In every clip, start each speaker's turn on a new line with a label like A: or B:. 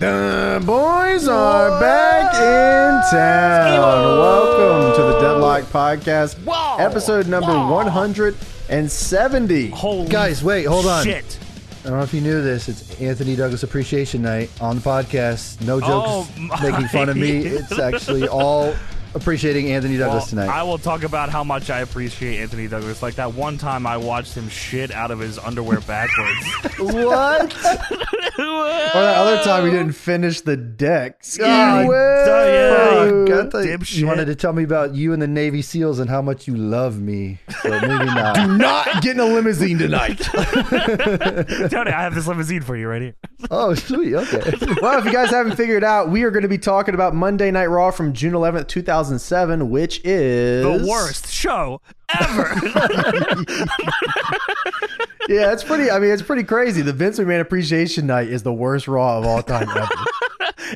A: The boys are back in town. Welcome to the Deadlock Podcast,
B: Whoa.
A: episode number
B: Whoa.
A: 170.
B: Holy
C: Guys, wait, hold on.
B: Shit.
C: I don't know if you knew this. It's Anthony Douglas Appreciation Night on the podcast. No jokes
B: Oh, my.
C: making fun of me. It's actually all appreciating Anthony
B: Well,
C: Douglas tonight.
B: I will talk about how much I appreciate Anthony Douglas. Like that one time I watched him shit out of his underwear backwards.
C: what?
A: Or that other time we didn't finish the decks.
B: Yeah,
C: Fuck,
B: yeah,
C: I thought
B: dipshit.
C: you wanted to tell me about you and the Navy SEALs and how much you love me. But maybe not.
A: Not getting a limousine tonight.
B: Tony, I have this limousine for you right here.
C: oh, sweet. Okay.
A: well, if you guys haven't figured it out, we are going to be talking about Monday Night Raw from June 11th, 2007, which is
B: The worst show ever.
A: Yeah, it's pretty. I mean, it's pretty crazy. The Vince McMahon Appreciation Night is the worst Raw of all time ever.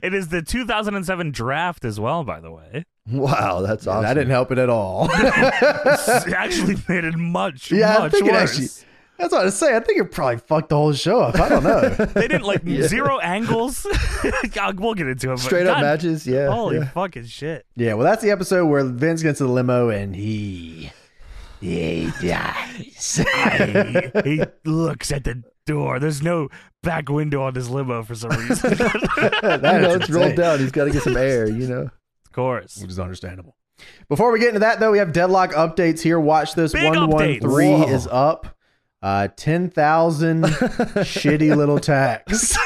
B: it is the 2007 draft as well, by the way.
C: Wow, that's awesome.
A: That didn't help it at all.
B: It actually made it much,
A: yeah, I
B: much
A: think it
B: worse.
A: actually. That's what I was saying. I think it probably fucked the whole show up. I don't know.
B: They didn't like zero angles. God, we'll get into it. but
C: Straight up
B: God,
C: matches. Yeah.
B: Holy
C: yeah.
B: fucking shit.
A: yeah, well, that's the episode where Vince gets to the limo and he. He dies.
B: he, he looks at the door. There's no back window on this limo for some reason. of
C: You know,
A: That's
C: it's rolled
A: insane.
C: down. He's got to get some air, you know?
B: course.
A: Which is understandable. Before we get into that, though, we have deadlock updates here. Watch this.
B: Big
A: One one three
C: updates. Whoa.
A: is up. Uh, ten thousand shitty little tax.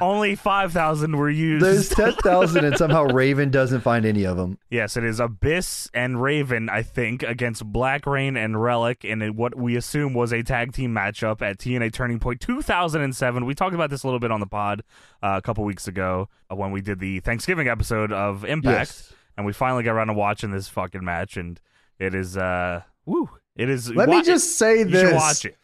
B: Only 5,000 were used.
C: There's 10,000 and somehow Raven doesn't find any of them.
B: yes, it is Abyss and Raven, I think, against Black Rain and Relic in a- what we assume was a tag team matchup at TNA Turning Point 2007. We talked about this a little bit on the pod uh, a couple weeks ago uh, when we did the Thanksgiving episode of Impact.
C: Yes.
B: And we finally got around to watching this fucking match. And it is, uh, woo. It is.
A: Let
B: wa-
A: me just say
B: you should
A: this:
B: watch it.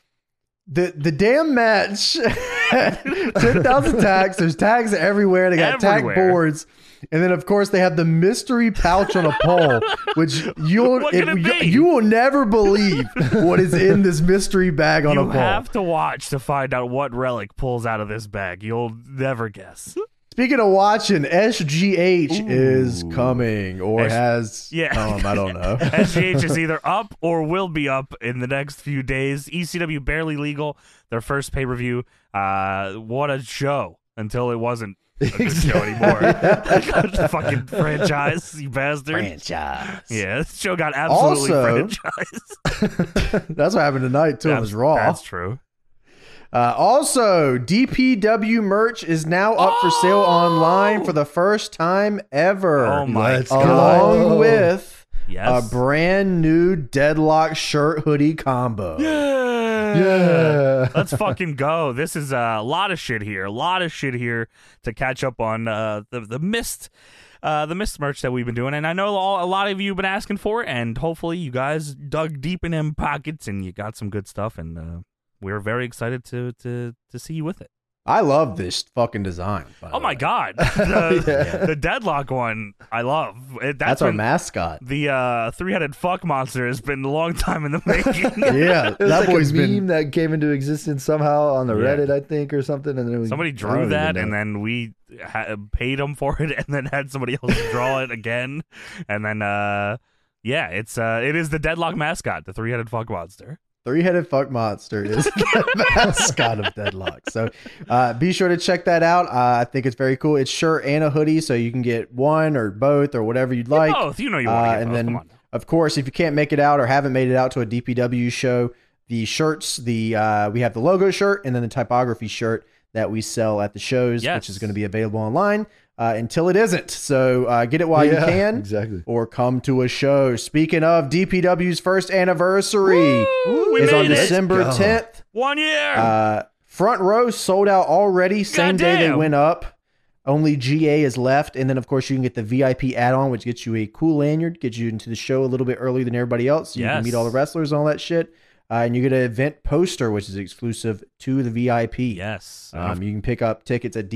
A: the the damn match, ten thousand tags. There's tags everywhere. They got tag
B: Everywhere.
A: boards, and then of course they have the mystery pouch on a pole, which you'll
B: What could
A: if-
B: it be?
A: you, you will never believe what is in this mystery bag on
B: you
A: a pole.
B: have to watch to find out what relic pulls out of this bag. You'll never guess.
A: Speaking of watching, SGH is coming or
B: S-
A: has
B: Yeah.
A: um, I don't know.
B: SGH is either up or will be up in the next few days. ECW barely legal. Their first pay per view. Uh, what a show! Until it wasn't a good show anymore. Fucking franchise, you bastard.
A: Franchise.
B: Yeah, this show got absolutely
A: Also-
B: franchised.
A: That's what happened tonight too. it was raw.
B: That's true.
A: Uh, also, DPW merch is now up for sale online for the first time ever.
B: Oh my
C: Let's go.
B: god!
A: Along
C: God.
A: with
B: Yes.
A: a brand new deadlock shirt hoodie combo.
C: Yeah.
B: Let's fucking go. This is a lot of shit here. A lot of shit here to catch up on uh, the the mist, uh, the mist merch that we've been doing, and I know all, a lot of you have been asking for it, and hopefully you guys dug deep in them pockets and you got some good stuff, and uh, we're very excited to to to see you with it.
A: I love this fucking design. by
B: Oh
A: the
B: my
A: way.
B: god, the,
C: Yeah.
B: the deadlock one, I love. It,
A: That's,
B: that's
A: our
B: been-
A: mascot.
B: The uh, three-headed fuck monster has been a long time in the making.
A: Yeah,
C: It was
A: that
C: like
A: boy's
C: a meme
A: been.
C: that came into existence somehow on the
B: Yeah.
C: Reddit, I think, or something. And then we,
B: Somebody
C: I
B: drew
C: don't
B: that,
C: even
B: and
C: know.
B: then we ha- paid them for it, and then had somebody else draw it again, and then uh, yeah, it's uh, it is the deadlock mascot, the three headed fuck monster.
A: Three headed fuck monster is the mascot of Deadlock. So uh, be sure to check that out. Uh, I think it's very cool. It's shirt and a hoodie, so you can get one or both or whatever you'd like.
B: both, you know you
A: Uh,
B: want to
A: and
B: both.
A: then,
B: Come on.
A: of course, if you can't make it out or haven't made it out to a DPW show, the shirts, the uh, we have the logo shirt and then the typography shirt that we sell at the shows,
B: Yes.
A: which is going to be available online uh, until it isn't. So uh, get it while
C: Yeah,
A: you can,
C: Exactly.
A: or come to a show. Speaking of DPW's first anniversary
B: Woo! We
A: is on
B: made it.
A: December
C: Let's go.
A: 10th.
B: One year.
A: Uh, front row sold out already. Same day they
B: Goddamn.
A: went up. Only GA is left, and then of course you can get the VIP add-on, which gets you a cool lanyard, gets you into the show a little bit earlier than everybody else. So you
B: Yes.
A: can meet all the wrestlers and all that shit, uh, and you get an event poster, which is exclusive to the VIP.
B: yes. And
A: Um, you can pick up tickets at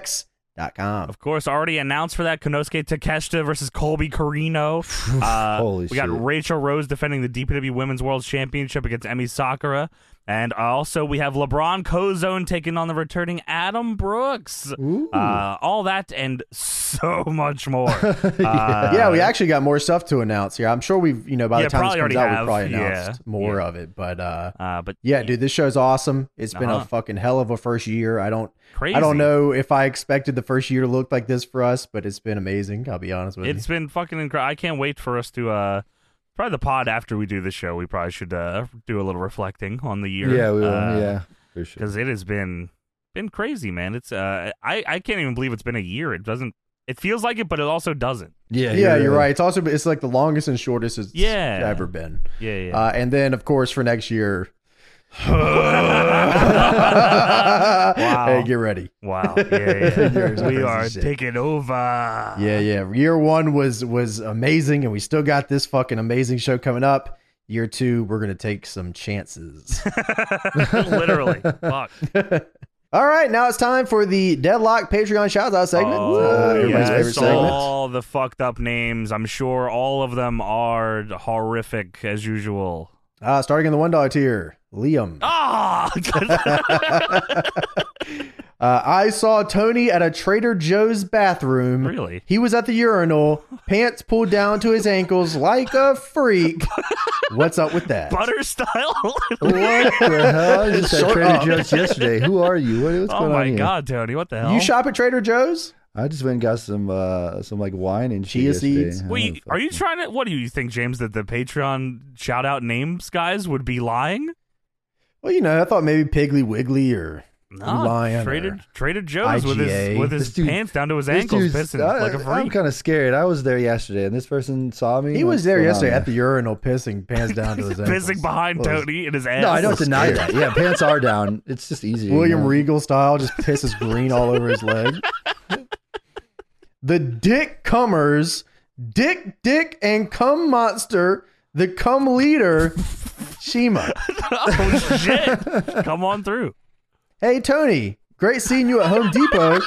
A: dpwtix.com.
B: of course, already announced for that Konosuke Takeshita versus Colby Carino. Uh,
C: Holy
B: we got
C: shit.
B: Rachel Rose defending the DPW Women's World Championship against Emmy Sakura. And also, we have LeBron Cozone taking on the returning Adam Brooks.
C: Ooh.
B: Uh, all that and so much more. Uh,
A: yeah, we actually got more stuff to announce here. I'm sure we've, you know, by
B: Yeah,
A: the time this
B: probably
A: comes
B: already
A: out,
B: have.
A: we probably
B: Yeah.
A: announced more of it. But uh,
B: uh, but
A: yeah, dude, this show's awesome. It's been a
B: Uh-huh.
A: fucking hell of a first year. I don't,
B: crazy.
A: I don't know if I expected the first year to look like this for us, but it's been amazing. I'll be honest with
B: It's been fucking incredible. I can't wait for us to uh probably the pod after we do the show. We probably should uh do a little reflecting on the year.
C: Yeah, we will.
B: Uh,
C: yeah.
D: For sure.
B: because it has been been crazy, man. It's uh I I can't even believe it's been a year. It doesn't. It feels like it, but it also doesn't.
A: you. Yeah, you're right. It's also it's like the longest and shortest it's
B: Yeah.
A: ever been.
B: Yeah, yeah.
A: Uh, and then, of course, for next year, hey, get ready.
B: wow. Yeah, yeah.
A: crazy
B: we are
A: shit.
B: taking over.
A: Yeah, yeah. Year one was was amazing, and we still got this fucking amazing show coming up. Year two, we're gonna take some chances.
B: Literally. Fuck.
A: All right, now it's time for the deadlock Patreon shout out segment.
B: Oh,
A: uh, everybody's
B: yes,
A: favorite segment.
B: all the fucked up names. I'm sure all of them are horrific as usual.
A: Uh, starting in the one dollar tier, Liam.
B: Ah,
A: Uh, I saw Tony at a Trader Joe's bathroom.
B: Really?
A: He was at the urinal, pants pulled down to his ankles like a freak. What's up with that?
B: butter style.
C: What the hell? I was just
A: Shut
C: at
A: up.
C: Trader Joe's yesterday. Who are you? What, what's
B: oh
C: going on
B: my
C: here?
B: god, Tony, what the hell?
A: You shop at Trader Joe's?
C: I just went and got some uh, some like wine and
A: Chia
C: shit yesterday.
A: seeds.
C: I
B: Wait,
C: don't
B: are you
C: fucking-
B: trying to? What do you think, James? That the Patreon shout out names guys would be lying?
A: Well, you know, I thought maybe Piggly Wiggly or Lion
B: Trader
A: or-
B: Trader Joe's with his
A: IGA.
B: with his
C: This dude-
B: pants down to his
C: This
B: ankles,
C: dude's-
B: pissing
C: I,
B: like a
C: I'm
B: freak.
C: kind of scared. I was there yesterday, and this person saw me.
A: He
C: What's
A: was there
C: going on
A: yesterday at the urinal, pissing pants down to his ankles.
B: Pissing behind
A: Well,
B: Tony in his ass.
C: No, I don't deny
A: scared.
C: that. Yeah, pants are down. It's just easy.
A: William
C: Reed.
A: Regal style, just pisses green all over his leg. The Dick Cummers, Dick Dick and Cum Monster, the Cum Leader, Shima.
B: oh shit! Come on through.
A: Hey Tony, great seeing you at Home Depot,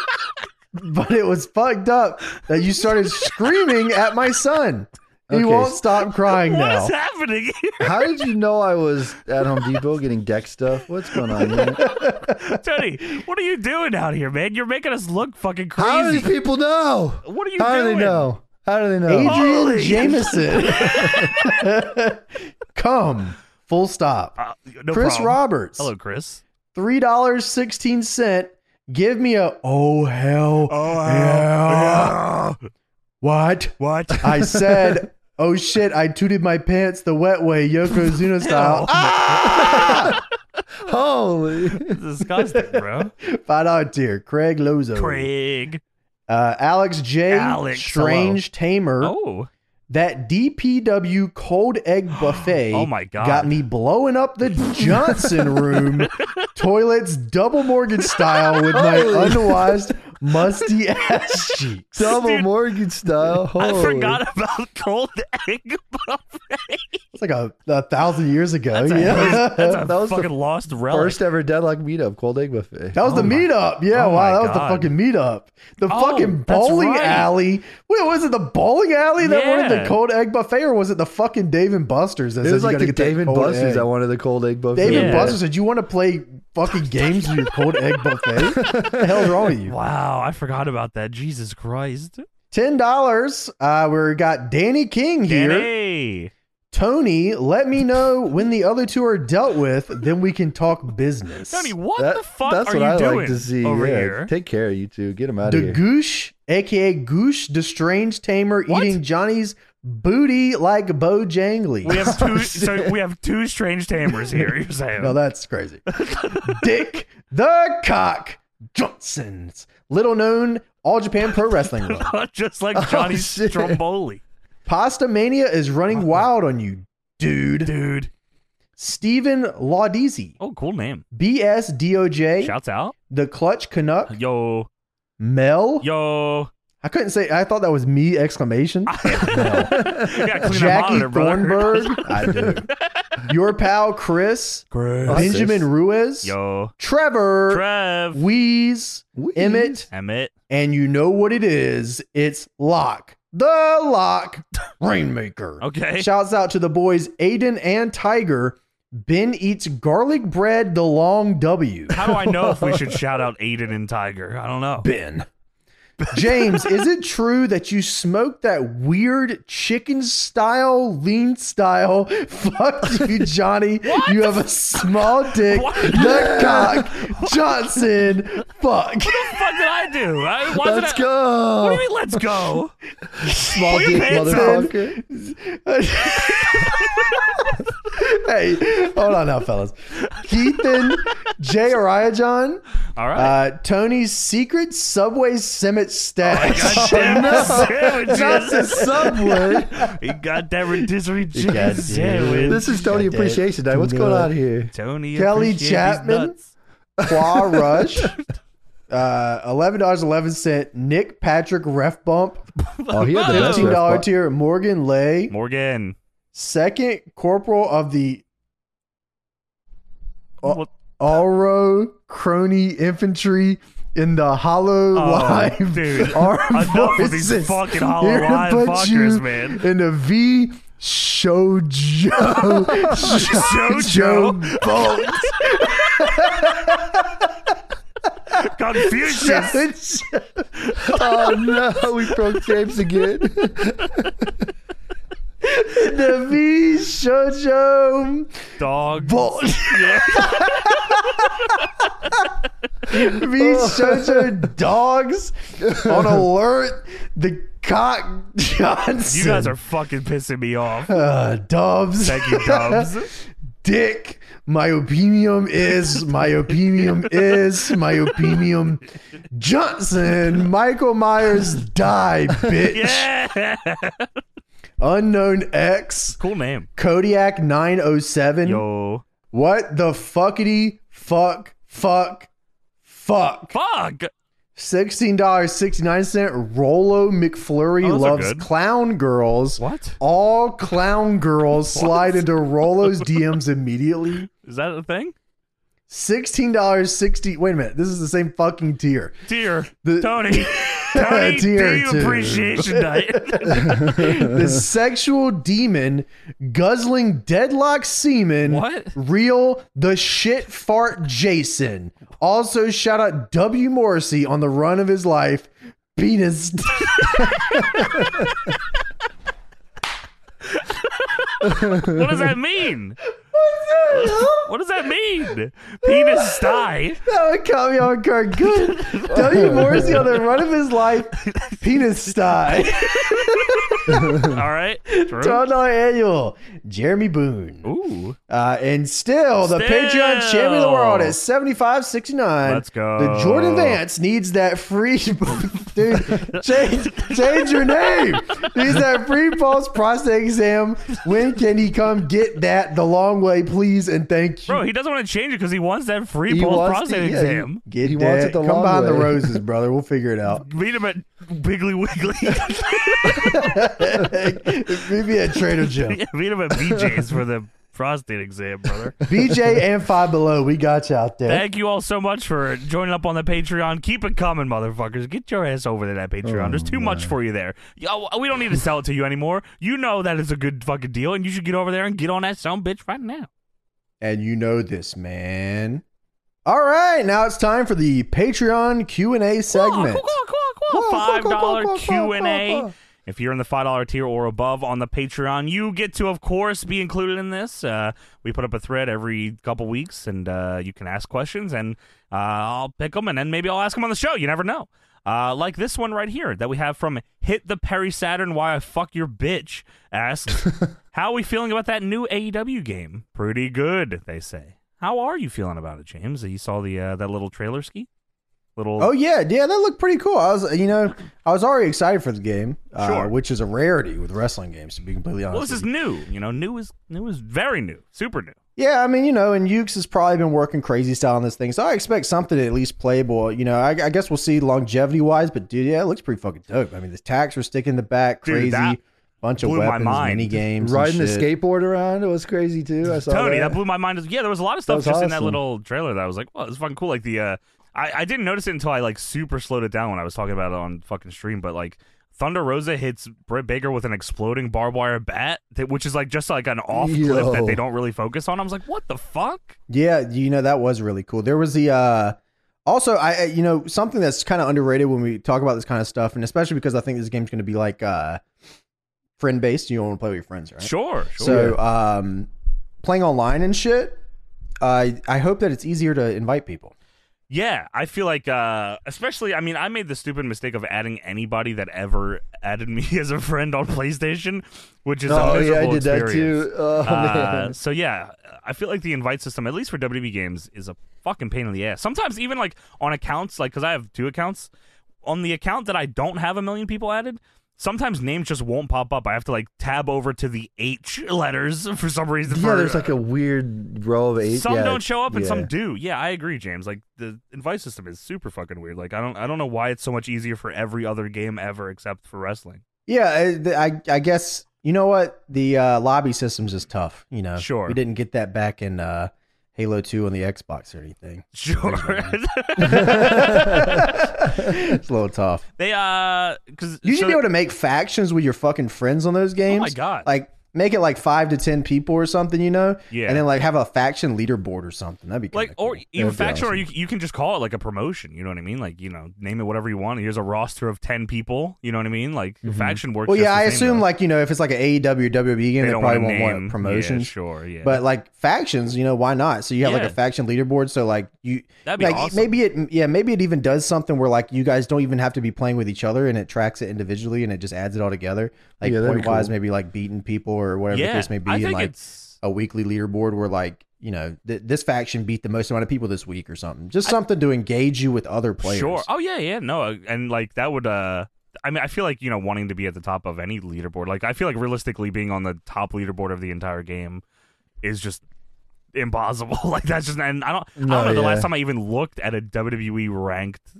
A: but it was fucked up that you started screaming at my son. He
C: Okay.
A: won't stop crying
B: What
A: now.
B: is happening? here?
C: How did you know I was at Home Depot getting deck stuff? What's going on? Here?
B: Tony, what are you doing out here, man? You're making us look fucking crazy.
C: How do these people know?
B: what are you
C: How do
B: doing?
C: they know? How do they know?
A: Adrian
B: Holy-
A: Jameson. Come. Full stop.
B: Uh, no
A: Chris
B: problem.
A: Roberts.
B: Hello, Chris.
A: Three dollars sixteen cent. Give me a oh hell
B: Oh,
A: yeah. what?
B: What?
A: I said oh shit I tooted my pants the wet way Yokozuna style.
C: Ah! Holy!
B: Disgusting, bro.
A: Five dollar tier. Craig Lozo.
B: Craig.
A: Uh, Alex J.
B: Alex,
A: Strange Tamer.
B: Oh.
A: That DPW cold egg buffet
B: Oh my God.
A: got me blowing up the Johnson room toilets double Morgan style with my unwashed musty ass cheeks.
C: Double
B: Dude,
C: Morgan style. Holy.
B: I forgot about cold egg buffet.
A: It's like a, a thousand years ago.
B: That's a-
A: yeah.
B: That's a
C: That was the
B: fucking lost relic.
C: First ever deadlock meetup, cold egg buffet.
A: That was the meetup. Yeah,
B: oh my
A: wow, that was
B: God.
A: the fucking meetup. The
B: Oh,
A: fucking
B: that's
A: bowling
B: right.
A: alley. Wait, was it the bowling alley that wanted
B: Yeah.
A: the cold egg buffet, or was it the fucking Dave and Buster's? That
C: It
A: said
C: was
A: you
C: like
A: gotta
C: the
A: get that
C: Dave and
A: cold
C: Buster's
A: egg?
C: that wanted the cold egg buffet.
A: David
B: Yeah.
A: Buster said, "You want to play fucking games with your cold egg buffet? what the hell's wrong with you?"
B: Wow, I forgot about that. Jesus Christ.
A: Ten dollars. Uh, we got Danny King here.
B: Danny.
A: Tony, let me know when the other two are dealt with, then we can talk business.
B: Tony, what
C: That-
B: the fuck
C: that's
B: are
C: what
B: you
C: I
B: doing
C: like to see.
B: over
C: yeah.
B: here?
C: Take care, you two. Get them out of
A: the
C: here.
A: Goosh, aka Goosh, the strange tamer,
B: What?
A: eating Johnny's booty like Bojangly.
B: We have two so we have two strange tamers here, you're saying.
A: No, that's crazy. Dick the Cock Johnson's little known All Japan Pro Wrestling. Run.
B: Just like Johnny
C: Oh, shit.
B: Stromboli.
A: Pasta Mania is running wild on you, dude.
B: Dude.
A: Steven Laudisi,
B: Oh, cool name.
A: BSDOJ,
B: Shouts out.
A: The Clutch Canuck,
B: Yo.
A: Mel.
B: Yo.
A: I couldn't say. I thought that was me! Exclamation.
B: You gotta clean that
A: Jackie
B: monitor, brother.
A: Thornburg. I do. Your pal Chris,
C: Oh, sis.
A: Benjamin Ruiz,
B: Yo.
A: Trevor,
B: Trev.
A: Wheeze,
C: Wheeze.
A: Emmett,
B: Emmett.
A: and you know what it is? It's Lock. The Lock Rainmaker.
B: Okay.
A: Shouts out to the boys Aiden and Tiger. Ben eats garlic bread the long W.
B: How do I know if we should shout out Aiden and Tiger? I don't know.
A: Ben. James, is it true that you smoked that weird chicken style, lean style? Fuck you, Johnny. You have a small dick,
B: What?
A: the cock, Johnson. Fuck.
B: What the fuck did I do? I wasn't I- What do
C: Let's go.
B: you mean, let's go?
C: Small
B: Put your
C: dick
B: pants on.
C: motherfucker.
A: hey, hold on now, fellas. Keithan J. Ariajon,
B: All right.
A: uh, Tony's secret Subway Summit
C: Oh
A: stash.
B: God damn sandwiches.
C: Not the subway.
B: He got that rotisserie
A: goddamn-
B: chicken sandwich.
C: This is Tony
A: Goddamn.
C: Appreciation Day. What's going on here?
B: Tony
A: Kelly
B: appreciate these
A: Chapman?
B: nuts.
A: Qua Rush. Uh, eleven dollars eleven cent. Nick Patrick Ref Bump.
C: Oh, he had the best
A: Fifteen
C: ref
A: dollar
C: bump.
A: tier. Morgan Lay.
B: Morgan.
A: Second corporal of the Oh.
B: What-
A: Auro Crony Infantry in the Hollow
B: Oh,
A: Live
B: dude.
A: Armed
B: Enough of these
A: Forces.
B: fucking hollow
A: Here to
B: live
A: put
B: fuckers,
A: you
B: man.
A: In the V Shoujo Shoujo Bolt.
B: Confucius.
C: Oh no, we broke James again.
A: In the V Shoujo
B: Dog.
A: Bolt.
B: Yeah.
A: Me shoujo dogs on alert. The cock Johnson.
B: You guys are fucking pissing me off.
A: uh, dubs.
B: Thank you, Dubs.
A: Dick. Myopemium is myopemium is myopemium. Johnson. Michael Myers die, bitch.
B: Yeah.
A: Unknown X.
B: Cool name.
A: Kodiak 907.
B: Yo.
A: What the fuckity fuck fuck fuck.
B: Fuck.
A: Sixteen dollars sixty nine cent. Rolo McFlurry
B: Oh, those are
A: loves
B: good.
A: clown girls.
B: What?
A: All clown girls slide into Rolo's DMs immediately.
B: Is that a thing?
A: Sixteen dollars sixty. Wait a minute. This is the same fucking tier.
B: Dear.
A: The-
B: Tony. Tony,
A: Dear
B: do you
A: too.
B: appreciation diet?
A: The sexual demon guzzling deadlock semen.
B: What?
A: Real the shit fart Jason. Also shout out W Morrissey on the run of his life. Penis.
B: What does that mean? What does that mean? Penis sty.
A: That would caught me on guard. Good. W. Morrissey on the run of his life, penis sty.
B: All right. True.
A: Twelve dollar annual. Jeremy Boone.
B: Ooh.
A: Uh, and still, the
B: Still.
A: Patreon champion of the world at seventy five sixty nine.
B: Let's go.
A: The Jordan Vance needs that free dude. Change, change your name. Needs that free false prostate exam. When can he come get that the long way, please? And thank you.
B: Bro, he doesn't want to change it because he wants that free
C: He
B: pulse
C: wants
B: prostate
C: to- yeah,
B: exam.
A: Get
C: He
A: that.
C: wants it the
A: Come
C: long
A: behind the
C: way.
A: roses, brother. We'll figure it out.
B: Meet him at Biggly Wiggly.
A: Maybe at Trader Joe's.
B: Meet him at BJ's for the prostate exam, brother.
A: BJ and Five Below, we got you out there.
B: Thank you all so much for joining up on the Patreon. Keep it coming, motherfuckers. Get your ass over to that Patreon. There's too much for you there. Yo, we don't need to sell it to you anymore. You know that is a good fucking deal, and you should get over there and get on that some bitch right now.
A: And you know this, man. All right, now it's time for the Patreon Q&A segment.
B: Five dollar Q and A. If you're in the five dollar tier or above on the Patreon, you get to, of course, be included in this. Uh, we put up a thread every couple weeks, and uh, you can ask questions, and uh, I'll pick them, and then maybe I'll ask them on the show. You never know. Uh, like this one right here that we have from Hit the Perry Saturn. Why I fuck your bitch? Asks, how are we feeling about that new AEW game? Pretty good, they say. How are you feeling about it, James? You saw the uh, that little trailer ski, little
A: Oh yeah, yeah, that looked pretty cool. I was, you know, I was already excited for the game, uh,
B: Sure.
A: which is a rarity with wrestling games, to be completely honest.
B: Well, this
A: with
B: is new. You know, new is new is very new, super new.
A: Yeah, I mean, you know, and Ukes has probably been working crazy style on this thing, so I expect something at least playable. You know, I, I guess we'll see longevity wise, but dude, yeah, it looks pretty fucking dope. I mean, the tacks were sticking in the back,
B: Dude,
A: crazy
B: that
A: bunch of
B: blew my
A: weapons,
B: mind.
A: mini games,
C: Riding the
A: and shit.
C: skateboard around it was crazy too. I saw
B: Tony, that
C: that.
B: blew my mind. Yeah, there was a lot of stuff
C: was
B: just in that
C: awesome.
B: little trailer that I was like, "Wow, this is fucking cool." Like the, uh, I I didn't notice it until I like super slowed it down when I was talking about it on fucking stream, but like. Thunder Rosa hits Britt Baker with an exploding barbed wire bat, that, which is like just like an off clip that
C: Yo.
B: they don't really focus on. I was like, what the fuck?
A: Yeah, you know that was really cool. There was the uh also I I- you know something that's kind of underrated when we talk about this kind of stuff and especially because I think this game's going to be like uh friend based, you want to play with your friends, right?
B: Sure, sure.
A: So um playing online and shit, I I hope that it's easier to invite people.
B: Yeah, I feel like, uh, especially, I mean, I made the stupid mistake of adding anybody that ever added me as a friend on PlayStation, which is a
C: oh yeah,
B: miserable
C: I did that
B: experience.
C: too. Oh
B: Uh,
C: man.
B: so yeah, I feel like the invite system, at least for WB games, is a fucking pain in the ass. Sometimes even like on accounts, like because I have two accounts, on the account that I don't have a million people added, sometimes names just won't pop up. I have to like tab over to the H letters for some reason.
C: Yeah,
B: for-
C: there's like a weird row of eight.
B: some
C: yeah,
B: don't show up and
C: yeah.
B: some do. Yeah, I agree, James. Like the invite system is super fucking weird. Like I don't, I don't know why it's so much easier for every other game ever except for wrestling.
A: Yeah, I the- I, I guess you know what the uh, lobby systems is tough, you know.
B: Sure.
A: We didn't get that back in uh Halo 2 on the Xbox or anything.
B: Sure,
A: it's a little tough.
B: they uh, because
A: You should be able to make factions with your fucking friends on those games.
B: Oh God.
A: Like make it like five to ten people or something, you know?
B: Yeah.
A: And then like have a faction leaderboard or something. That'd be kinda
B: like or
A: cool.
B: even
C: That'd be
B: faction or
C: awesome.
B: you, you can just call it like a promotion you know what i mean like you know name it whatever you want here's a roster of 10 people you know what i mean like faction works
A: Mm-hmm. Well, yeah,
B: just the
A: I
B: same,
A: assume
B: though.
A: like you know if it's like E an AEW WWE game, they,
B: don't
A: probably
B: wanna
A: won't want
B: name-
A: promotions.
B: yeah, sure yeah
A: But like factions, you know, why not? So you have
B: Yeah.
A: like a faction leaderboard. So like you,
B: That'd be
A: like
B: awesome.
A: maybe it, yeah, maybe it even does something where like you guys don't even have to be playing with each other, and it tracks it individually, and it just adds it all together. Like
C: Yeah, that'd be
A: point wise,
C: cool.
A: maybe like beating people or whatever the
B: yeah
A: case may be,
B: i
A: and
B: think
A: like
B: it's
A: a weekly leaderboard where like you know th- this faction beat the most amount of people this week or something. Just something to engage you with other players.
B: sure oh yeah yeah no uh, and like that would uh I mean, I feel like you know wanting to be at the top of any leaderboard. Like, I feel like realistically, being on the top leaderboard of the entire game is just impossible. like, that's just and I don't, I
C: No,
B: don't know. The
C: yeah.
B: last time I even looked at a WWE ranked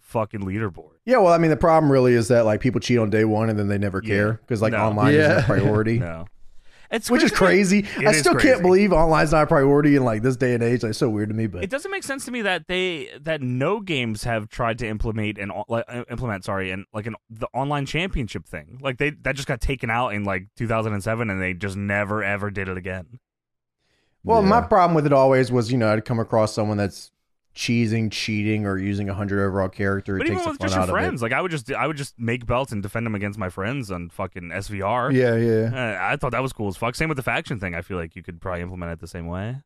B: fucking leaderboard.
A: Yeah, well, I mean, the problem really is that like people cheat on day one and then they never
B: Yeah.
A: care because like
B: No.
A: online
C: Yeah.
A: isn't a priority.
B: No, it's
A: which is
B: crazy. that-
A: crazy.
B: It
A: I
B: is
A: still
B: crazy.
A: can't believe online's not a priority in like this day and age. Like, it's so weird to me, but
B: it doesn't make sense to me that they that no games have tried to implement and like uh, implement sorry and like an the online championship thing like they that just got taken out in like 2007 and they just never ever did it again
A: well,
C: Yeah.
A: my problem with it always was you know I'd come across someone that's cheesing, cheating, or using a hundred overall character.
B: but
A: it takes
B: even
A: the
B: with
A: fun
B: just
A: out
B: your
A: of
B: friends like I would just I would just make belts and defend them against my friends on fucking SVR
C: Yeah, yeah.
B: Uh, I thought that was cool as fuck same with the faction thing I feel like you could probably implement it the same way
A: it.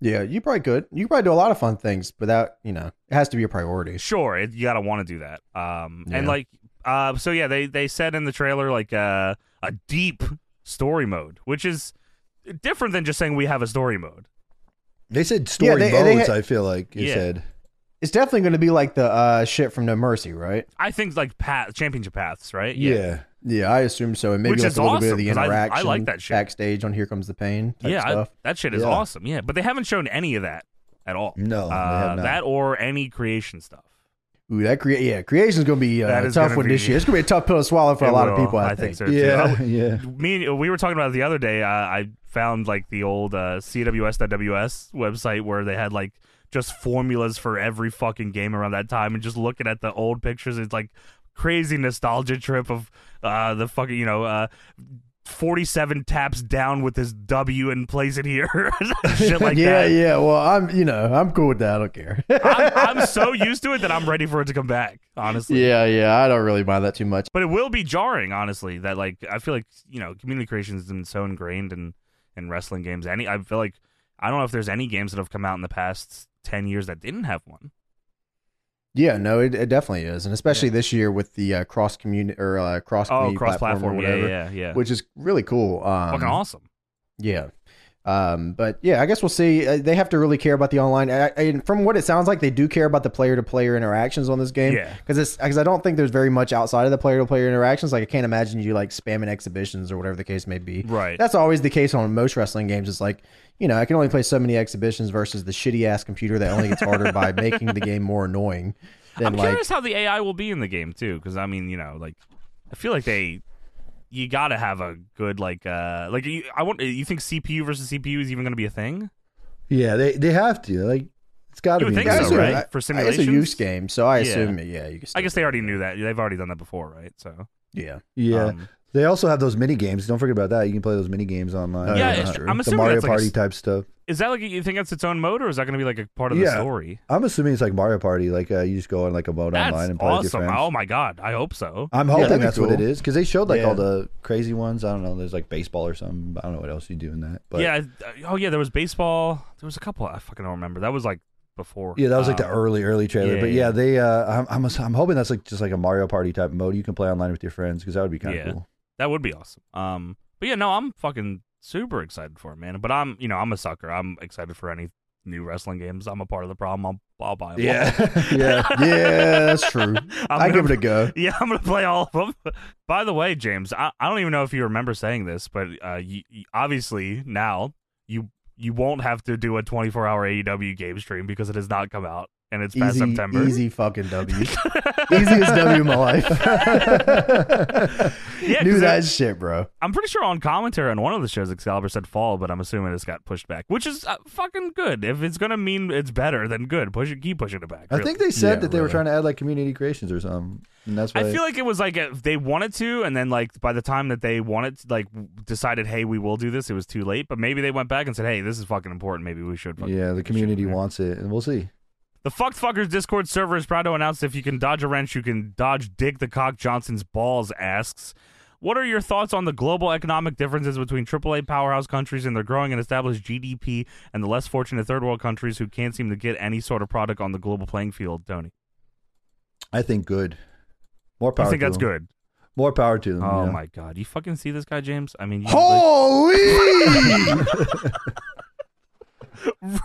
A: Yeah, you probably could. You could probably do a lot of fun things, but that you know it has to be a priority.
B: Sure, it, you gotta want to do that. Um, and
A: Yeah.
B: like, uh, so yeah, they they said in the trailer like uh, a deep story mode, which is different than just saying we have a story mode.
C: They said story
A: they- they
C: modes.
A: had-
C: I feel like it
B: Yeah.
C: said.
A: It's definitely going to be like the uh, shit from No Mercy, right?
B: I think like path championship paths, right?
C: Yeah.
A: Yeah, I assume so, and maybe
B: Which
A: like
B: is
A: a little bit
B: awesome,
A: of the
B: 'cause I- I
A: interaction
B: like that shit.
A: backstage on Here Comes the Pain. Type
B: yeah, I-
A: stuff.
B: that shit is
C: Yeah.
B: awesome. Yeah, but they haven't shown any of that at all.
C: No, they
B: uh,
C: have not.
B: that or any creation stuff.
A: Ooh, that create yeah, creation's gonna be uh,
B: That
A: a
B: is
A: tough
B: gonna
A: one
B: be-
A: this year. It's gonna be a tough pill to swallow for
B: It
A: a lot
B: will.
A: of people. I, think.
B: think. so. too.
C: Yeah.
B: I-
C: Yeah.
B: me and- we were talking about it the other day. Uh, I, I found like the old uh, CWS.WS website where they had like just formulas for every fucking game around that time, and just looking at the old pictures, it's like crazy nostalgia trip of uh, the fucking you know. Uh, 47 taps down with his W and plays it here. Shit like
A: yeah,
B: that.
A: yeah. Well, I'm you know I'm cool with that. I don't care.
B: I'm, I'm so used to it that I'm ready for it to come back, honestly.
A: yeah, yeah. I don't really mind that too much.
B: but it will be jarring honestly that like i feel like you know community creation has been so ingrained in in wrestling games any i feel like i don't know if there's any games that have come out in the past 10 years that didn't have one
A: Yeah, no, it, it definitely is, and especially this year with the uh, cross community or uh, cross
B: oh
A: community
B: cross
A: platform or
B: platform yeah
A: whatever,
B: yeah yeah
A: which is really cool. Um,
B: fucking awesome
A: Yeah. Um, but yeah, I guess we'll see. Uh, They have to really care about the online. I, I, and from what it sounds like, they do care about the player-to-player interactions on this game.
B: Yeah.
A: because it's because I don't think there's very much outside of the player-to-player interactions. Like I can't imagine you like spamming exhibitions or whatever the case may be.
B: right
A: That's always the case on most wrestling games. It's like you know I can only play so many exhibitions versus the shitty ass computer that only gets harder by making the game more annoying. Than
B: i'm
A: like
B: curious how the ai will be in the game too because i mean you know like i feel like they you gotta have a good like uh like you, i want you think cpu versus cpu is even gonna be a thing
C: Yeah. They they have to like. It's got to
B: You would
C: be.
B: think
A: I
C: now,
B: so,
A: assume-
B: right?
A: I- I- it's
B: For
A: a
B: simulations?
A: use game, so I
B: Yeah.
A: assume yeah. you can
B: i
A: still
B: guess
A: do
B: they already
A: that.
B: knew that they've already done that before right so
A: Yeah.
C: Yeah.
B: Um,
C: they also have those mini games. Don't forget about that. You can play those mini games online.
A: Yeah,
B: it's-
C: Uh,
B: I'm
C: the
B: assuming
C: Mario
B: that's like a
C: Party
B: s-
C: type stuff.
B: is that like you think that's its own mode, or is that going to be like a part of the
C: Yeah.
B: story?
C: I'm assuming it's like Mario Party. Like uh, you just go on like a mode online
B: That's
C: and play with your
B: awesome.
C: friends.
B: Oh my god, I hope so.
C: I'm
A: that'd
C: hoping
A: be
C: that's what it
A: cool.
C: is because they showed like
A: Yeah.
C: all the crazy ones. I don't know. There's like baseball or something. but I don't know what else you do in that. But
B: yeah. I- Oh yeah, there was baseball. There was a couple. I fucking don't remember. That was like before.
C: Yeah, that was like the
B: Um,
C: early, early trailer.
B: yeah,
C: but
B: yeah.
C: yeah, they. Uh, I'm, I'm, ass- I'm hoping that's like just like a Mario Party type mode you can play online with your friends because that would be kind of
B: Yeah.
C: cool.
B: That would be awesome. Um, but yeah, no, I'm fucking super excited for it, man. But I'm, you know, I'm a sucker. I'm excited for any new wrestling games. I'm a part of the problem. I'll, I'll buy them.
C: Yeah, yeah.
A: Yeah, that's true.
B: I'm
A: I
B: gonna,
A: give it a go.
B: Yeah, I'm gonna play all of them. By the way, James, I, I don't even know if you remember saying this, but uh, you, you- obviously now you you won't have to do a 24 hour AEW game stream because it has not come out and it's past
A: Easy,
B: September.
A: easy fucking W. Easiest W in my life.
B: Yeah, 'cause
A: Knew
B: it-
A: that shit, bro.
B: I'm pretty sure on commentary on one of the shows, Excalibur said fall, but I'm assuming it's got pushed back, which is uh, fucking good. If it's gonna mean it's better, then good. Push it, keep pushing it back.
C: I
B: really.
C: think they said
A: Yeah,
C: that they were
A: really.
C: trying to add like community creations or something, and that's why.
B: I feel like it was like uh they wanted to, and then like by the time that they wanted, like decided, hey, we will do this, it was too late. But maybe they went back and said, hey, this is fucking important. Maybe we should. Fucking
C: yeah, the community
B: there.
C: wants it, and we'll see.
B: The fucked fuckers Discord server is proud to announce if you can dodge a wrench, you can dodge Dick the Cock Johnson's balls. Asks, what are your thoughts on the global economic differences between AAA powerhouse countries and their growing and established GDP and the less fortunate third world countries who can't seem to get any sort of product on the global playing field? Tony,
C: I think good. More power.
B: I think
C: to
B: that's
C: them.
B: good.
C: More power to them.
B: Oh
C: yeah.
B: my god, you fucking see this guy, James? I mean, you,
A: Holy!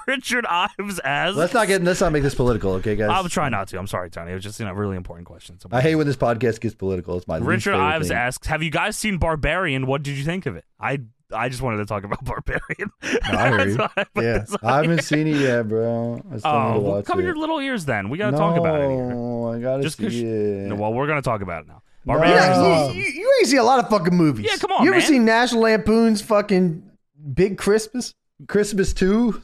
B: Richard Ives as.
C: Let's not get. Let's not make this political, okay, guys.
B: I'll try not to. I'm sorry, Tony. It was just you know, a really important question. So-
C: I hate when this podcast gets political. It's my least
B: Richard
C: favorite
B: Ives
C: thing.
B: asks, "Have you guys seen Barbarian? What did you think of it?" I I just wanted to talk about Barbarian.
C: I hear
B: That's
C: you.
B: why I put
A: Yeah.
B: this on
C: I
B: here.
C: haven't seen it yet, bro. I still need
B: Oh,
C: to
B: well,
C: watch
B: cover
C: it.
B: your little ears. Then we got to talk about it. Here.
C: No, I gotta
B: Just 'cause
C: see
B: you-
C: it.
B: No, well, we're gonna talk about it now.
C: No.
B: Barbarian. is
A: yeah,
B: awesome.
A: you, you, you ain't seen a lot of fucking movies.
B: Yeah, come on,
A: You ever
B: man.
A: seen National Lampoon's fucking Big Christmas?
C: Christmas two,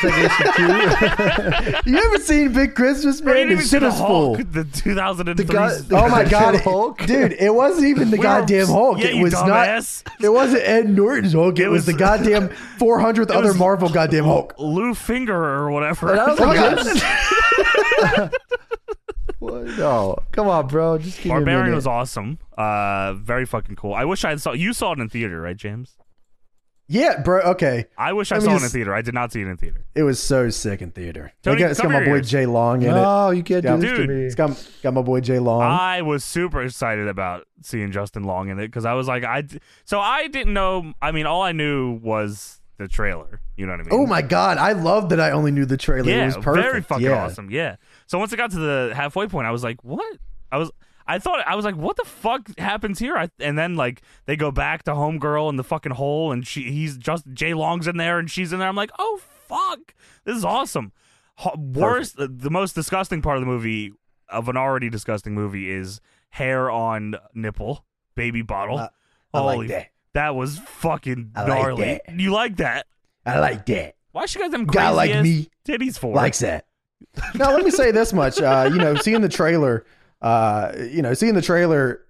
C: Vacation two.
A: You ever seen Big Christmas,
B: We
A: man?
B: didn't
A: The
B: even see
A: shit
B: the
A: is full.
B: Hulk, the 2003.
C: The guy- the
A: Oh my
C: Hulk.
A: god, it-
C: Hulk?
A: dude! It wasn't even the
B: We were-
A: goddamn Hulk.
B: Yeah,
A: it
B: you
A: was
B: dumbass.
A: not. It wasn't Ed Norton's Hulk. It,
B: It
A: was,
B: was-
A: the goddamn 400th other
B: was-
A: Marvel goddamn Hulk.
B: Lou Finger or whatever.
C: And I was
A: Oh my
C: like,
A: god!
C: what? No, come on, bro. Just give me a
B: Barbarian
C: minute.
B: was awesome. Uh, very fucking cool. I wish I saw. You saw it in theater, right, James?
A: yeah, bro. Okay,
B: I wish I
A: Let me
B: saw it in
A: just-
B: theater. I did not see it in theater.
A: it was so sick in theater.
B: Tony,
A: They got- it's got
B: cover
A: my
B: your
A: boy
B: ears.
A: Jay Long in it.
C: No, you can't do
A: Yeah.
C: this to
B: Dude,
C: me.
A: It's got got my boy Jay Long.
B: I was super excited about seeing Justin Long in it because I was like, I d- so I didn't know. I mean, all I knew was the trailer. You know what I mean?
A: oh my god! I love that I only knew the trailer.
B: Yeah,
A: it was perfect.
B: very fucking
A: yeah.
B: awesome. Yeah. So once it got to the halfway point, I was like, what? I was. I thought I was like, "What the fuck happens here?" I, and then like they go back to Homegirl in the fucking hole, and she he's just Jay Long's in there, and she's in there. I'm like, "Oh fuck, this is awesome." Ho- worst, the, the most disgusting part of the movie of an already disgusting movie is hair on nipple baby bottle.
A: I- Uh, I like
B: Holy-
A: that.
B: That was fucking
A: I like
B: gnarly.
A: that.
B: You like that?
A: I like that.
B: Why she got them crazy
A: Guy like
B: ass
A: me
B: titties for?
A: likes that. now let me say this much. Uh, you know, seeing the trailer, uh, you know, seeing the trailer,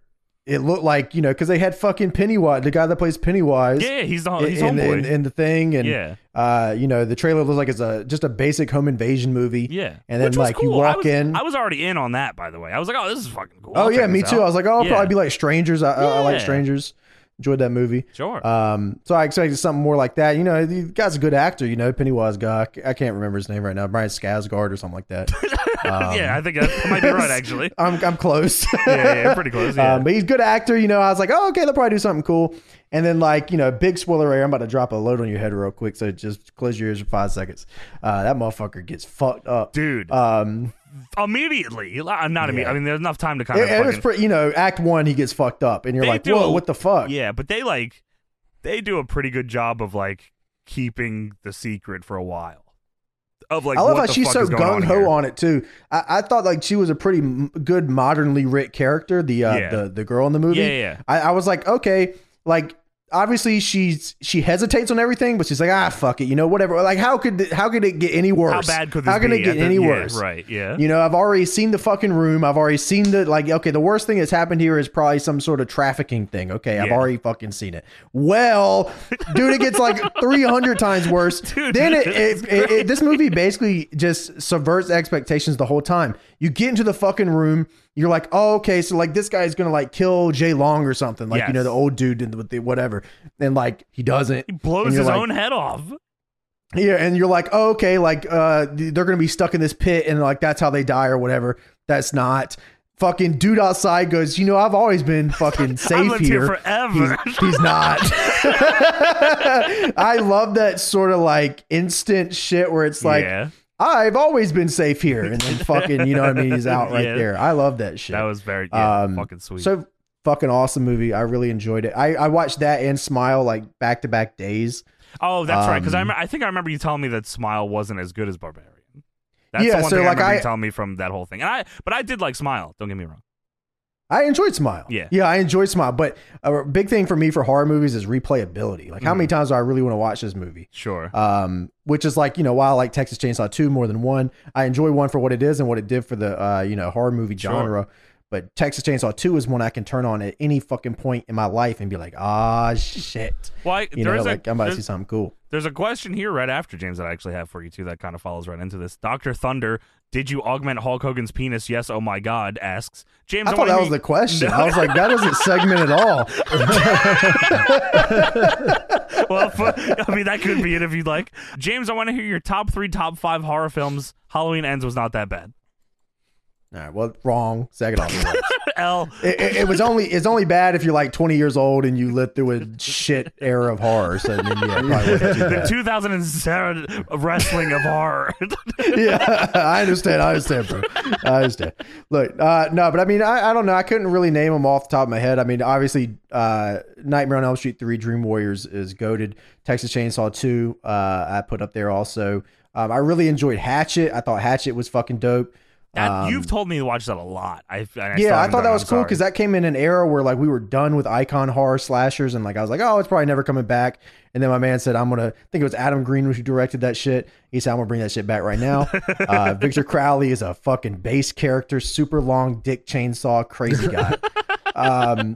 A: it looked like you know because they had fucking Pennywise, the guy that plays Pennywise,
B: Yeah, he's the
A: in,
B: he's
A: in,
B: homeboy.
A: in- in the thing, and
B: yeah,
A: uh, you know, the trailer looks like it's a just a basic home invasion movie.
B: yeah.
A: and then,
B: Which was
A: like, you
B: cool. I
A: walk
B: was,
A: in-
B: I was already in on that, by the way. I was like, oh, this is fucking cool.
A: Oh
B: I'll
A: yeah,
B: check
A: me
B: this
A: too.
B: out.
A: I was like, oh, I'll
B: Yeah.
A: probably be like Strangers. I, I, I
B: Yeah.
A: like Strangers. Enjoyed that movie.
B: sure.
A: Um, so I expected something more like that. You know, the guy's a good actor. You know, Pennywise guy. I can't remember his name right now. Brian Skarsgård or something like that. Um,
B: yeah, I think that might be right actually.
A: I'm I'm close.
B: Yeah, yeah, pretty close. Yeah.
A: Um, but he's a good actor, you know. I was like, oh, okay, they'll probably do something cool. And then, like, you know, big spoiler area. I'm about to drop a load on your head real quick, so just close your ears for five seconds. Uh, that motherfucker gets fucked up,
B: Dude,
A: Um,
B: immediately. I'm not immediately. I mean, there's enough time to kind
A: it,
B: of.
A: it was
B: fucking-
A: pretty, you know, Act One, he gets fucked up, and you're
B: They
A: like,
B: do
A: whoa,
B: a-
A: what the fuck?
B: yeah, but they like they do a pretty good job of like keeping the secret for a while. Of like,
A: I love
B: what
A: how
B: the
A: she's
B: fuck
A: so
B: is going on
A: gung ho
B: here.
A: on it too. I, I thought like she was a pretty m- good modernly writ character, the uh,
B: Yeah.
A: the the girl in the movie.
B: Yeah, yeah, yeah.
A: I, I was like, okay, like obviously she's she hesitates on everything, but she's like, ah, fuck it, you know, whatever. Like, how could th- how could it get any worse?
B: How bad could this
A: How could
B: be?
A: it get
B: at the-
A: any
B: yeah,
A: worse?
B: Right. Yeah.
A: You know, I've already seen the fucking room. I've already seen the like. Okay, the worst thing that's happened here is probably some sort of trafficking thing. Okay, I've
B: Yeah.
A: already fucking seen it. Well, dude, it gets like three hundred times worse.
B: Dude,
A: then it,
B: this
A: it,
B: is
A: it, it- this movie basically just subverts expectations the whole time. You get into the fucking room. You're like, oh, okay, so like this guy's gonna like kill Jay Long or something, like you know
B: Yes.
A: the old dude and with the whatever, and like he doesn't.
B: He blows
A: And you're
B: his
A: like-
B: own head off.
A: Yeah, and you're like, oh, okay, like uh, they're gonna be stuck in this pit, and like that's how they die or whatever. That's not fucking dude outside goes. You know, I've always been fucking
B: I've
A: safe
B: lived here,
A: here.
B: forever.
A: He's, he's not. I love that sort of like instant shit where it's like,
B: yeah,
A: I've always been safe here, and then fucking, you know what I mean? He's out right
B: Yeah.
A: there. I love that shit.
B: that was very yeah,
A: Um,
B: fucking sweet.
A: So fucking awesome movie. I really enjoyed it. I, I watched that and Smile like back to back days.
B: oh, that's right. Because I,
A: um,
B: remem- I think I remember you telling me that Smile wasn't as good as Barbarian. That's
A: Yeah,
B: the one
A: so,
B: thing
A: like,
B: I remember
A: I-
B: you telling me from that whole thing. And I, but I did like Smile. Don't get me wrong.
A: I enjoyed Smile.
B: Yeah.
A: yeah, I enjoyed Smile. But a big thing for me for horror movies is replayability. Like, how
B: Mm-hmm.
A: many times do I really want to watch this movie?
B: Sure.
A: Um, which is like you know, while I like Texas Chainsaw Two more than one, I enjoy one for what it is and what it did for the uh, you know horror movie
B: Sure.
A: genre. But Texas Chainsaw Two is one I can turn on at any fucking point in my life and be like, ah, shit.
B: well, I,
A: You
B: there
A: know,
B: is a-
A: like I'm about to
B: there's-
A: see something cool.
B: There's a question here right after James that I actually have for you too that kind of follows right into this. Doctor Thunder, did you augment Hulk Hogan's penis? Yes. Oh my God. Asks James.
A: I thought
B: wanna
A: that was
B: hear-
A: the question. I was like, that isn't segment at all.
B: well, fu- I mean that could be it if you'd like. James, I want to hear your top three, top five horror films. Halloween Ends was not that bad.
A: All right, well, wrong. Second off, it,
B: L.
A: it, it was only it's only bad if you're like 20 years old and you lived through a shit era of horror. So then, yeah, it probably wasn't too
B: The
A: bad.
B: 2007 wrestling of horror.
A: yeah, I understand. I understand, bro. I understand. Look, uh, no, but I mean, I, I don't know. I couldn't really name them off the top of my head. I mean, obviously, uh, Nightmare on Elm Street 3 Dream Warriors is goaded. Texas Chainsaw 2, uh, I put up there also. Um, I really enjoyed Hatchet. I thought Hatchet was fucking dope.
B: That-
A: Um,
B: you've told me to watch that a lot. I, and I
A: yeah, I thought that was cool because
B: because
A: that came in an era where like we were done with icon horror slashers, and like I was like, oh, it's probably never coming back. And then my man said, I'm gonna. I think it was Adam Green who directed that shit. He said, I'm gonna bring that shit back right now. uh, Victor Crowley is a fucking base character, super long dick chainsaw crazy guy. um,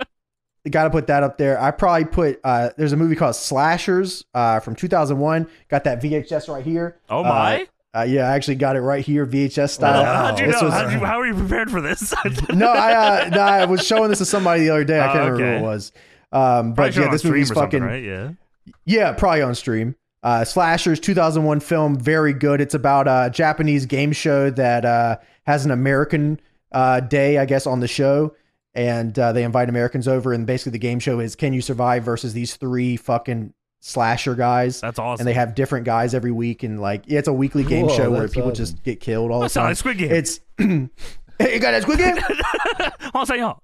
A: got to put that up there. I probably put. Uh, there's a movie called Slashers uh, from 2001. Got that VHS right here.
B: Oh my!
A: Uh, yeah, I actually got it right here, VHS style.
B: How'd you
A: uh, This
B: know?
A: was- uh,
B: How'd you, how are you prepared for this?
A: no, I uh, no, I was showing this to somebody the other day. I
B: Oh,
A: can't remember who it
B: okay.
A: was. Um, but
B: Probably
A: yeah,
B: on
A: this
B: stream
A: movie's
B: or
A: fucking
B: something, right. Yeah.
A: yeah, probably on stream. Uh, Slashers, 2001 film, very good. It's about a Japanese game show that uh, has an American uh, day, I guess, on the show, and uh, they invite Americans over, and basically the game show is can you survive versus these three fucking slasher guys.
B: That's awesome.
A: and they have different guys every week, and like yeah, it's a weekly game
C: Whoa,
A: show where
C: that's
A: people
C: awesome.
A: just get killed all
B: Oh,
A: the
B: sound
A: time.
B: like Squid Game.
A: It's hey, you got that squid game?
B: I'll Oh, say y'all.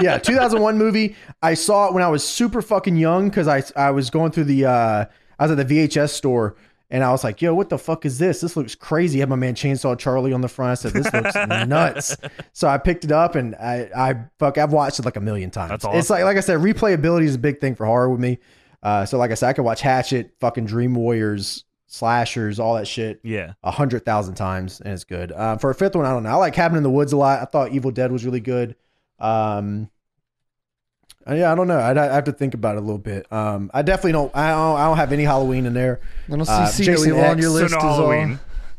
A: yeah, 2001 movie. I saw it when I was super fucking young because I I was going through the uh, I was at the VHS store and I was like, yo, what the fuck is this? This looks crazy. I had my man Chainsaw Charlie on the front. I said, this looks nuts. So I picked it up and I I fuck I've watched it like a million times.
B: That's
A: It's like like I said, replayability is a big thing for horror with me. Uh, so like I said, I could watch Hatchet, fucking Dream Warriors, slashers, all that shit
B: Yeah.
A: a hundred thousand times, and it's good. Um, for a fifth one, I don't know. I like Cabin in the Woods a lot. I thought Evil Dead was really good. Um, uh, yeah, I don't know. I'd, i have to think about it a little bit. Um, I definitely don't. I don't, I don't have any Halloween in there.
C: I don't see,
A: Uh,
C: see no
A: Jason
C: evil on
A: X.
C: your
A: So
C: list.
B: no
C: is all.
B: Halloween.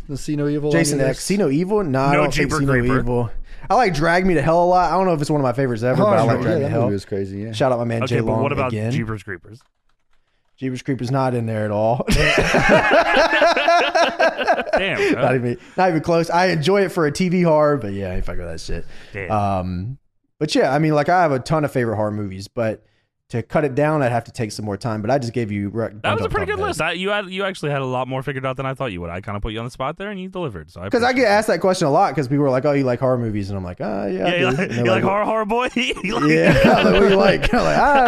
C: Don't see no evil.
A: Jason
C: on your
A: X, See No Evil. Nah, I
B: No
A: don't think
B: Jeeper
A: See No
B: Creeper.
A: Evil. I like Drag Me to Hell a lot. I don't know if it's one of my favorites ever,
C: Ever,
A: but I like
C: Oh, yeah,
A: Drag Me
C: that
A: to
C: movie
A: Hell.
C: was crazy. Yeah.
A: Shout out my man
B: Okay,
A: Jay
B: but
A: Long
B: what about
A: again.
B: Jeepers Creepers?
A: Jeepers Creepers not in there at all.
B: Damn.
A: not
B: bro.
A: even not even close. I enjoy it for a TV horror, but yeah, I ain't fucking with that shit.
B: Damn.
A: Um, but yeah, I mean, like I have a ton of favorite horror movies, but to cut it down, I'd have to take some more time. But I just gave you
B: that was a pretty good list. I, you had, you actually had a lot more figured out than I thought you would. I kind of put you on the spot there, and you delivered. So
A: because I
B: appreciate
A: get asked that question a lot because people are like, "Oh, you like horror movies?" and I'm like, "Ah, yeah, I do."
B: it. Yeah,
A: And
B: you like,
A: they're
B: you like horror, horror boy. You like-
A: Yeah, I'm like, what do you like? I'm like, I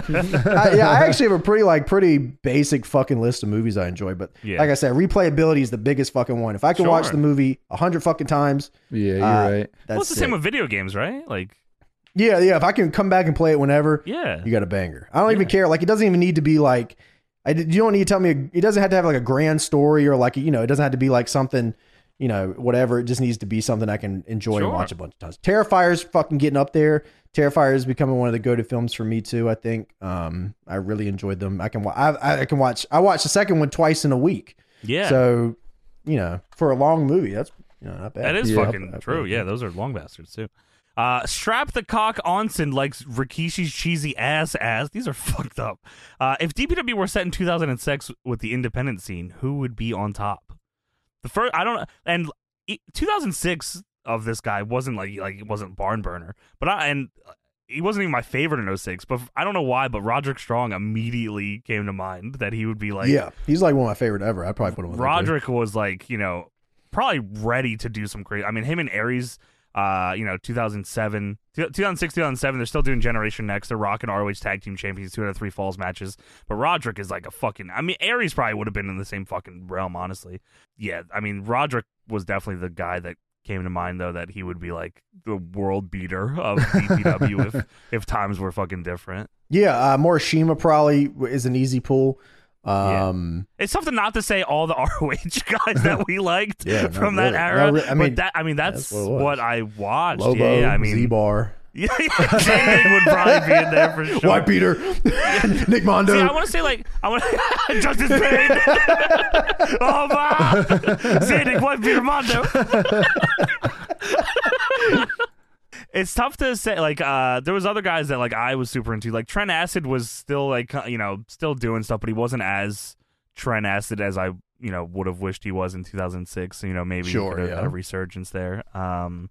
A: don't know. I, yeah, I actually have a pretty like pretty basic fucking list of movies I enjoy, but
B: Yeah.
A: like I said, replayability is the biggest fucking one. If I could watch
B: Sure.
A: the movie a hundred fucking times,
C: Yeah, you're
A: Uh,
C: right.
A: that's
B: Well, it's the same
A: it.
B: with video games, right? Like
A: Yeah, yeah. If I can come back and play it whenever,
B: Yeah.
A: you got a banger. I don't even care. Like it doesn't even need to be like I, did- you don't need to tell me it doesn't have to have like a grand story or like you know it doesn't have to be like something you know whatever. It just needs to be something I can enjoy
B: Sure.
A: and watch a bunch of times. Terrifier's fucking getting up there. Terrifier is becoming one of the go-to films for me too. I think um, I really enjoyed them. I can wa- I, I can watch I watch the second one twice in a week.
B: Yeah.
A: So you know for a long movie that's you know, not bad.
B: That is
C: Yeah.
B: fucking true. Yeah, those are long bastards too. Uh, strap the cock onsen like Rikishi's cheesy ass ass. These are fucked up. Uh, if DPW were set in 2006 with the independent scene, who would be on top? The first, I don't, and e- 2006 of this guy wasn't like like it wasn't barn burner, but I and uh, he wasn't even my favorite in 06. But I don't know why, but Roderick Strong immediately came to mind that he would be like
A: yeah, he's like one of my favorite ever. I'd probably put him. on there, too.
B: Roderick was like, you know, probably ready to do some crazy. I mean, him and Aries, uh, you know, 2007, 2006, 2007, they're still doing Generation Next. They're rocking ROH Tag Team Champions, two out of three falls matches. But Roderick is like a fucking. I mean, Aries probably would have been in the same fucking realm, honestly. Yeah, I mean, Roderick was definitely the guy that came to mind though that he would be like the world beater of DPW if if times were fucking different.
A: Yeah, uh, Morishima probably is an easy pull. Um,
B: It's something not to say all the ROH guys that we liked
A: Yeah, not
B: from that
A: really.
B: era.
A: Not re- I
B: I mean,
A: mean,
B: but that I mean that's,
A: that's what it was.
B: what, I watched.
A: Lobo,
B: yeah, yeah, I mean,
A: Z-Bar.
B: yeah, yeah, Sanding would probably be in there for sure.
A: White Peter, Nick Mondo.
B: See, I want to say like I want to Justice Payne. oh my, Zandig, White Peter Mondo. it's tough to say like uh there was other guys that like i was super into like trent acid was still like ki- you know still doing stuff but he wasn't as trent acid as i you know would have wished he was in 2006 you know maybe he
A: Sure,
B: could have
A: yeah.
B: had a resurgence there um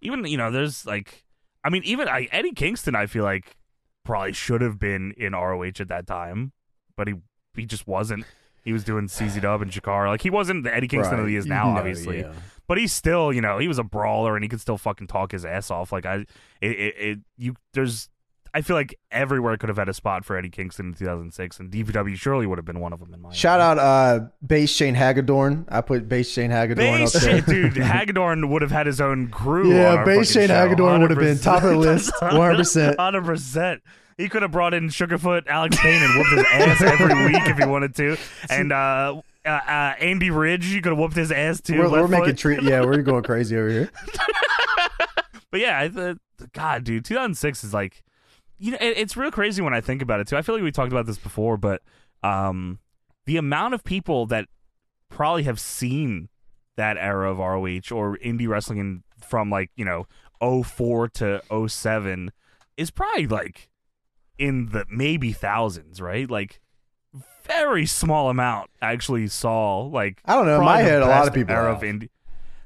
B: even you know there's like i mean even like eddie kingston i feel like probably should have been in roh at that time but he he just wasn't he was doing CZ Dub and Jakar. Like he wasn't the Eddie Kingston that he is now,
A: No,
B: obviously
A: yeah.
B: but he's still, you know, he was a brawler and he could still fucking talk his ass off. Like I, it, it, it you, there's, I feel like everywhere could have had a spot for Eddie Kingston in 2006, and DPW surely would have been one of them in my
A: Shout out uh, Base Shane Hagadorn. I put Base Shane Hagadorn
B: Base
A: up there.
B: shit, dude. Hagadorn would have had his own crew. on
A: Yeah,
B: our
A: Base Shane
B: fucking show,
A: Hagadorn would have been
B: 100%.
A: top of the list, 100%.
B: Hundred percent. He could have brought in Sugarfoot, Alex Payne, and whooped his ass every week if he wanted to. And uh, uh, uh, Andy Ridge, you could have whooped his ass too.
A: We're, we're
B: left
A: making
B: foot.
A: treat. Yeah, we're going crazy over here.
B: But yeah, I th- God, dude, 2006 is like, you know, it, it's real crazy when I think about it too. I feel like we talked about this before, but um, the amount of people that probably have seen that era of ROH or indie wrestling in, from like you know 04 to 07 is probably like in the maybe thousands, right? Like very small amount actually saw like
A: I don't know. In
B: probably
A: my
B: the
A: head, a lot of
B: best
A: people
B: era
A: have.
B: of indie.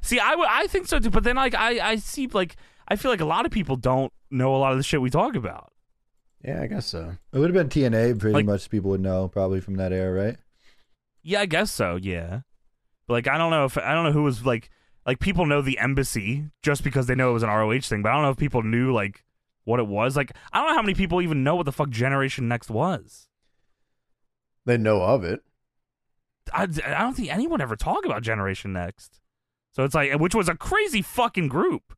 B: See, I, w- I think so too, but then like I I see like I feel like a lot of people don't know a lot of the shit we talk about.
A: Yeah, I guess so.
C: It would have been TNA. Pretty
B: Like-
C: much, people would know probably from that era, right?
B: Yeah, I guess so. Yeah, but like I don't know if I don't know who was like like people know the embassy just because they know it was an ROH thing, but I don't know if people knew like what it was. Like I don't know how many people even know what the fuck Generation Next was.
A: They know of it.
B: I, I don't think anyone ever talked about Generation Next. So it's like which was a crazy fucking group.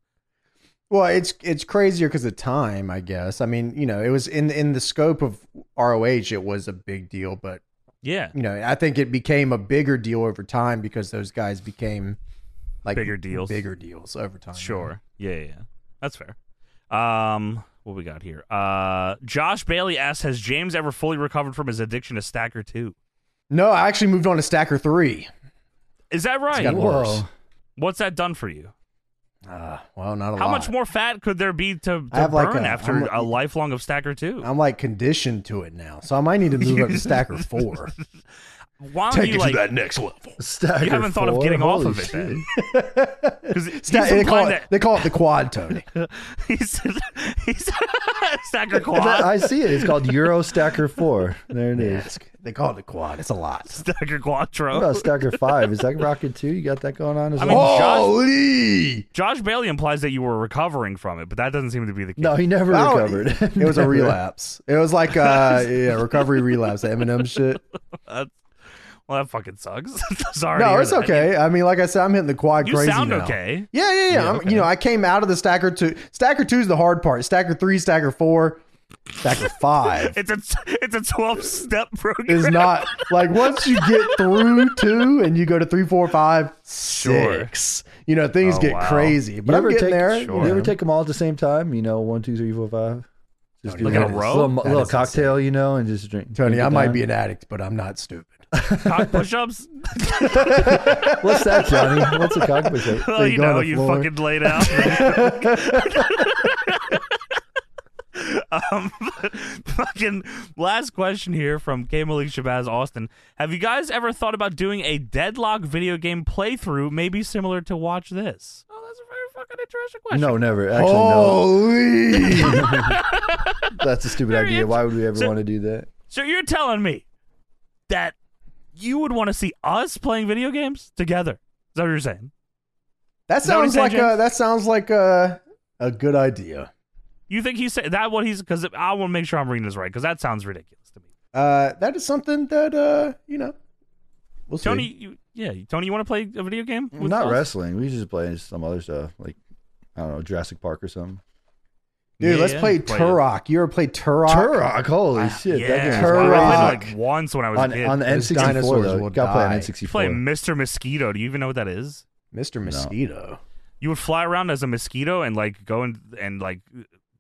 A: Well, it's it's crazier because of time, I guess. I mean, you know, it was in in the scope of ROH, it was a big deal, but
B: Yeah,
A: you know, I think it became a bigger deal over time because those guys became like
B: Bigger deals.
A: bigger deals over time.
B: Sure. Yeah, yeah, yeah. That's fair. Um, what we got here? Uh, Josh Bailey asks, has James ever fully recovered from his addiction to Stacker Two?
A: No, I actually moved on to Stacker Three.
B: Is that
A: It's
B: right?
A: gotten worse.
C: Whoa.
B: What's that done for you?
A: Uh, well, not a
B: How
A: lot.
B: much more fat could there be to, to
A: I have
B: burn
A: like a-
B: after
A: I'm-
B: a, lifelong of Stacker Two?
A: I'm like conditioned to it now, so I might need to move up to Stacker Four.
B: Why don't you like?
A: next level.
C: Stagger
B: You haven't thought of
C: four?
B: getting off
C: Holy
B: of it
C: shit.
B: then, because he's
A: Sta- they, call
B: implying
A: it,
B: that
A: they call it the quad, Tony.
B: he's, he's Stacker
C: Is that-
B: Quad.
C: I see it. It's called Euro Stacker Four. There it is.
A: Yes, they call it the quad. It's a lot.
B: Stacker
C: What
B: Quattro.
C: about Stacker Five? Is that Rocket Two? You got that going on as
B: I mean,
C: well?
B: Josh-
A: Holy!
B: Josh Bailey implies that you were recovering from it, but that doesn't seem to be the case.
C: no, he never
A: I don't-
C: recovered.
A: It was a relapse. It was like uh, yeah, recovery relapse, the Eminem shit.
B: That's Well, that fucking sucks. Sorry. to
A: No,
B: hear
A: it's
B: that.
A: okay. I mean, like I said, I'm hitting the quad
B: You
A: crazy
B: sound
A: now.
B: okay.
A: Yeah, yeah, yeah.
B: Yeah,
A: I'm,
B: okay.
A: You know, I came out of the stacker two. Stacker two is the hard part. Stacker three, stacker four, stacker five
B: It's a it's a twelve step program.
A: is not like once you get through two and you go to three, four, five,
B: Sure.
A: six. You know, things
B: Oh,
A: get
B: wow.
A: crazy. But
C: You
A: I'm
C: ever
A: getting
C: take-
A: there. you
B: sure.
C: You
A: know.
C: ever take them all at the same time? You know, one, two, three, four, five. Just
A: Like in
C: that.
A: a
C: Just
B: row?
C: little,
A: That
C: little
A: is
C: cocktail, you know, and just drink.
A: Tony,
C: drink it
A: I might
C: down.
A: be an addict, but I'm not stupid.
B: cock push-ups.
C: What's that, Johnny? What's a cock push up?
B: well,
A: you
B: you
A: go on
B: know,
A: the
B: you
A: floor.
B: fucking laid out. um, fucking last question here from K Malik Shabazz Austin. Have you guys ever thought about doing a deadlock video game playthrough, maybe similar to Watch This? Oh, that's a very fucking interesting question.
C: No, never. Actually,
A: Oh. Holy!
C: no. That's a stupid
B: Very
C: idea. Why would we ever
B: So-
C: want to do that?
B: So you're telling me that you would want to see us playing video games together? Is that what you're saying?
A: that
B: Is that what
A: sounds
B: you're
A: like
B: saying,
A: a, that sounds like a a good idea.
B: You think he's say- that what he's because I want to make sure I'm reading this right because that sounds ridiculous to me.
A: Uh, that is something that uh, you know, we'll see.
B: Tony, you, yeah, Tony, you want to play a video game? with
C: Not
B: us?
C: wrestling. We just play some other stuff, like I don't know, Jurassic Park or something.
A: dude, let's
B: Yeah,
A: play
B: play it.
A: Turok. You ever played Turok?
C: Turok, holy shit!
B: yeah,
C: that game
B: I played
A: Turok.
B: it like once when I was a
C: on,
B: kid.
C: on the N
A: Those
C: sixty four
A: dinosaurs
C: though.
A: will
C: Got to play an
A: die.
C: N sixty
B: play
C: four.
B: Mr. Mosquito. Do you even know what that is?
A: Mr. Mosquito.
B: You would fly around as a mosquito and like go and and like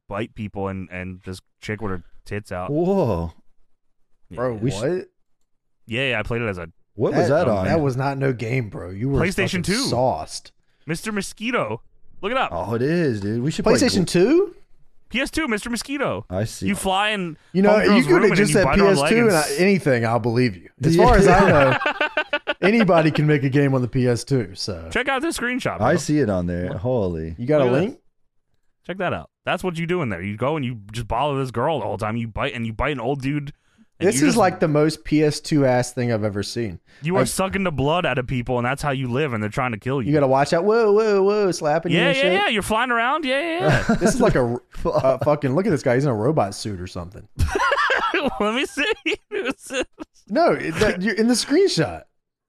B: bite people and and just chick with her tits out.
C: Whoa,
B: Yeah.
A: Bro,
C: we
A: what?
B: yeah, yeah, I played it as a
C: what was that on?
A: That was not no game, bro. You were
B: PlayStation
A: fucking
B: 2.
A: sauced.
B: Mr. Mosquito. Look it up.
C: oh, it is, dude. We should play
A: PlayStation Two.
B: PS2, Mr. Mosquito.
C: I see.
B: You fly and
A: You know,
B: homegirl's
A: you could
B: room
A: have
B: and
A: just
B: you
A: said
B: bite her leg
A: PS2 and I,
B: s-
A: anything. I'll believe you. As
C: Yeah.
A: far as I know, anybody can make a game on the PS2. So
B: check out this screenshot. Bro.
C: I see it on there. Holy.
A: you got a
B: Look at
A: link?
B: Check that out. That's what you do in there. You go and you just bother this girl the whole time. You bite and you bite an old dude. and
A: This
B: you
A: is
B: just-
A: like the most PS2 ass thing I've ever seen.
B: you are
A: like-
B: sucking the blood out of people, and that's how you live. And they're trying to kill you.
A: You got to watch out. Whoa, whoa, whoa! Slapping you
B: yeah,
A: and
B: yeah,
A: shit.
B: yeah. You're flying around. Yeah, yeah.
A: This is like a uh, fucking look at this guy. He's in a robot suit or something.
B: yeah. Let me see. What's this?
A: No, it- that, you're in the screenshot.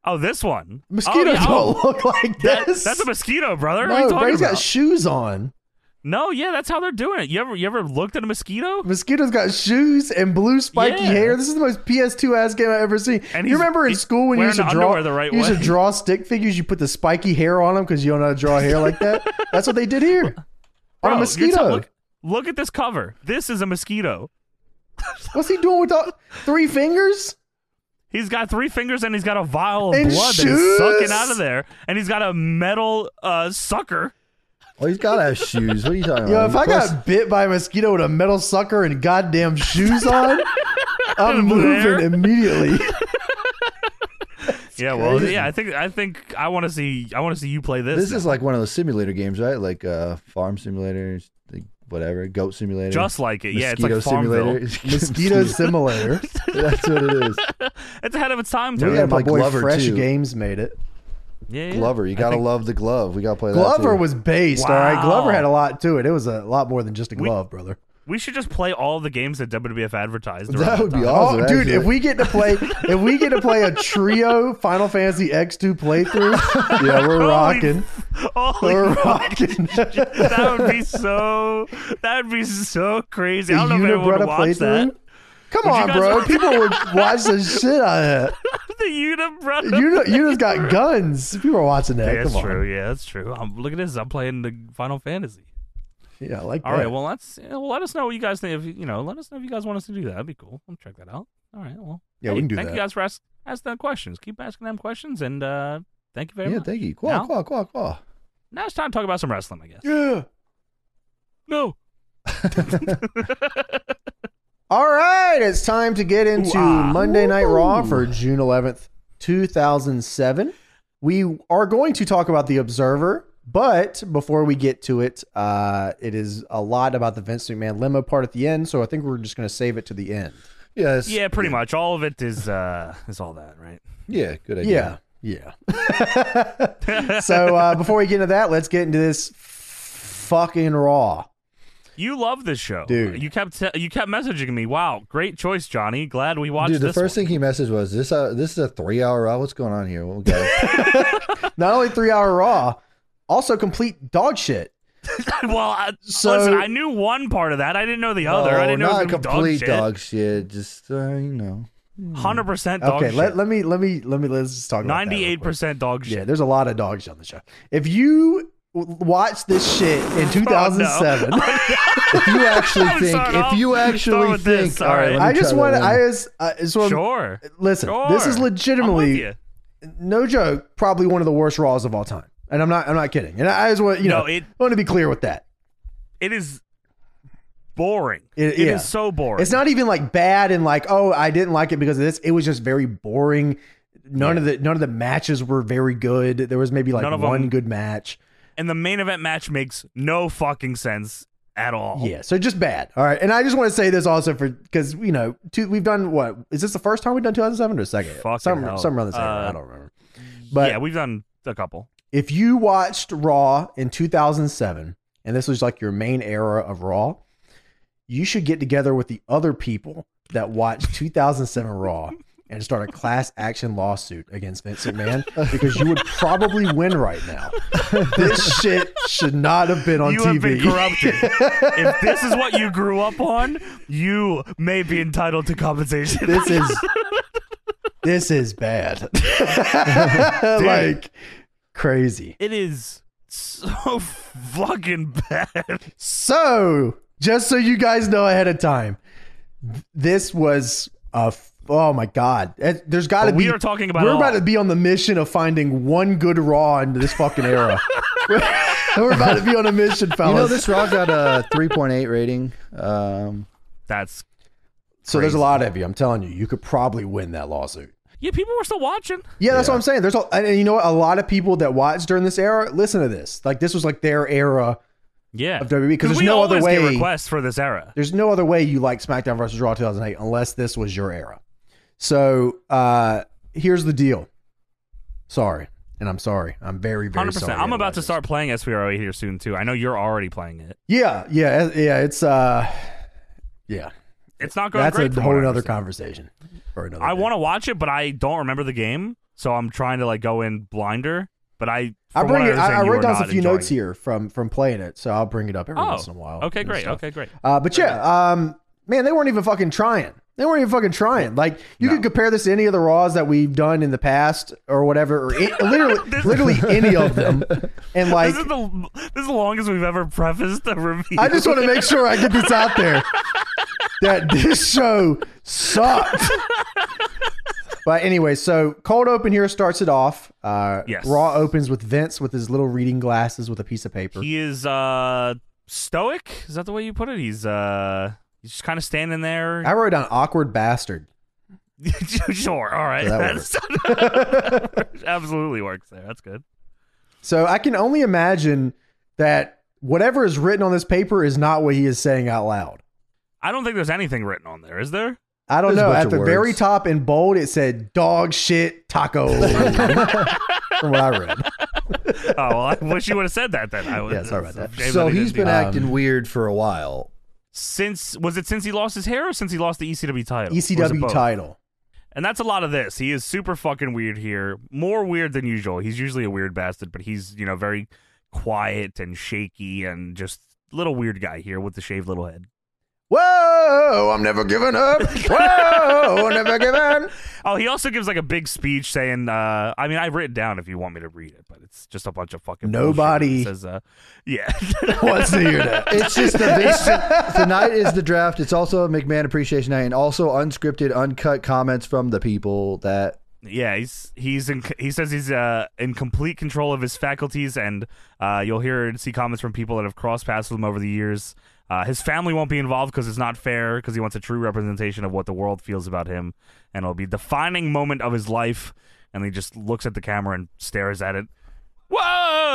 B: oh, this one.
A: Mosquitoes
B: oh, yeah, oh,
A: don't look like
B: that-
A: this.
B: that's a mosquito, brother. what are you
A: no,
B: talking
A: Brady's
B: about?
A: got shoes on.
B: no, yeah, that's how they're doing it. You ever, you ever looked at a mosquito?
A: Mosquito's got shoes and blue spiky
B: Yeah.
A: hair. This is the most PS2 ass game I've ever seen.
B: And
A: you
B: he's-
A: remember in
B: he's
A: school when you
B: wearing
A: used to
B: the
A: draw
B: underwear the right
A: you used to
B: way.
A: draw stick figures, you put the spiky hair on them because you don't know how to draw hair like that. That's what they did here on
B: Bro,
A: a
B: you're t-
A: mosquito.
B: look, look at this cover. This is a mosquito.
A: What's he doing with all, three fingers?
B: He's got three fingers and he's got a vial of
A: And
B: blood that
A: shoes.
B: he's sucking out of there, and he's got a metal uh, sucker.
C: Oh, he's got to have shoes. What are you talking
A: Yo,
C: about?
A: if I
C: Um, Plus-
A: got bit by a mosquito with a metal sucker and goddamn shoes on, I'm
B: Blue
A: moving
B: hair.
A: immediately.
B: yeah, well,
C: crazy.
B: yeah. I think I think I want to see I want to see you play this.
C: this is like one of those simulator games, right? Like uh, farm simulators, like whatever, goat simulator,
B: just like it. Yeah, it's like
C: mosquito
B: Farmville.
C: simulator,
A: Mosquito simulator.
C: That's what it is.
B: It's ahead of its time,
A: Yeah,
B: too.
C: Yeah,
A: my
C: like
A: boy
C: Glover,
A: Fresh
C: too.
A: Games made it.
B: Yeah, yeah.
C: Glover, you
B: I
C: gotta
B: think-
C: love the glove. We gotta play that.
A: Glover
C: too.
A: was based, all right.
B: Wow.
A: Glover had a lot to it. It was a lot more than just a
B: We-
A: glove, brother.
B: We should just play all the games that WWF advertised. around
C: That would be
B: time.
A: Oh,
C: awesome.
A: dude,
C: actually.
A: if we get to play, if we get to play a trio Final Fantasy X2 playthrough, yeah, we're
B: Holy
A: rocking.
B: Holy
A: We're
B: fuck.
A: rocking.
B: that would be so. That would be so crazy. I don't know if anyone
A: Unibretta
B: would watch that.
A: playthrough. Come
B: Would you
A: on,
B: guys
A: bro.
B: watch-
A: People would watch the shit out of that.
B: the Unibretta.
A: You know, you just got guns. People are watching that.
B: Yeah,
A: Come
B: that's
A: on.
B: true. Yeah, that's true. I'm, look at this. I'm playing the Final Fantasy.
A: Yeah, I like
B: All
A: that.
B: right. Well, let's yeah, well, let us know what you guys think. If you you know, let us know if you guys want us to do that. That'd be cool. I'll check that out. All right. Well.
A: Yeah,
B: hey,
A: we can do
B: Thank
A: that.
B: you guys for ask, asking them questions. Keep asking them questions, and uh, thank you very
C: yeah,
B: much.
C: thank you. Quaw,
B: Now?
C: quaw, quaw, quaw.
B: now it's time to talk about some wrestling, I guess.
A: yeah.
B: No.
A: All right, it's time to get into
B: Ooh-ah.
A: Monday Night Raw
C: Ooh.
A: for June 11th, 2007. We are going to talk about The Observer, but before we get to it, uh, it is a lot about the Vince McMahon limo part at the end, so I think we're just going to save it to the end.
C: Yes.
B: Yeah, pretty much. All of it is uh is all that, right?
C: Yeah. Good idea.
A: Yeah, yeah. so uh, before we get into that, let's get into this fucking Raw.
B: You love this show,
A: Dude.
B: You kept te- you kept messaging me. Wow, great choice, Johnny. Glad we watched
C: Dude, the
B: this
C: first
B: one.
C: thing he messaged was this. Uh, this is a three-hour. What's going on here? We'll go.
A: Not only three hour raw, also complete dog shit.
B: well, I,
A: So-
B: listen, I knew one part of that. I didn't know the other. I
C: Oh,
B: didn't know
C: not
B: it was gonna be
C: complete
B: dog
C: dog shit. Just uh, you know.
B: shit. Hundred percent dog
A: Okay,
B: shit.
A: let, let me let me let me let's just talk about that real
B: Ninety-eight
A: quick.
B: percent dog shit.
A: Yeah, there's a lot of dog shit on the show. If you w- watched this shit
B: Oh,
A: in 2007,
C: If you actually
B: I'm
C: think,
B: sorry, I'll
C: if you
B: start
C: actually
B: with this,
C: think,
B: all
C: all right,
B: right.
C: let me
A: I just
C: try
A: want
C: that
A: I
C: one.
A: just I just want
B: Sure.
A: listen.
B: Sure.
A: This is
B: I'm with
A: legitimately
B: you.
A: no joke, probably one of the worst Raws of all time. And I'm not I'm not kidding. And I just want you
B: No,
A: know
B: it-
A: I want to be clear with that.
B: It is boring.
A: It-
B: It is
A: yeah.
B: so boring.
A: It's not even like bad and like oh I didn't like it because of this. It was just very boring. None of the none of the matches were very good. There was maybe like
B: None of
A: one
B: them-
A: good match.
B: and the main event match makes no fucking sense at all.
A: Yeah, so just bad. All right, and I just want to say this also for because you know two, we've done what is this the first time we've done 2007 or the second?
B: Fucking
A: some
B: hell.
A: some around the same.
B: Uh,
A: I don't remember. But
B: yeah, we've done a couple.
A: if you watched Raw in 2007 and this was like your main era of Raw, you should get together with the other people that watched 2007 Raw and start a class action lawsuit against Vince McMahon because you would probably win right now. this shit should not have been on
B: you
A: TV.
B: have been corrupted. if this is what you grew up on, you may be entitled to compensation.
A: this is this is bad like crazy
B: it is so fucking bad.
A: so just so you guys know ahead of time this was a f- oh my god It- there's got to
B: But
A: be
B: we are talking about
A: we're
B: it
A: about
B: all.
A: to be on the mission of finding one good raw in this fucking era we're, we're about to be on a mission fellas
C: You know, this Raw got a 3.8 rating. Um,
B: That's
A: so there's a lot of you i'm telling you you could probably win that lawsuit
B: yeah. People were still watching.
A: Yeah, that's what I'm saying. There's a, and you know what? A lot of people that watched during this era listen to this. Like this was like their era.
B: Yeah,
A: Of WWE, 'cause there's
B: we
A: no other
B: always get
A: way-
B: requests for this era.
A: There's no other way you like SmackDown versus Raw 2008 unless this was your era. So uh here's the deal. Sorry, and I'm sorry. I'm very very
B: Hundred
A: sorry.
B: percent. I'm about to
A: everybody.
B: start playing SVRO here soon too. I know you're already playing it.
A: Yeah, yeah, yeah. It's uh, yeah.
B: It's not going
A: That's
B: great.
A: a
B: from
A: whole
B: what I
A: another
B: understand.
A: conversation. For another
B: I
A: day.
B: want to watch it, but I don't remember the game, so I'm trying to like go in blinder. But I,
A: I
B: from what
A: bring it. I,
B: understand,
A: I
B: you
A: wrote
B: are
A: down a
B: not
A: few
B: enjoying
A: notes
B: it.
A: here from from playing it, so I'll bring it up every
B: Oh,
A: once in a while.
B: okay,
A: and
B: great,
A: stuff.
B: okay, great.
A: Uh, but yeah, um, man, they weren't even fucking trying. They weren't even fucking trying. Like you could compare this to any of the Raws that we've done in the past or whatever, or it, literally, literally any of them. And like,
B: This is the this is the longest we've ever prefaced a review.
A: I just want to make sure I get this out there that this show sucked. But anyway, so cold open here starts it off. Uh,
B: Yes.
A: Raw opens with Vince with his little reading glasses with a piece of paper.
B: he is uh stoic. Is that the way you put it? He's uh he's just kind of standing there.
A: I wrote down awkward bastard.
B: sure, all right.
A: So that
B: That's- absolutely works there. That's good.
A: So I can only imagine that whatever is written on this paper is not what he is saying out loud.
B: I don't think there's anything written on there, is there?
A: I don't
C: There's a
A: know.
C: bunch
A: At
C: of
A: the very
C: words.
A: top in bold, it said dog shit taco. From what I read.
B: Oh, well, I wish you would have said that then. I would,
A: Yeah, sorry about that.
B: Shame
C: so
B: he didn't
C: he's
B: do
C: been
B: that.
C: acting weird for a while.
B: since was it since he lost his hair or since he lost the ECW title? Or was it
A: ECW
B: both?
A: E title.
B: And that's a lot of this. He is super fucking weird here. More weird than usual. He's usually a weird bastard, but he's, you know, very quiet and shaky and just little weird guy here with the shaved little head.
A: Whoa, I'm never giving up. Whoa, I'm never giving.
B: Oh, he also gives like a big speech saying, uh, I mean, I've written down if you want me to read it, but it's just a bunch of fucking bullshit.
A: Nobody-
B: It says, uh, yeah.
A: What's to hear that?
C: It's just the Vince, tonight is the draft. It's also McMahon Appreciation Night, and also unscripted, uncut comments from the people that
B: yeah, he's he's in, he says he's uh, in complete control of his faculties, and uh, you'll hear and see comments from people that have crossed paths with him over the years. Uh, his family won't be involved because it's not fair. Because he wants a true representation of what the world feels about him, and it'll be defining moment of his life. And he just looks at the camera and stares at it. Whoa!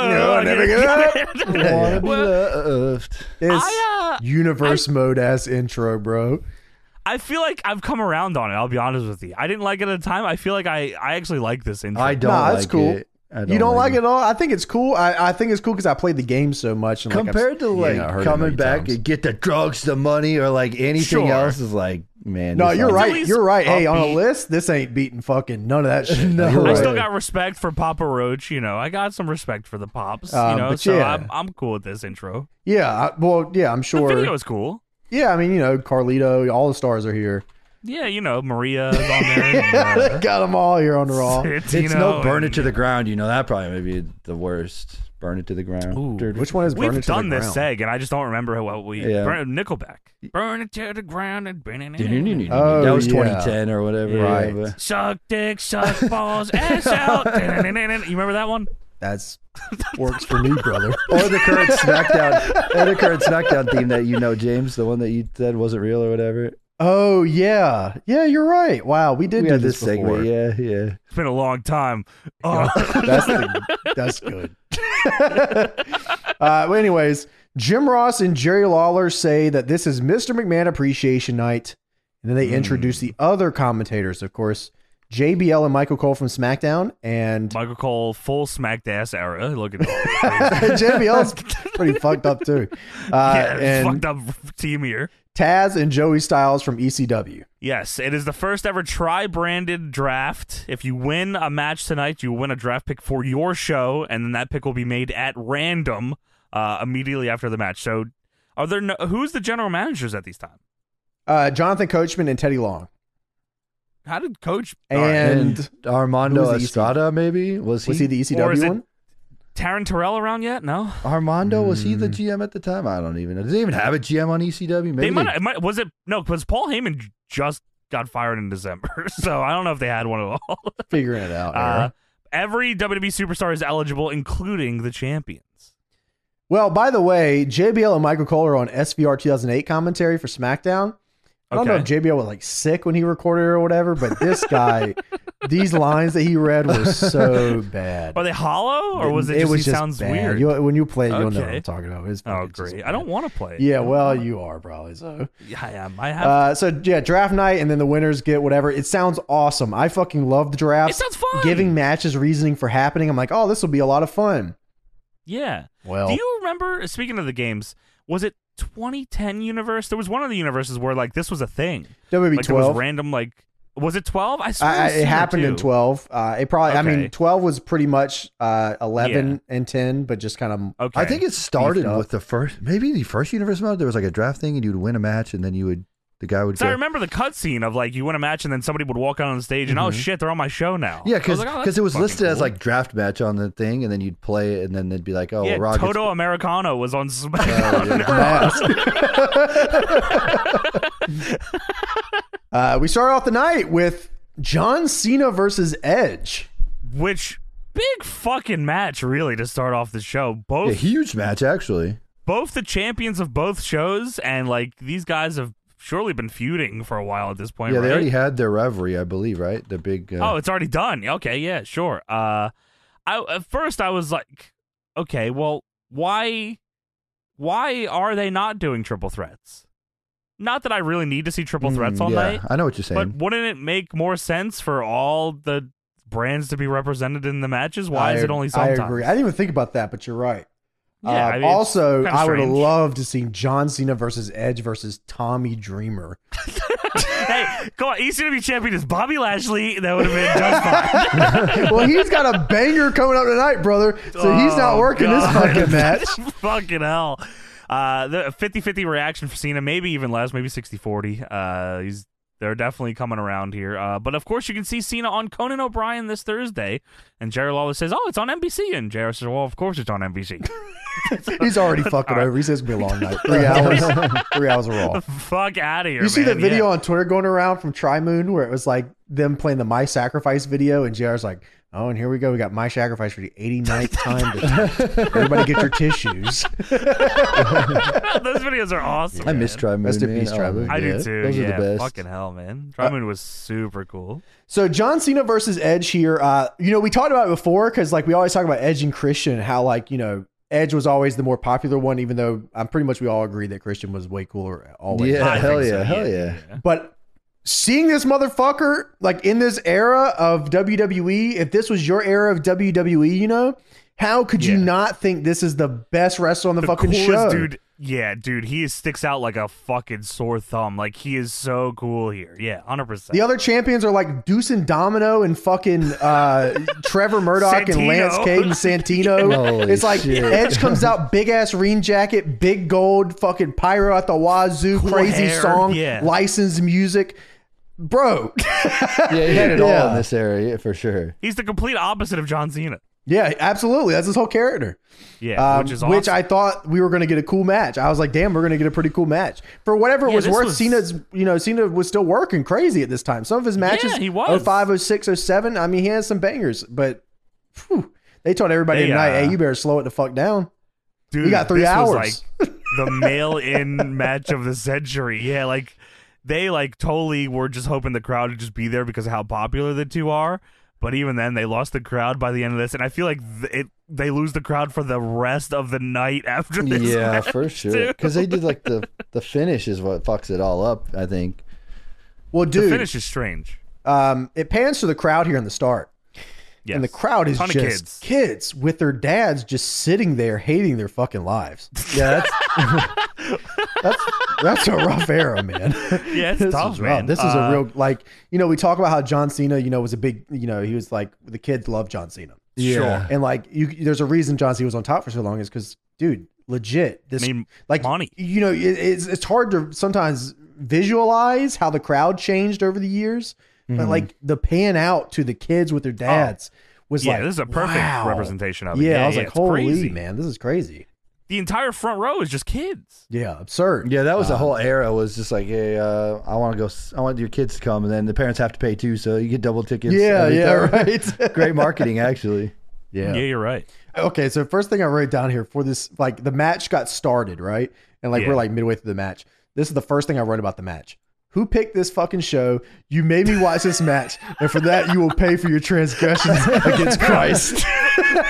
A: No, I never give up.
C: want to be
B: Well-
C: loved.
A: This
B: I, uh,
A: universe mode ass intro, bro.
B: I feel like I've come around on it. I'll be honest with you. I didn't like it at the time. I feel like I, I actually like this intro.
C: I don't
A: Nah,
C: like
A: that's cool.
C: it. I
A: You don't like it at all? I think it's cool. I, I think it's cool because I played the game so much. And
C: Compared to
A: like, I've- yeah,
C: like
A: I heard it a
C: coming
A: million
C: back
A: times.
C: and get the drugs, the money, or like anything
B: Sure.
C: else is like, man.
A: No,
C: this
A: you're
C: sounds-
A: right.
B: least
A: You're right. Hey, on a
B: upbeat.
A: list, this ain't beating fucking none of that shit.
C: No.
A: You're
B: I
A: right.
B: still
C: Right.
B: got respect for Papa Roach. You know, I got some respect for the pops.
A: Um,
B: you know,
A: but
B: so
A: yeah.
B: I'm I'm cool with this intro.
A: yeah. I, well, yeah. I'm
B: The video
A: sure.
B: is cool.
A: Yeah. I mean, you know, Carlito, all the stars are here.
B: Yeah, you know, Maria is on there. and, uh,
A: got them all here on the raw.
C: It's
B: Santino
C: no burn
B: and-
C: it to the ground. You know that probably may be the worst. Burn it to the ground.
B: Ooh.
A: Which one is burning
B: We've
A: to the
B: done this
A: ground?
B: seg, and I just don't remember what we.
C: Yeah.
B: Burn, Nickelback. Burn it to the ground and burn it. in.
A: Oh,
C: that was
A: yeah.
C: 2010 or whatever.
B: Yeah.
A: Right.
C: but-
B: Suck dick, suck balls, ass out. You remember that one?
A: That's works for me, brother.
C: or the current SmackDown, or the current SmackDown theme that you know, James, the one that you said wasn't real or whatever.
A: Oh yeah, yeah. You're right. Wow, we did
C: We
A: do
C: had this
A: before.
C: segment, yeah, yeah.
B: It's been a long time. Oh,
A: That's the, that's good. uh, well, anyways, Jim Ross and Jerry Lawler say that this is Mr. McMahon Appreciation Night, and then
B: Hmm.
A: they introduce the other commentators. Of course, JBL and Michael Cole from SmackDown, and
B: Michael Cole, full smacked ass era. Look at
A: Uh, JBL's pretty fucked up too. Uh,
B: yeah,
A: and
B: fucked up team here.
A: Taz and Joey Styles from E ECW.
B: Yes, it is the first ever tri branded draft. If you win a match tonight, you win a draft pick for your show, and then that pick will be made at random uh, immediately after the match. So, are there no, who's the general managers at these time?
A: Uh, Jonathan Coachman and Teddy Long.
B: How did coach all right.
A: And who
C: Armando
A: was the EC?
C: Estrada, maybe was he?
A: was he the
B: or is
A: ECW
B: it-
A: one?
B: Taryn Terrell around yet? No,
C: Armando was he the GM at the time? I don't even. know. Does he even have a GM on ECW? Maybe
B: they might, it might. Was it no? Because Paul Heyman j- just got fired in December, so I don't know if they had one at all.
A: Figuring it out.
B: Uh,
A: Aaron.
B: every WWE superstar is eligible, including the champions.
A: well, by the way, JBL and Michael Cole are on SVR 2008 commentary for SmackDown. I don't know if
B: Okay.
A: JBL was like sick when he recorded it or whatever, but this guy, these lines that he read were so bad.
B: Are they hollow, or was it? Just,
A: was
B: he
A: just
B: sounds
A: bad.
B: weird.
A: You'll- when you play, it, you'll know what
B: Okay.
A: I'm talking about. It's
B: oh,
A: fucking just
B: great! I
A: bad.
B: don't want to play it.
A: Yeah, well, you are probably so.
B: Yeah, I am. I have.
A: Uh, so yeah, draft night, and then the winners get whatever. It sounds awesome. I fucking love the draft.
B: it sounds fun.
A: Giving matches reasoning for happening. I'm like, oh, this will be a lot of fun.
B: Yeah.
A: Well,
B: Do you remember? Speaking of the games, was it 2010 universe? There was one of the universes where like this was a thing.
A: WB
B: like it
A: 12.
B: was random. Like was it 12? I swear
A: I, I,
B: I've seen
A: it happened in
B: too.
A: 12. Uh, it probably, I
B: Okay.
A: mean, 12 was pretty much uh, 11 and 10, but just kind of.
B: Okay.
C: I think it started
A: Beefed up.
C: with the first, maybe the first universe mode. There was like a draft thing, and you'd win a match, and then you would, the guy would.
B: So I
C: Go,
B: remember the cutscene of like you win a match and then somebody would walk out on stage and oh shit they're on my show now.
C: yeah,
B: I
C: because
B: like, oh, that's
C: it was
B: fucking
C: listed as
B: cool.
C: like draft match on the thing, and then you'd play it, and then they'd be like, "Oh,
B: yeah,
C: well, Rock
B: Toto Americano was on SmackDown.
A: uh, we start off the night with John Cena versus Edge.
B: which big fucking match really to start off the show.
C: a
B: Both
C: huge match actually."
B: both the champions of both shows and like these guys have surely been feuding for a while at this point.
C: Yeah,
B: right?
C: they already had their reverie, I believe, right? The big. Uh,
B: Oh, it's already done. Okay, yeah, sure. Uh, I at first I was like, okay, well, why, why are they not doing triple threats? Not that I really need to see
A: Mm,
B: triple threats all
C: yeah,
B: night,
C: I know what you're
B: but
C: saying.
B: wouldn't it make more sense for all the brands to be represented in the matches? Why is
A: I-
B: it only sometimes?
A: I agree. I didn't even think about that, but you're right.
B: Yeah,
A: Uh,
B: I mean, it's
A: also,
B: kinda
A: I would have
B: strange.
A: loved to see John Cena versus Edge versus Tommy Dreamer.
B: hey, go on, ECW champion is Bobby Lashley. That would have been just fine.
A: well, he's got a banger coming up tonight, brother. So he's not
B: Oh,
A: working
B: God.
A: this fucking match.
B: fucking hell. Uh, the 50 50 reaction for Cena, maybe even less, maybe 60 40. Uh, he's they're definitely coming around here. Uh, but of course, you can see Cena on Conan O'Brien this Thursday. And Jerry Lawler says, Oh, it's on NBC. And Jerry says, Well, of course it's on NBC.
A: He's already fucking over. He says it's gonna be a long night. Three hours. three hours of raw.
B: Fuck out of here.
A: You see
B: man.
A: the video
B: Yeah.
A: on Twitter going around from Tri Moon where it was like them playing the My Sacrifice video, and JR's like, "Oh, and here we go. We got My Sacrifice for the 89th time. tonight. Everybody get your tissues."
B: Those videos are awesome.
C: I
B: man.
C: miss Tri Moon.
A: Rest in
C: man.
A: peace,
C: Oh,
A: Tri Moon.
C: my
B: I do
C: God.
B: too.
C: Those
B: yeah,
C: are the best. Uh,
B: fucking hell, man. Dry Moon was super cool.
A: So John Cena versus Edge here. Uh, you know, we talked about it before because like we always talk about Edge and Christian and how like you know Edge was always the more popular one, even though I'm pretty much we all agree that Christian was way cooler always.
C: Yeah,
B: I
C: hell
B: think
C: yeah,
B: so,
C: hell yeah.
A: But seeing this motherfucker like in this era of WWE, if this was your era of WWE, you know, how could you
B: Yeah.
A: not think this is the best wrestler on the, fucking
B: coolest
A: show?
B: dude. Yeah, dude, he is, sticks out like a fucking sore thumb. Like he is so cool here. Yeah, hundred
A: The
B: percent.
A: other champions are like Deuce and Domino and fucking uh, Trevor Murdoch and
B: Santino.
A: Lance Cade and Santino.
C: Holy
A: it's like
C: shit.
A: Edge comes out big ass rain jacket, big gold, fucking pyro at the wazoo,
B: Cool
A: crazy
B: hair,
A: song,
B: yeah.
A: licensed music. Bro,
C: Yeah, he had it all
A: Yeah.
C: in this area for sure.
B: He's the complete opposite of John Cena.
A: yeah, absolutely. That's his whole character.
B: Yeah,
A: Um,
B: which is awesome.
A: which I thought we were going to get a cool match. I was like, damn, we're going to get a pretty cool match. For whatever it
B: Yeah,
A: was
B: this
A: worth,
B: was-
A: Cena's, you know, Cena was still working crazy at this time. Some of his matches,
B: he was.
A: 05, 06, 07, I mean, he had some bangers, but phew, they told everybody
B: They,
A: tonight,
B: uh,
A: hey, you better slow it the fuck down.
B: Dude,
A: We got three
B: this
A: hours.
B: Was like the mail-in match of the century. Yeah, like they like totally were just hoping the crowd would just be there because of how popular the two are. But even then, they lost the crowd by the end of this, and I feel like th- it they lose the crowd for the rest of the night after this.
C: Yeah, for sure. Because they did like the the finish is what fucks it all up. I think.
A: well,
B: The
A: dude,
B: finish is strange.
A: um, it pans to the crowd here in the start.
B: Yes.
A: And the crowd is
B: Ton
A: just
B: of
A: kids.
B: kids.
A: with their dads just sitting there hating their fucking lives.
C: Yeah, that's
A: That's that's a rough era, man.
B: Yeah, it's
A: this
B: tough,
A: is rough.
B: man.
A: This is
B: Uh,
A: a real like you know we talk about how John Cena you know was a big you know he was like the kids love John Cena
C: yeah.
A: and like you there's a reason John Cena was on top for so long is because dude legit this
B: I mean,
A: like
B: money.
A: you know it, it's it's hard to sometimes visualize how the crowd changed over the years but
B: Mm-hmm.
A: like the pan out to the kids with their dads was
B: Oh. Yeah,
A: like
B: this is a perfect
A: wow.
B: representation of it.
A: yeah, I was like
B: it's
A: holy
B: crazy.
A: man this is crazy
B: The entire front row is just kids.
A: yeah absurd
C: Yeah, that was the whole era. Was just like, hey, uh, I want to go. s- I want your kids to come, and then the parents have to pay too, so you get double tickets.
A: yeah
C: every
A: yeah
C: time.
A: right
C: Great marketing, actually.
B: yeah you're right.
A: Okay, so first thing I wrote down here for this, like the match got started, right? And like
B: Yeah.
A: we're like midway through the match. This is the first thing I wrote about the match. Who picked this fucking show? You made me watch this match, and for that you will pay for your transgressions against Christ.
B: Bro,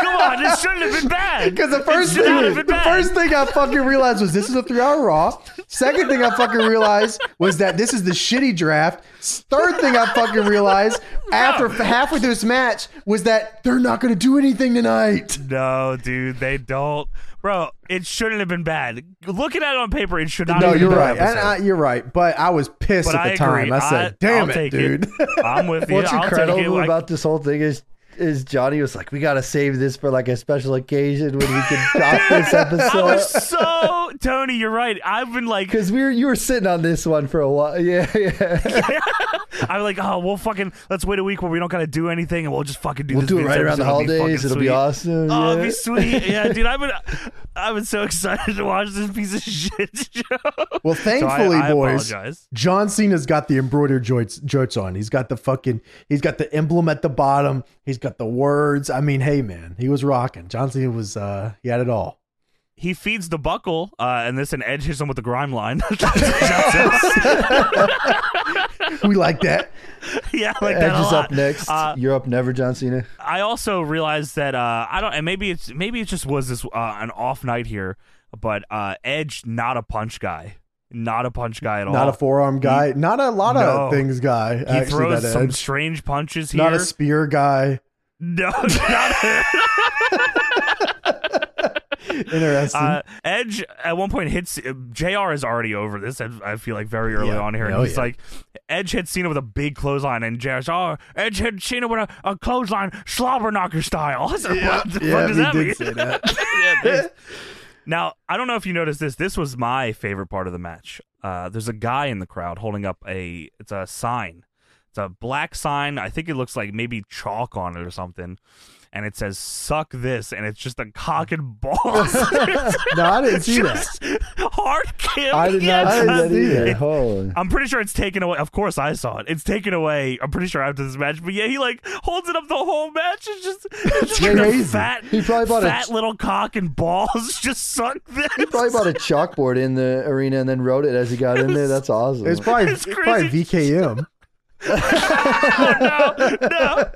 B: come on, this shouldn't have been bad.
A: Because the
B: It
A: first
B: should
A: thing,
B: not have been
A: the
B: bad.
A: first thing I fucking realized was this is a three-hour Raw. Second thing I fucking realized was that this is the shitty draft. Third thing I fucking realized after halfway through this match was that they're not going to do anything tonight.
B: No, dude, they don't. Bro, it shouldn't have been bad. Looking at it on paper, it should not.
A: No,
B: have been
A: you're
B: a bad
A: right. And
B: episode.
A: I, you're right. But I was pissed
B: but
A: at the
B: I
A: time.
B: agree.
A: I said,
B: I'll
A: "Damn it,
B: take
A: dude."
B: I'm with you.
C: What's
B: I'll
C: incredible
B: take it. Like,
C: about this whole thing is is Johnny was like, we gotta save this for like a special occasion when we can drop this
B: I
C: episode.
B: was so Tony. You're right. I've been like,
C: Because we were you were sitting on this one for a while. Yeah, yeah.
B: I'm like, oh, we'll fucking let's wait a week where we don't gotta do anything, and we'll just fucking do.
C: We'll
B: this
C: do it
B: next
C: right around
B: episode.
C: the
B: It'll
C: holidays.
B: fucking
C: It'll be
B: sweet.
C: awesome.
B: Oh, it'd
C: yeah.
B: be sweet. Yeah, dude, I've been, I've been so excited to watch this piece of shit show.
A: Well, thankfully,
B: I
A: boys,
B: apologize.
A: John Cena's got the embroidered jorts, jorts on. He's got the fucking, he's got the emblem at the bottom. He's got the words. I mean, hey man, he was rocking. John Cena was, uh, he had it all.
B: he feeds the buckle, uh, and this and Edge hits him with the grime line.
A: We like that.
B: yeah, I like that
C: Edge
B: a
C: is
B: lot.
C: up next.
B: Uh,
C: You're up never, John Cena.
B: I also realized that uh, I don't, and maybe it's maybe it just was this uh, an off night here, but uh, Edge not a punch guy, not a punch guy at all.
A: Not a forearm guy. Not a lot
B: Oh, No.
A: of things guy.
B: he
A: actually,
B: throws
A: that
B: some
A: Edge.
B: strange punches here.
A: Not a spear guy.
B: no, not a-
A: Interesting.
B: uh, Edge at one point hits Jr. is already over this. I, I feel like very early
A: Yeah.
B: on here, and
A: Oh,
B: he's
A: yeah.
B: like, Edge hit Cena with a big clothesline, and Jr's oh, Edge hit Cena with a, a clothesline, slobber knocker style. I was like, what the fuck does
A: he
B: that
A: did
B: mean?
A: say that.
B: Yeah, thanks. now I don't know if you noticed this. This was my favorite part of the match. Uh, there's a guy in the crowd holding up a it's a sign. It's a black sign. I think it looks like maybe chalk on it or something. And it says "suck this," and it's just a cock and balls.
A: no, I didn't see that.
B: Just hard kill.
C: I did
B: Yeah,
C: not see
A: I
C: that
A: didn't see
C: either.
A: it.
C: Holy.
B: I'm pretty sure it's taken away. Of course, I saw it. It's taken away. I'm pretty sure after this match. But yeah, he like holds it up the whole match. It's just, it's just like a
A: crazy.
B: fat,
C: He probably bought a-
B: fat little cock and balls. Just suck this.
C: Probably bought a chalkboard in the arena and then wrote it as he got in there. That's awesome.
A: It was probably,
B: It's
A: probably
B: crazy.
A: VKM.
B: no, no.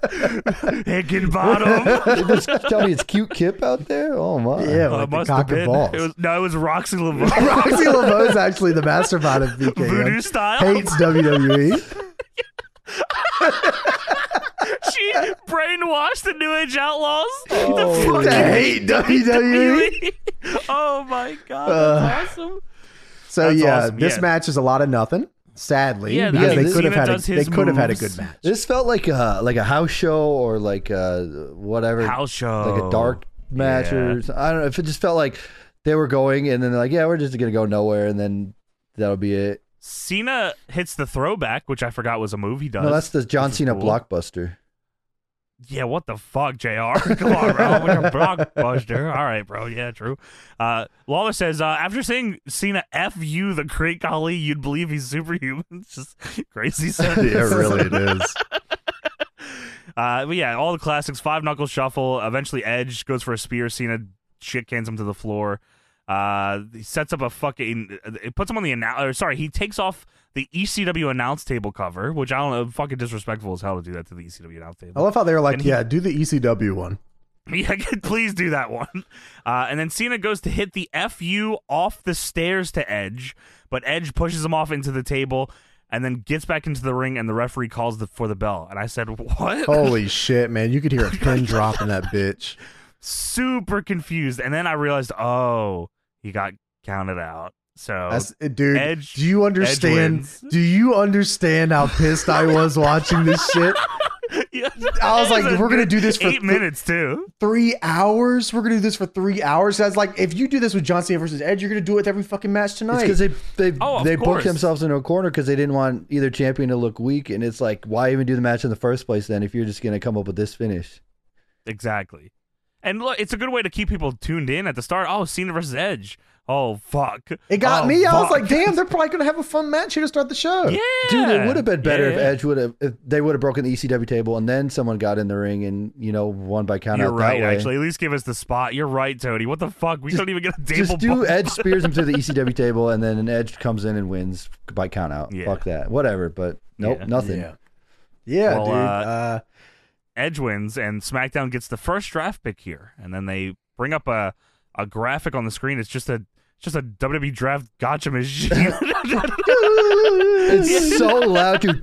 B: Hickin bottom.
C: Just tell me it's cute Kip out there. Oh my.
A: Yeah,
B: Oh,
A: like
B: it
A: the
B: must have
A: cock and
B: been.
A: balls.
B: It was, no, it was Roxy LaVoe.
A: Roxy LaVoe is actually the mastermind of
B: Voodoo
A: BKM.
B: style.
A: Hates E. WWE.
B: She brainwashed the New Age Outlaws.
C: Oh,
A: To hate E. WWE.
B: the fuck? oh my god, that's awesome.
A: So
B: That's
A: yeah,
B: awesome,
A: this
B: yeah.
A: match is a lot of nothing. Sadly,
B: Yeah,
A: because
C: I mean,
A: they could have
B: Cena
A: had a,
B: does
A: they
B: his
A: could have had a
B: moves.
A: good match.
C: This felt like a like a house show or like a whatever
B: House show.
C: like a dark match
B: Yeah.
C: or some- I don't know. If it just felt like they were going and then they're like, yeah, we're just gonna go nowhere and then that'll be it.
B: Cena hits the throwback, which I forgot was a move he does.
C: No, that's the John
B: which is
C: Cena
B: cool.
C: blockbuster.
B: Yeah, what the fuck, JR? Come on, bro. We're a blockbuster. All right, bro. Yeah, true. Uh, Lawler says, uh, after seeing Cena F you, the great Kali, you'd believe he's superhuman. It's just crazy sentence.
C: it is.
B: Uh, but yeah, all the classics. Five knuckle shuffle. Eventually, Edge goes for a spear. Cena shit cans him to the floor. Uh, he sets up a fucking. It puts him on the announce. Or sorry, he takes off the ECW announce table cover, which I don't know. Fucking disrespectful as hell to do that to the ECW announce
A: I
B: table.
A: love how they were like,
B: And he-
A: yeah, do the ECW one.
B: Yeah, please do that one. Uh, and then Cena goes to hit the FU off the stairs to Edge, but Edge pushes him off into the table. And then gets back into the ring, and the referee calls the, for the bell. And I said, "What?
A: Holy shit, man! You could hear a pin drop in that bitch.
B: super confused. And then I realized, oh, he got counted out. So
A: That's, eh, dude,
B: Oh, Edge-
A: do you understand?
B: wins.
A: Do you understand how pissed I was watching this shit?
B: Yeah.
A: I was like,
B: It a
A: we're gonna
B: good
A: do this for
B: eight
A: th-
B: minutes too.
A: Three hours? We're gonna do this for three hours? I was like, if you do this with John Cena versus Edge, you're gonna do it with every fucking match
C: It's
A: tonight.
C: because they they
B: Oh, of
C: they booked
B: course.
C: themselves into a corner because they didn't want either champion to look weak, and it's like why even do the match in the first place then if you're just gonna come up with this finish?
B: Exactly. And look, it's a good way to keep people tuned in at the start. Oh, Cena versus Edge. Oh fuck.
A: it got
B: Oh,
A: me. I was
B: fuck.
A: like, damn, they're probably gonna have a fun match here to start the show.
B: Yeah,
C: Dude, it would have been better if
B: Yeah.
C: Edge would have if they would have broken the ECW table and then someone got in the ring and you know won by count
B: You're
C: out
B: right.
C: that way.
B: Actually, at least give us the spot. You're right, Tony. What the fuck? We couldn't even get a table.
C: Just do
B: bump.
C: Edge spears him through the ECW table and then an Edge comes in and wins by count out.
B: Yeah.
C: Fuck that. Whatever, but nope,
B: Yeah.
C: nothing.
A: yeah, yeah,
B: Well,
A: dude.
B: uh,
A: uh,
B: Edge wins, and SmackDown gets the first draft pick here, and then they bring up a, a graphic on the screen. It's just a it's just a WWE draft gotcha machine.
C: It's so loud, dude.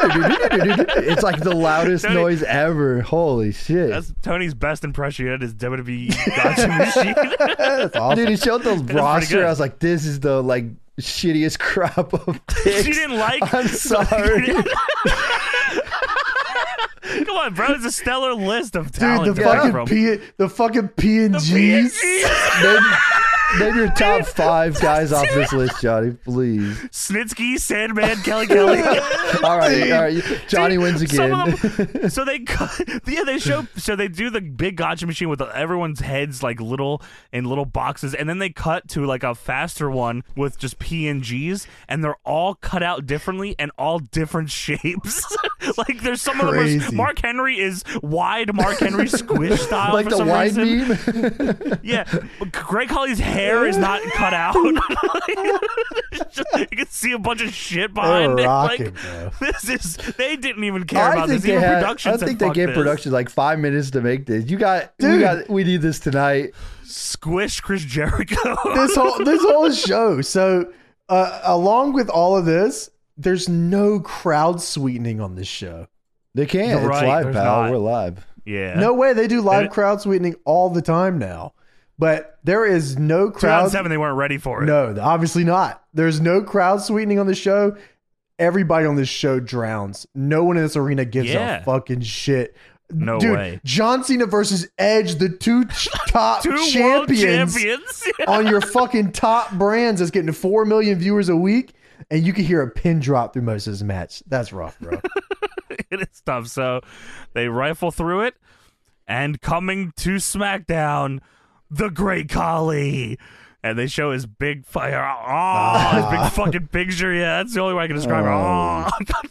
C: it's like the loudest
B: Tony-
C: noise ever. Holy shit.
B: That's Tony's best impression yet is WWE gotcha machine.
A: that's awesome.
C: Dude, he showed the
B: good.
C: roster. I was like, this is the like shittiest crop of dicks.
B: you didn't like?
C: I'm sorry.
B: Come on, bro. It's a stellar list of
A: Dude,
B: talent.
A: the
B: to pick
A: fucking,
B: from.
A: P- the fucking PNGs.
B: PNGs.
C: name, name your top five guys off this list, Johnny, please.
B: Snitsky, Sandman, Kelly Kelly.
C: All right, all right. Johnny wins
B: Some
C: again.
B: of them- so they, yeah, they show. So they do the big gotcha machine with everyone's heads like little in little boxes, and then they cut to like a faster one with just PNGs, and they're all cut out differently and all different shapes. like there's some of them.
A: Crazy.
B: Are, Mark Henry is wide. Mark Henry squish style.
C: like
B: for
C: the
B: some
C: wide
B: reason.
C: meme.
B: Yeah, Greg Holly's hair is not cut out. It's just- you can see a bunch of shit behind
A: They're
B: it.
A: rocking,
B: Like
A: bro.
B: this is they didn't even care
C: I
B: about
C: think
B: this.
C: they
B: Even
C: had.
B: production
C: I
B: said,
C: think they
B: "Fuck
C: gave
B: this."
C: production like five minutes to make this. You got,
A: Dude.
C: we got, we need this tonight.
B: squish Chris Jericho.
A: this whole this whole show. So, uh, along with all of this, there's no crowd sweetening on this show.
C: They can't.
B: You're
C: It's
B: right,
C: live,
B: there's
C: pal.
B: not.
C: We're live.
B: yeah,
A: No way. They do
B: And
A: live
B: it-
A: crowd sweetening all the time now, but there is no crowd.
B: 2007 they weren't ready for it.
A: No, obviously not. There's no crowd sweetening on the show. Everybody on this show drowns. No one in this arena gives
B: Yeah.
A: a fucking shit.
B: No
A: Dude,
B: way.
A: John Cena versus Edge, the two ch- top
B: Two world
A: champions.
B: champions.
A: on your fucking top brands that's getting 4 million viewers a week and you can hear a pin drop through most of this match. That's rough, bro.
B: it is tough. So they rifle through it, and coming to SmackDown, the Great Khali. And they show his big fire. Oh, his big fucking picture. Yeah, that's the only way I can describe it. Oh.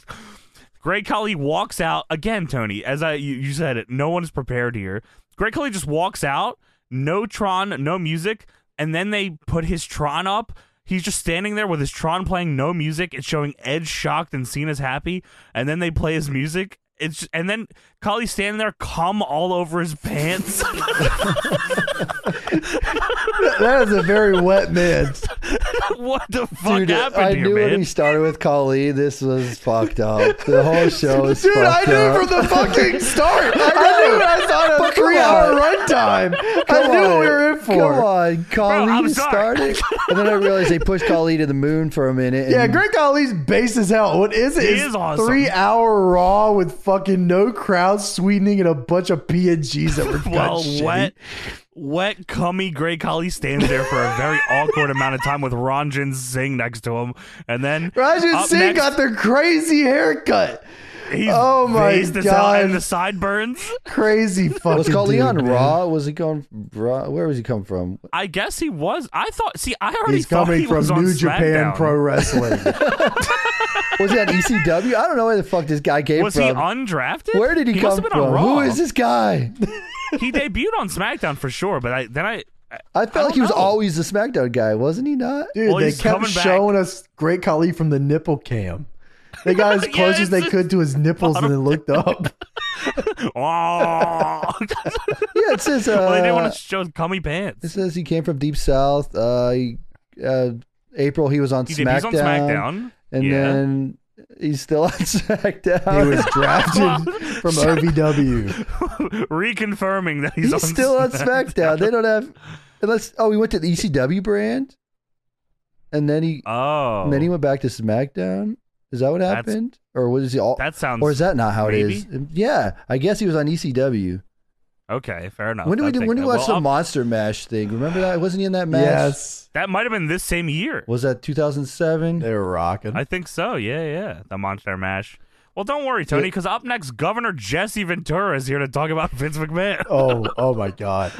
B: Great Khali walks out again, Tony. As I you, you said it, no one's prepared here. Great Khali just walks out, no Tron, no music, and then they put his Tron up. He's just standing there with his Tron playing no music. It's showing Edge shocked and Cena's happy, and then they play his music. It's and then Kali's standing there, cum all over his pants.
C: that is a very wet man.
B: what the fuck
C: Dude,
B: happened
C: I
B: here,
C: knew when
B: man?
C: he started with Kali, this was fucked up. The whole show is
A: Dude, I
C: fucked
A: knew
C: up.
A: from the fucking start. I, knew
C: know.
A: when I saw it on
C: But
A: a
C: come
A: three hour
C: on.
A: runtime. I
C: Come
A: knew what
C: on.
A: we were in for.
C: Come on,
B: Bro, I'm
C: Kali
B: sorry.
C: started, and then I realized they pushed Kali to the moon for a minute.
A: Yeah,
C: and-
A: Greg Ali's base as hell. What is it?
B: He
A: It's
B: is awesome.
A: Three hour raw with fucking no crowd sweetening and a bunch of PNGs that were gut
B: Well,
A: shitty.
B: wet, wet, cummy Gray Collie stands there for a very awkward amount of time with Ranjan Singh next to him, and then
A: Rajan
B: up
A: Singh
B: next,
A: got the crazy haircut.
B: he's
A: oh my
B: raised as hell
A: God.
B: and the sideburns.
A: Crazy fucking.
C: was Kali
A: dude,
C: on
A: man.
C: Raw? Was he going Raw? Where was he coming from?
B: I guess he was. I thought. See, I already
A: He's
B: thought
A: coming
B: he
A: from
B: was on
A: New Japan
B: SmackDown.
A: Pro Wrestling.
C: Was he on ECW? I don't know where the fuck this guy came
B: Was
C: from.
B: he undrafted?
C: where did he,
B: must have
C: come
B: been
C: from?
B: On Raw.
C: Who is this guy?
B: He debuted on SmackDown for sure, but I then I.
C: I felt like
B: don't
C: he was
B: know.
C: always the SmackDown guy, wasn't he? Not.
A: Dude,
B: Well,
A: they
B: he's
A: kept
B: coming back.
A: showing us Great Khali from the nipple cam. They got as
B: Yeah,
A: close as they
B: it's-
A: could to his nipples and then looked up.
B: Oh,
C: Yeah, it says. Uh,
B: well, they didn't want to show cummy
C: It
B: pants.
C: says he came from Deep South. Uh, he- uh, April he was on
B: He did.
C: SmackDown.
B: He's on SmackDown.
C: and
B: yeah.
C: then he's still on SmackDown.
A: He was drafted from OVW.
B: reconfirming that he's,
C: He's
B: on
C: still on
B: Smack-
C: SmackDown. They don't have unless oh he went to the ECW brand, and then he
B: Oh,
C: and then he went back to SmackDown. Is that what
B: That's-
C: happened, or was he all?
B: that sounds.
C: Or is that not how
B: maybe?
C: it is? Yeah, I guess he was on E ECW.
B: okay? Fair enough.
C: when did we
B: I'll
C: do,
B: take
C: when did
B: that.
C: we watch
B: Well,
C: the
B: I'll-
C: Monster Mash thing? Remember that? Wasn't he in that match?
A: Yes.
B: that might have been this same year.
C: Was that 2007?
A: They were rocking.
B: I think so. Yeah, yeah. The Monster Mash. Well, don't worry, Tony, because up next, Governor Jesse Ventura is here to talk about Vince McMahon.
A: Oh, oh my god.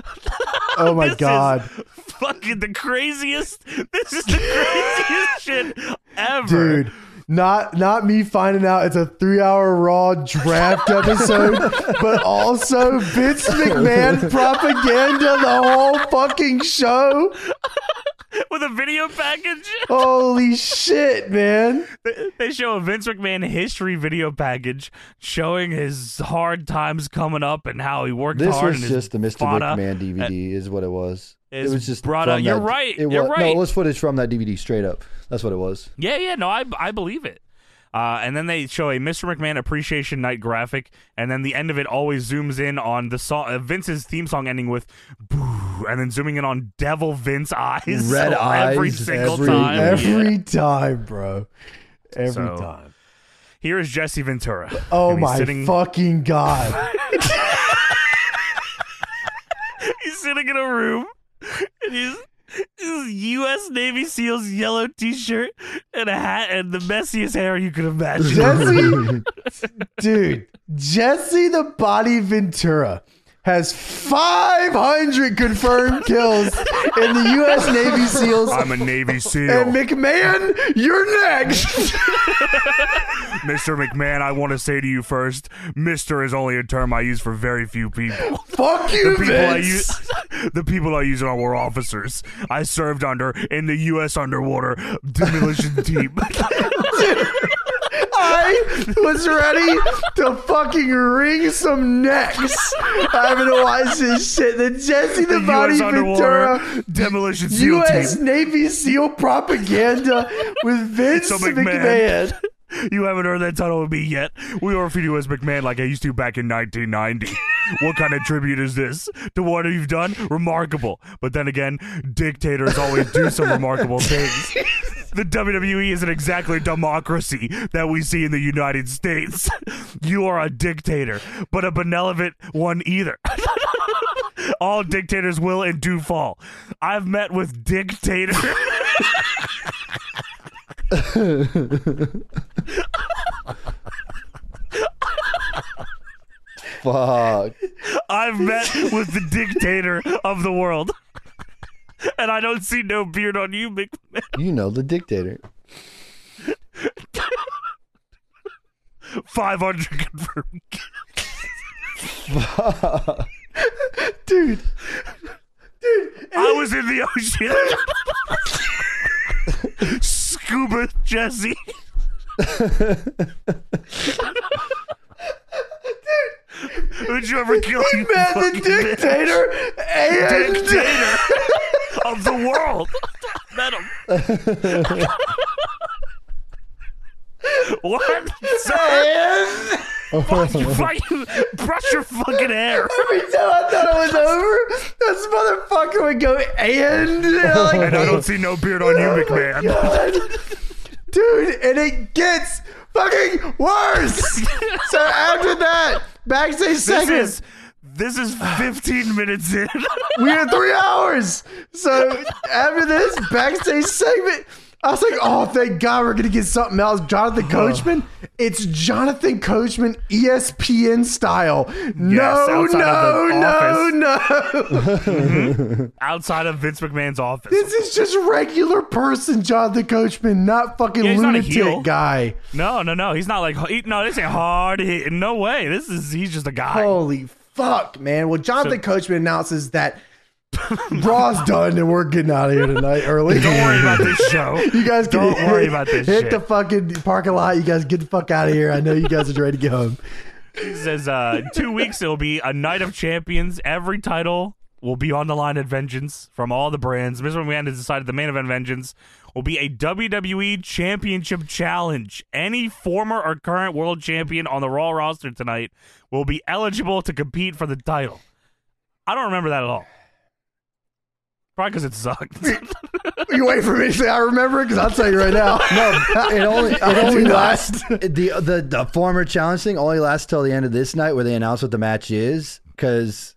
A: Oh my
B: This is
A: god.
B: fucking the craziest. This is the craziest shit ever.
A: Dude, not not me finding out it's a 3-hour raw draft episode, but also Vince McMahon propaganda the whole fucking show.
B: With a video package,
A: Holy shit, man.
B: They- they show a Vince McMahon history video package showing his hard times coming up and how he worked
C: This
B: hard.
C: was
B: and his
C: just the Mr.
B: fought a-
C: McMahon DVD, is what it was. It
B: is
C: was just
B: brought out-
C: from
B: you're
C: that-
B: right,
C: It
B: you're
C: was, No,
B: right.
C: it was footage from that DVD straight up. That's what it was.
B: Yeah, yeah, no, I I believe it. Uh, and then they show a Mr. McMahon Appreciation Night graphic, and then the end of it always zooms in on the song, uh, Vince's theme song ending with "boo," and then zooming in on Devil Vince eyes,
C: Red
B: So every
C: eyes,
B: single
C: every-
B: time.
A: Every
B: Oh, Yeah.
A: time, bro. Every
B: So-
A: time.
B: Here is Jesse Ventura.
A: Oh
B: And he's
A: my
B: sitting,
A: fucking god.
B: He's sitting in a room, and he's. This U.S. Navy SEALs yellow T-shirt and a hat and the messiest hair you could imagine.
A: Jesse, dude, Jesse the Body Ventura has 500 confirmed kills in the U.S. Navy SEALs.
B: I'm a Navy SEAL.
A: and McMahon, you're next.
B: Mr. McMahon, I want to say to you first, Mister is only a term I use for very few people.
A: Fuck you,
B: People I
A: Vince.
B: use, the people I use it on were officers I served under in the U.S. underwater demolition team.
A: I was ready to fucking wring some necks. having to watch this shit. The Jesse the,
B: the
A: Body
B: U.S. underwater
A: Ventura.
B: demolition seal
A: U.S.
B: team.
A: Navy SEAL propaganda with Vince
B: So
A: McMahon.
B: McMahon. You haven't earned that title with me yet. We refer to you as McMahon like I used to back in 1990. what kind of tribute is this to what you've done? Remarkable. But then again, dictators always do some remarkable things. The WWE isn't exactly democracy that we see in the United States. You are a dictator, but a benevolent one either. All dictators will and do fall. I've met with dictator.
C: Fuck.
B: I've met with the dictator of the world. And I don't see no beard on you, McMahon.
C: You know the dictator.
B: 500 confirmed.
A: Dude.
B: I was in the ocean. Scuba Jesse. Would you ever kill you
A: Man, the
B: fucking
A: dictator and
B: dictator of the world? Met him. what? Sir,
A: and
B: fucking brush your fucking hair.
A: every time I thought it was over, this motherfucker would go and like, Oh
B: And I don't see no beard on you, McMahon.
A: God. Dude, and it gets fucking worse. so after that, backstage
B: This
A: segment,
B: is this is 15 minutes in.
A: we had three hours. So after this backstage segment, I was like, oh, thank God we're going to get something else. Jonathan Coachman, it's Jonathan Coachman E ESPN style. no,
B: outside
A: no,
B: of the
A: no, no.
B: Outside of Vince McMahon's office.
A: this is just regular person Jonathan Coachman, not fucking
B: Yeah, he's not a
A: lunatic
B: heel.
A: guy.
B: No, no, no. He's not like he, no. This ain't hard hitting. No way. This is he's just a guy.
A: Holy fuck, man. Well, Jonathan Coachman announces that Raw's done and we're getting out of here tonight early.
B: Don't worry about this show.
A: You guys can
B: Don't worry about this
A: Hit
B: shit.
A: the fucking parking lot. You guys get the fuck out of here. I know you guys are ready to get home.
B: He says uh, two weeks it'll be a night of champions. Every title will be on the line at Vengeance from all the brands. Mr. McMahon has decided the main event Vengeance will be a WWE Championship challenge. Any former or current world champion on the Raw roster tonight will be eligible to compete for the title. I don't remember that at all. Probably because it sucked.
A: You wait for me to say I remember it because I'll tell you right now.
C: No, it only it
A: I
C: only
A: do not.
C: lasts the, the the former challenge thing only lasts till the end of this night where they announce what the match is because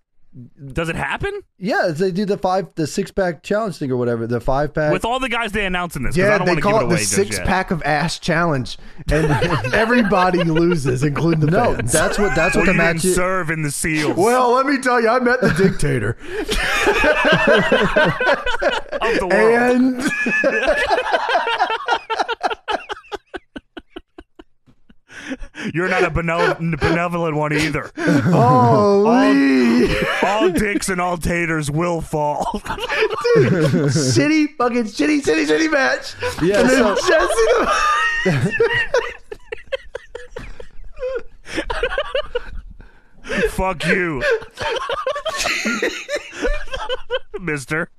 B: Does it happen?
C: yeah they do the five the six pack challenge thing or whatever the five pack
B: with all the guys they announce in this. 'cause I
A: Yeah,
B: don't
A: they
B: wanna give
A: call it
B: away
A: the
B: just
A: six
B: yet.
A: pack of ass challenge, and everybody loses, including the
C: no
A: fans.
C: that's what that's what
B: Well,
C: the
B: you didn't
C: match is
B: serve in the seals
A: well, let me tell you, I met the dictator,
B: of the world.
A: and
B: You're not a benevol- benevolent one either.
A: holy
B: All dicks and all taters will fall.
A: shitty fucking shitty shitty shitty match.
C: Yeah,
A: and then
C: so-
A: Jesse the
B: Fuck you, Mister.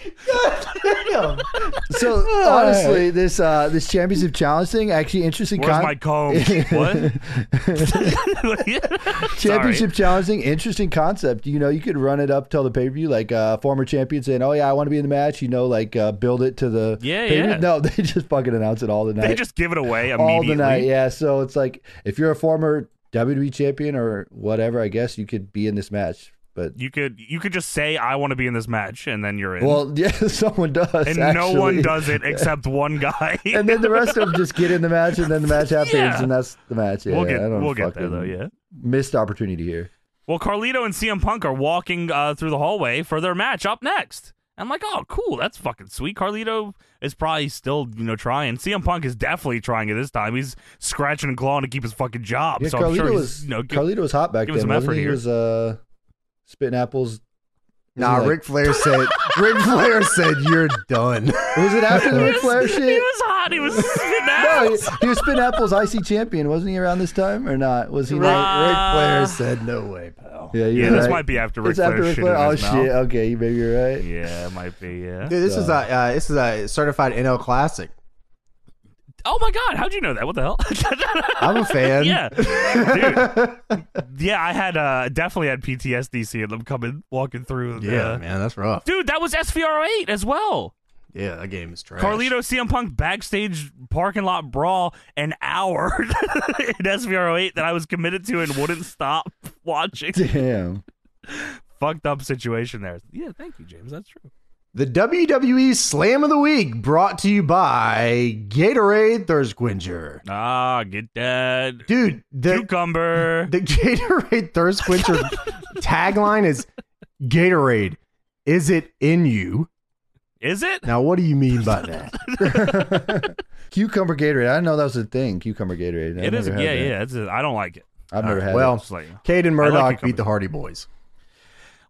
A: Damn.
C: so honestly this uh this championship challenge thing actually interesting
B: Where's
C: con-
B: my comb? What?
C: championship challenge thing interesting concept you know you could run it up till the pay-per-view like uh former champion saying oh yeah I want to be in the match you know like uh build it to the
B: Yeah,
C: pay-per-view.
B: yeah.
C: no they just fucking announce it all the night
B: They just give it away
C: all
B: immediately.
C: the night. Yeah, so it's like if you're a former WWE champion or whatever, I guess you could be in this match. But
B: You could you could just say I want to be in this match and then you're in.
C: well, yeah, someone does,
B: and
C: actually.
B: no one does it except one guy.
C: And then the rest of them just get in the match, and then the match happens,
B: Yeah.
C: and that's the match. Yeah,
B: we'll get
C: I don't
B: we'll get there
C: fucking-
B: though. Yeah.
C: missed opportunity here.
B: Well, Carlito and CM Punk are walking uh, through the hallway for their match up next. I'm like, oh, cool, that's fucking sweet. Carlito is probably still, you know, trying. CM Punk is definitely trying it this time. He's scratching and clawing to keep his fucking job.
C: Yeah,
B: so I'm
C: Carlito
B: sure he's,
C: was
B: you know, give-
C: Carlito was hot back
B: give
C: then.
B: us some
C: wasn't
B: effort
C: he? He
B: here.
C: was uh, spitting apples.
A: Nah,
C: Was it like-
A: Ric Flair said. Ric Flair said you're done.
C: Was it after the Ric Flair
B: he was
C: shit?
B: hot. He was spitting
C: No,
B: out.
C: he, he was spitting apples. IC champion, wasn't he around this time or not? Was he?
A: Ric,
C: not-
A: Ric Flair
B: Uh,
A: said no way, pal.
C: Yeah, you're
B: yeah, this
C: right.
B: might be after Ric
C: It's after
B: Flair
C: Ric
B: shit.
C: Flair.
B: in
C: Oh
B: his
C: shit.
B: mouth.
C: Okay, you maybe you're right.
B: Yeah, it might be. Yeah.
A: Dude, this is a uh, this is a certified NL classic.
B: Oh my god, how'd you know that? What the hell?
A: I'm a fan.
B: Yeah, dude. yeah. I had uh, definitely had PTSD seeing them coming walking through. uh, The,
A: Yeah, man, that's rough.
B: dude, that was SVR eight as well.
A: Yeah, that game is trash.
B: Carlito CM Punk backstage parking lot brawl an hour in SVR eight that I was committed to and wouldn't stop watching.
C: Damn.
B: Fucked up situation there. Yeah, thank you, James. That's true.
A: The WWE Slam of the Week brought to you by Gatorade Thirstquinger.
B: Ah, get that
A: Dude, the,
B: cucumber.
A: the Gatorade Thirstquinger tagline is Gatorade, is it in you?
B: Is it?
A: Now, what do you mean by that?
C: Cucumber Gatorade. I didn't know that was a thing. Cucumber Gatorade. I've
B: It is.
C: never
B: Yeah,
C: had that.
B: yeah. It's. A, I don't like it.
C: I've never had.
A: well,
B: It's like-
A: Caden
B: I like
A: Murdoch
B: cucumber.
A: beat the Hardy Boys.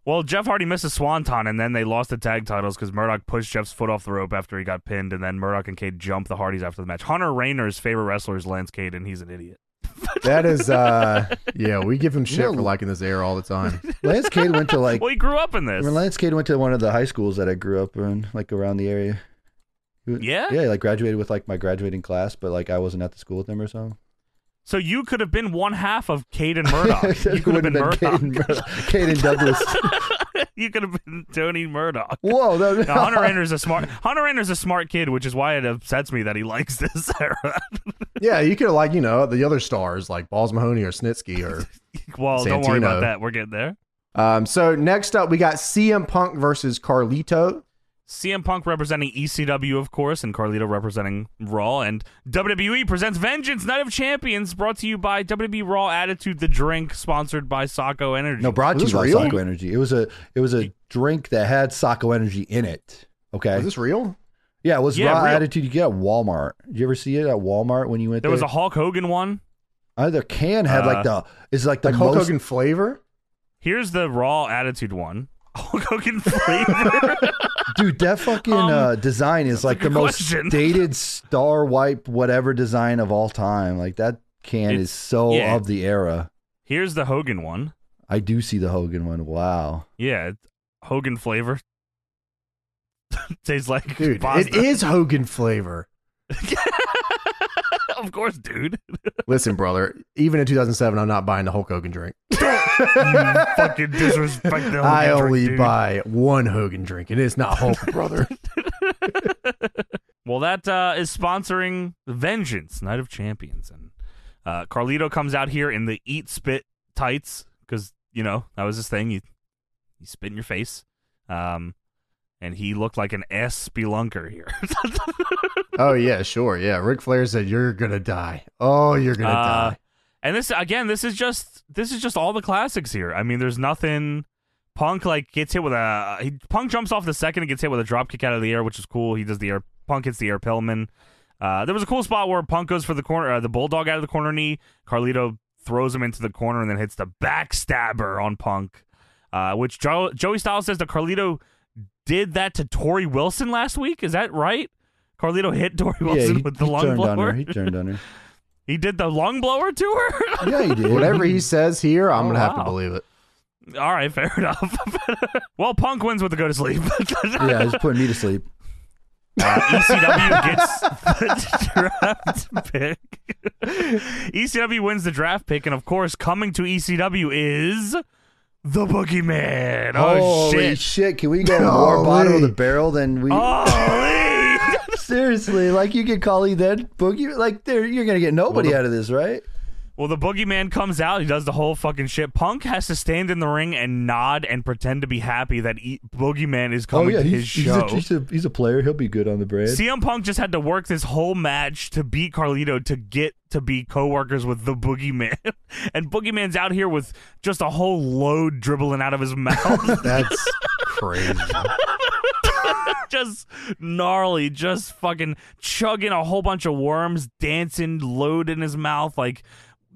B: Well, Jeff Hardy missed a swanton, and then they lost the tag titles because Murdoch pushed Jeff's foot off the rope after he got pinned, and then Murdoch and Cade jumped the Hardys after the match. Hunter Rayner's favorite wrestler is Lance Cade, and he's an idiot.
A: That is, uh, yeah, we give him shit
C: know-
A: for liking this era all the time.
C: Lance Cade went to like
B: Well, he grew up in this.
C: I mean, Lance Cade went to one of the high schools that I grew up in, like around the area. He wa-
B: Yeah?
C: yeah, he, like graduated with like my graduating class, but like I wasn't at the school with him or something.
B: so you could have been one half of Cade and Murdoch. Oh, you could have been,
C: Would've
B: Murdoch.
C: Cade, and Mur- Cade and Douglas.
B: you could have been Tony Murdoch.
C: Whoa, that,
B: Now, Hunter Rayner's a smart Hunter Rayner's a smart kid, which is why it upsets me that he likes this era.
A: yeah, you could have, like, you know, the other stars like Balls Mahoney or Snitsky or
B: well, don't worry about
A: Santino.
B: that. We're getting there.
A: Um, so next up, we got CM Punk versus Carlito.
B: CM Punk representing ECW, of course, and Carlito representing Raw. And WWE presents Vengeance Night of Champions, brought to you by WWE Raw Attitude, the drink sponsored by Socko Energy.
C: no, brought to
A: Was
C: you by
A: this real?
C: Socko Energy. It was a it was a drink that had Socko Energy in it. Okay,
A: Is this real?
C: yeah, it was
B: Yeah,
C: raw
B: real.
C: attitude you get at Walmart. Did you ever see it at Walmart when you went
B: there
C: there?
B: was a Uh, Hulk Hogan one.
C: Either can had like the it's like the
A: Like Hulk
C: most
A: Hogan flavor?
B: Here's the Raw Attitude one. Hulk Hogan flavor.
C: Dude, that fucking
B: Um,
C: uh, design is like
B: a
C: the
B: good
C: most
B: question.
C: dated star wipe whatever design of all time. Like that can
B: It's-
C: is so
B: yeah.
C: of the era.
B: Here's the Hogan one.
C: I do see the Hogan one. Wow.
B: Yeah, it's Hogan flavor. Tastes like
A: Dude, it
B: pasta.
A: is Hogan flavor.
B: of course, dude.
A: Listen, brother, even in 2007, I'm not buying the Hulk Hogan drink.
B: Fucking disrespect the Hogan
A: I
B: drink,
A: only
B: dude.
A: buy one Hogan drink, and it's not Hulk, brother.
B: Well, that uh, is sponsoring Vengeance, Night of Champions, and uh, Carlito comes out here in the eat spit tights because you know that was his thing. You you spit in your face, um, and he looked like an ass spelunker here.
A: oh, yeah, sure. Yeah. Ric Flair said, You're going to die. Oh, you're going to
B: Uh,
A: die.
B: and this again, this is just this is just all the classics here. I mean, there's nothing. Punk like gets hit with a he, Punk jumps off the second and gets hit with a drop kick out of the air, which is cool. He does the air Punk hits the air Pillman. Uh, there was a cool spot where Punk goes for the corner, uh, the bulldog out of the corner knee. Carlito throws him into the corner and then hits the backstabber on Punk, uh, which jo- Joey Styles says that Carlito did that to Tori Wilson last week. Is that right? Carlito hit Tori Wilson with the lung
C: turned on her.
B: blower.
C: He turned on her.
B: He did the lung blower to her.
C: Yeah, he did.
A: Whatever he says here, I'm
B: Oh,
A: going to have
B: wow.
A: to believe it.
B: All right, fair enough. well, Punk wins with the go to sleep.
C: Yeah, he's putting me to sleep.
B: Uh, ECW gets the draft pick. ECW wins the draft pick, and of course, coming to ECW is the Boogeyman. Oh
C: Holy
B: shit! Oh.
C: shit! Can we go more
A: Holy.
C: bottom of the barrel than we?
B: Holy!
C: Seriously, like you could call he that boogie. Like there, you're gonna get nobody out of this, right?
B: well, the Boogeyman comes out. He does the whole fucking shit. Punk has to stand in the ring and nod and pretend to be happy that e- Boogeyman is coming to his show.
C: a, Oh, he's a player. He'll be good on the brand.
B: CM Punk just had to work this whole match to beat Carlito to get to be co-workers with the Boogeyman, and Boogeyman's out here with just a whole load dribbling out of his mouth,
A: That's crazy.
B: just gnarly, just fucking chugging a whole bunch of worms, dancing, load in his mouth. Like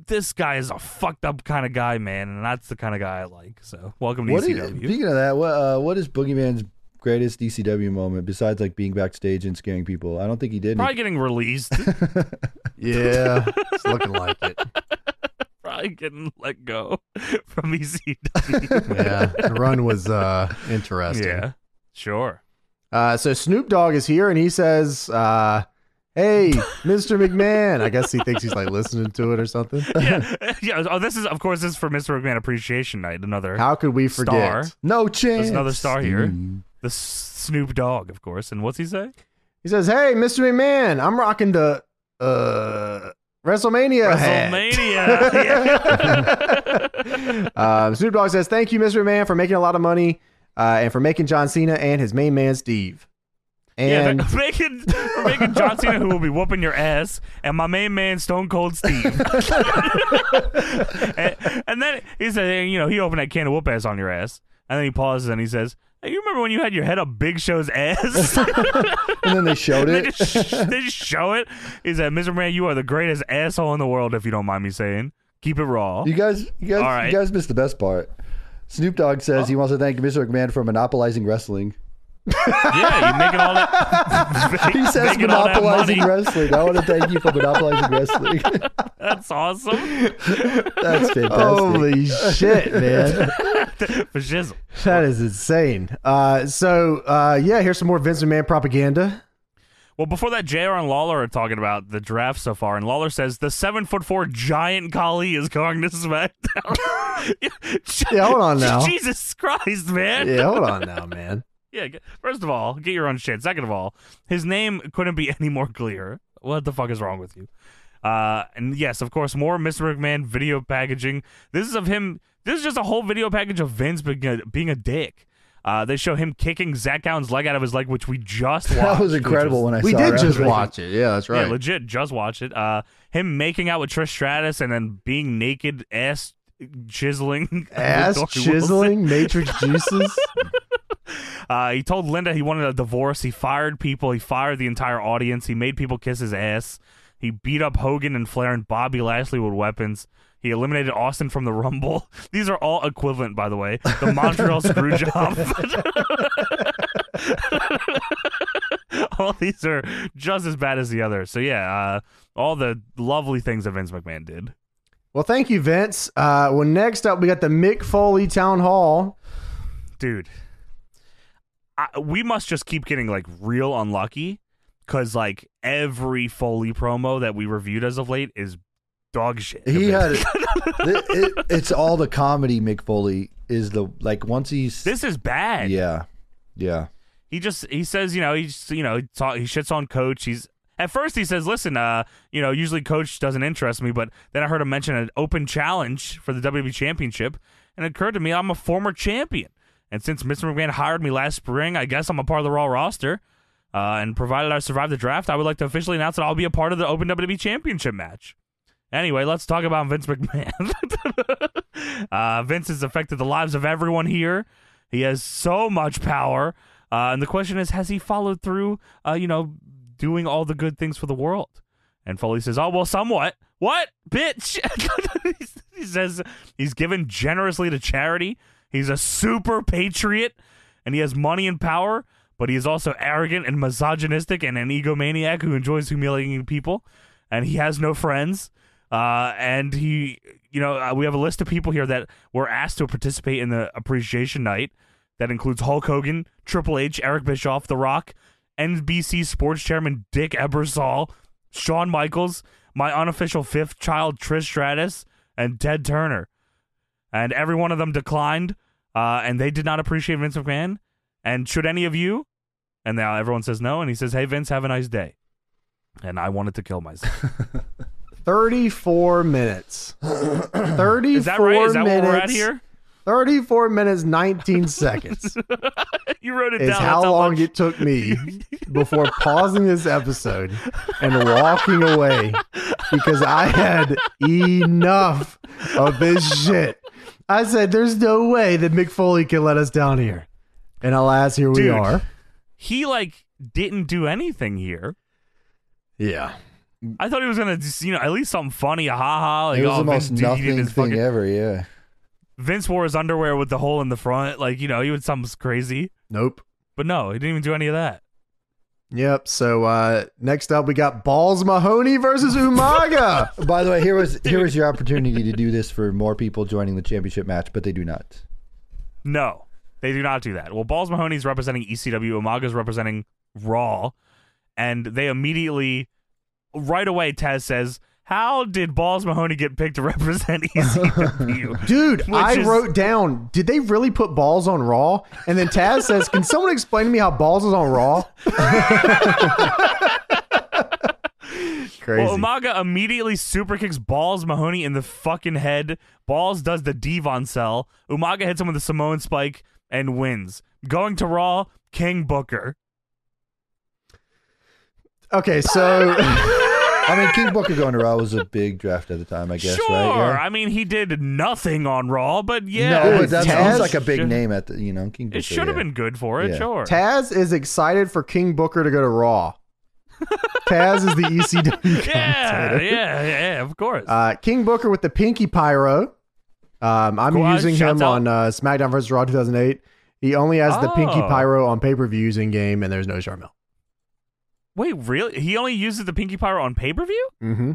B: this guy is a fucked up kind of guy, man, and that's the kind of guy I like. So welcome to E
C: What is,
B: ECW.
C: speaking of that, what uh, what is Boogeyman's greatest DCW moment besides like being backstage and scaring people? I don't think he did.
B: Probably getting released.
A: Yeah. It's looking like it.
B: probably getting let go from E ECW.
A: Yeah. The run was uh, interesting.
B: Yeah, sure.
A: Uh, so Snoop Dogg is here and he says, uh, Hey, Mr. McMahon. I guess he thinks he's like listening to it or something.
B: yeah, yeah. Oh, this is of course this is for Mr. McMahon Appreciation Night. Another
A: How could we forget?
B: Star.
C: no chance.
B: There's another star here.
C: Mm.
B: the S- Snoop Dogg, of course. And what's he say?
A: He says, Hey, Mr. McMahon, I'm rocking the uh, WrestleMania. hat."
B: WrestleMania. Yeah.
A: Um, Snoop Dogg says, Thank you, Mr. McMahon, for making a lot of money uh, and for making John Cena and his main man, Steve.
B: yeah,
A: And
B: they're making we're making John Cena, who will be whooping your ass, and my main man Stone Cold Steve. and, and then he said, you know, he opened that can of whoop ass on your ass, and then he pauses and he says, "Hey, you remember when you had your head up Big Show's ass?"
C: And then they showed
B: they,
C: it.
B: just they just show it. Is that Mr. Man? You are the greatest asshole in the world, if you don't mind me saying. Keep it raw.
C: You guys, you guys,
B: All right.
C: you guys missed the best part. Snoop Dogg says he wants to thank Mr. McMahon for monopolizing wrestling.
B: Yeah, you're making all that.
C: He says
B: making all that money.
C: monopolizing wrestling. I want to thank you for monopolizing wrestling.
B: That's awesome.
C: That's fantastic.
A: Holy shit, man.
B: For shizzle.
A: That is insane. Uh, so, uh, yeah, here's some more Vince McMahon propaganda.
B: Well, before that, JR and Lawler are talking about the draft so far, and Lawler says the seven foot four giant Kali is going to SmackDown.
A: Yeah, hold on now.
B: Jesus Christ, man.
A: Yeah, hold on now, man.
B: Yeah, g- first of all, get your own shit. Second of all, his name couldn't be any more clear. What the fuck is wrong with you? Uh, and yes, of course, more Mr. McMahon video packaging. This is of him. This is just a whole video package of Vince being a, being a dick. Uh, they show him kicking Zach Gowen's leg out of his leg, which we just watched.
C: That was
B: which is-
C: incredible when I
A: We
C: saw
A: did
C: it.
A: just watch it. Yeah, that's
B: Yeah,
A: right.
B: legit. Just watch it. Uh, him making out with Trish Stratus and then being naked, ass chiseling,
A: Ass
B: Dory Wilson.
A: chiseling, Matrix juices.
B: Uh, he told Linda he wanted a divorce. He fired people. He fired the entire audience. He made people kiss his ass. He beat up Hogan and Flair and Bobby Lashley with weapons. He eliminated Austin from the Rumble. These are all equivalent, by the way. The Montreal Screwjob. all these are just as bad as the others. So yeah, uh, all the lovely things that Vince McMahon did.
A: Well, thank you, Vince. Uh, well, next up, we got the Mick Foley Town Hall.
B: dude I, we must just keep getting like real unlucky because like every foley promo that we reviewed as of late is dog shit
C: He had it, it- It's all the comedy. Mick Foley is the like once he's
B: this is bad
C: yeah, yeah.
B: he just he says you know he's you know he, ta- he shits on coach he's at first he says listen uh you know usually coach doesn't interest me but then i heard him mention an open challenge for the wwe championship and it occurred to me i'm a former champion and since mr mcmahon hired me last spring i guess i'm a part of the raw roster uh, and provided i survive the draft i would like to officially announce that i'll be a part of the open wwe E championship match Anyway, let's talk about Vince McMahon. uh, Vince has affected the lives of everyone here. He has so much power, uh, and the question is, has he followed through? Uh, you know, doing all the good things for the world. And Foley says, "Oh well, somewhat. What, bitch?" he says he's given generously to charity. He's a super patriot, and he has money and power. But he is also arrogant and misogynistic and an egomaniac who enjoys humiliating people. And he has no friends. Uh, and he, you know, uh, we have a list of people here that were asked to participate in the appreciation night. That includes Hulk Hogan, Triple H, Eric Bischoff, The Rock, NBC Sports Chairman Dick Ebersol, Shawn Michaels, my unofficial fifth child Trish Stratus, and Ted Turner. And every one of them declined, uh, and they did not appreciate Vince McMahon. And should any of you? And now everyone says no, and he says, "Hey Vince, have a nice day." And I wanted to kill myself.
A: 34 minutes. 34
B: Is that right? Is that
A: minutes,
B: what we're at here?
A: 34 minutes, 19 seconds
B: You wrote it
A: is
B: down.
A: how
B: That's
A: long
B: much-
A: it took me before pausing this episode and walking away because I had enough of this shit. I said, there's no way that Mick Foley can let us down here. And alas, here we
B: Dude.
A: are.
B: he like didn't do anything here.
A: Yeah.
B: I thought he was gonna, just, you know, at least something funny, a haha. Like,
C: it was
B: oh,
C: the
B: Vince
C: most
B: did- he did
C: nothing
B: his
C: thing e-,
B: fucking-
C: ever. Yeah,
B: Vince wore his underwear with the hole in the front. Like, you know, he would something crazy.
A: Nope.
B: But no, he didn't even do any of that.
A: Yep. So uh, next up, we got Balls Mahoney versus Umaga.
C: By the way, here was here was your opportunity to do this for more people joining the championship match, but they do not.
B: No, they do not do that. Well, Balls Mahoney's representing E ECW, Umaga's representing Raw, and they immediately, right away, Taz says, "How did Balls Mahoney get picked to represent E ECW?"
A: Dude,
B: Which
A: I
B: is-
A: wrote down, did they really put balls on Raw? And then Taz says, Can someone explain to me how balls is on Raw? Crazy.
B: Well, Umaga immediately super kicks Balls Mahoney in the fucking head. Balls does the Devon cell. Umaga hits him with the Samoan spike and wins. Going to Raw, King Booker.
A: okay, so
C: I mean, King Booker going to Raw was a big draft at the time, I guess.
B: sure.
C: Right?
B: I mean, he did nothing on Raw, but
C: Yeah.
B: yeah.
C: no,
A: it
C: but that's
A: Taz
C: he's like a big
B: should-
C: name at the you know King Booker.
B: It should have
C: yeah.
B: been good for it,
C: Yeah.
B: sure.
A: Taz is excited for King Booker to go to Raw. Taz is the ECW.
B: yeah,
A: commentator.
C: Uh,
B: yeah, yeah, of course.
A: Uh, King Booker with the pinky pyro. Um, I'm
B: Kawhi
A: using him
B: shouts out.
A: on uh, SmackDown vs. Raw 2008. He only has the Pinky
B: Oh.
A: Pyro on pay per views in game, and there's no Charmel.
B: Wait, really? He only uses the Pinky Pyro on pay per view?
A: Mm-hmm.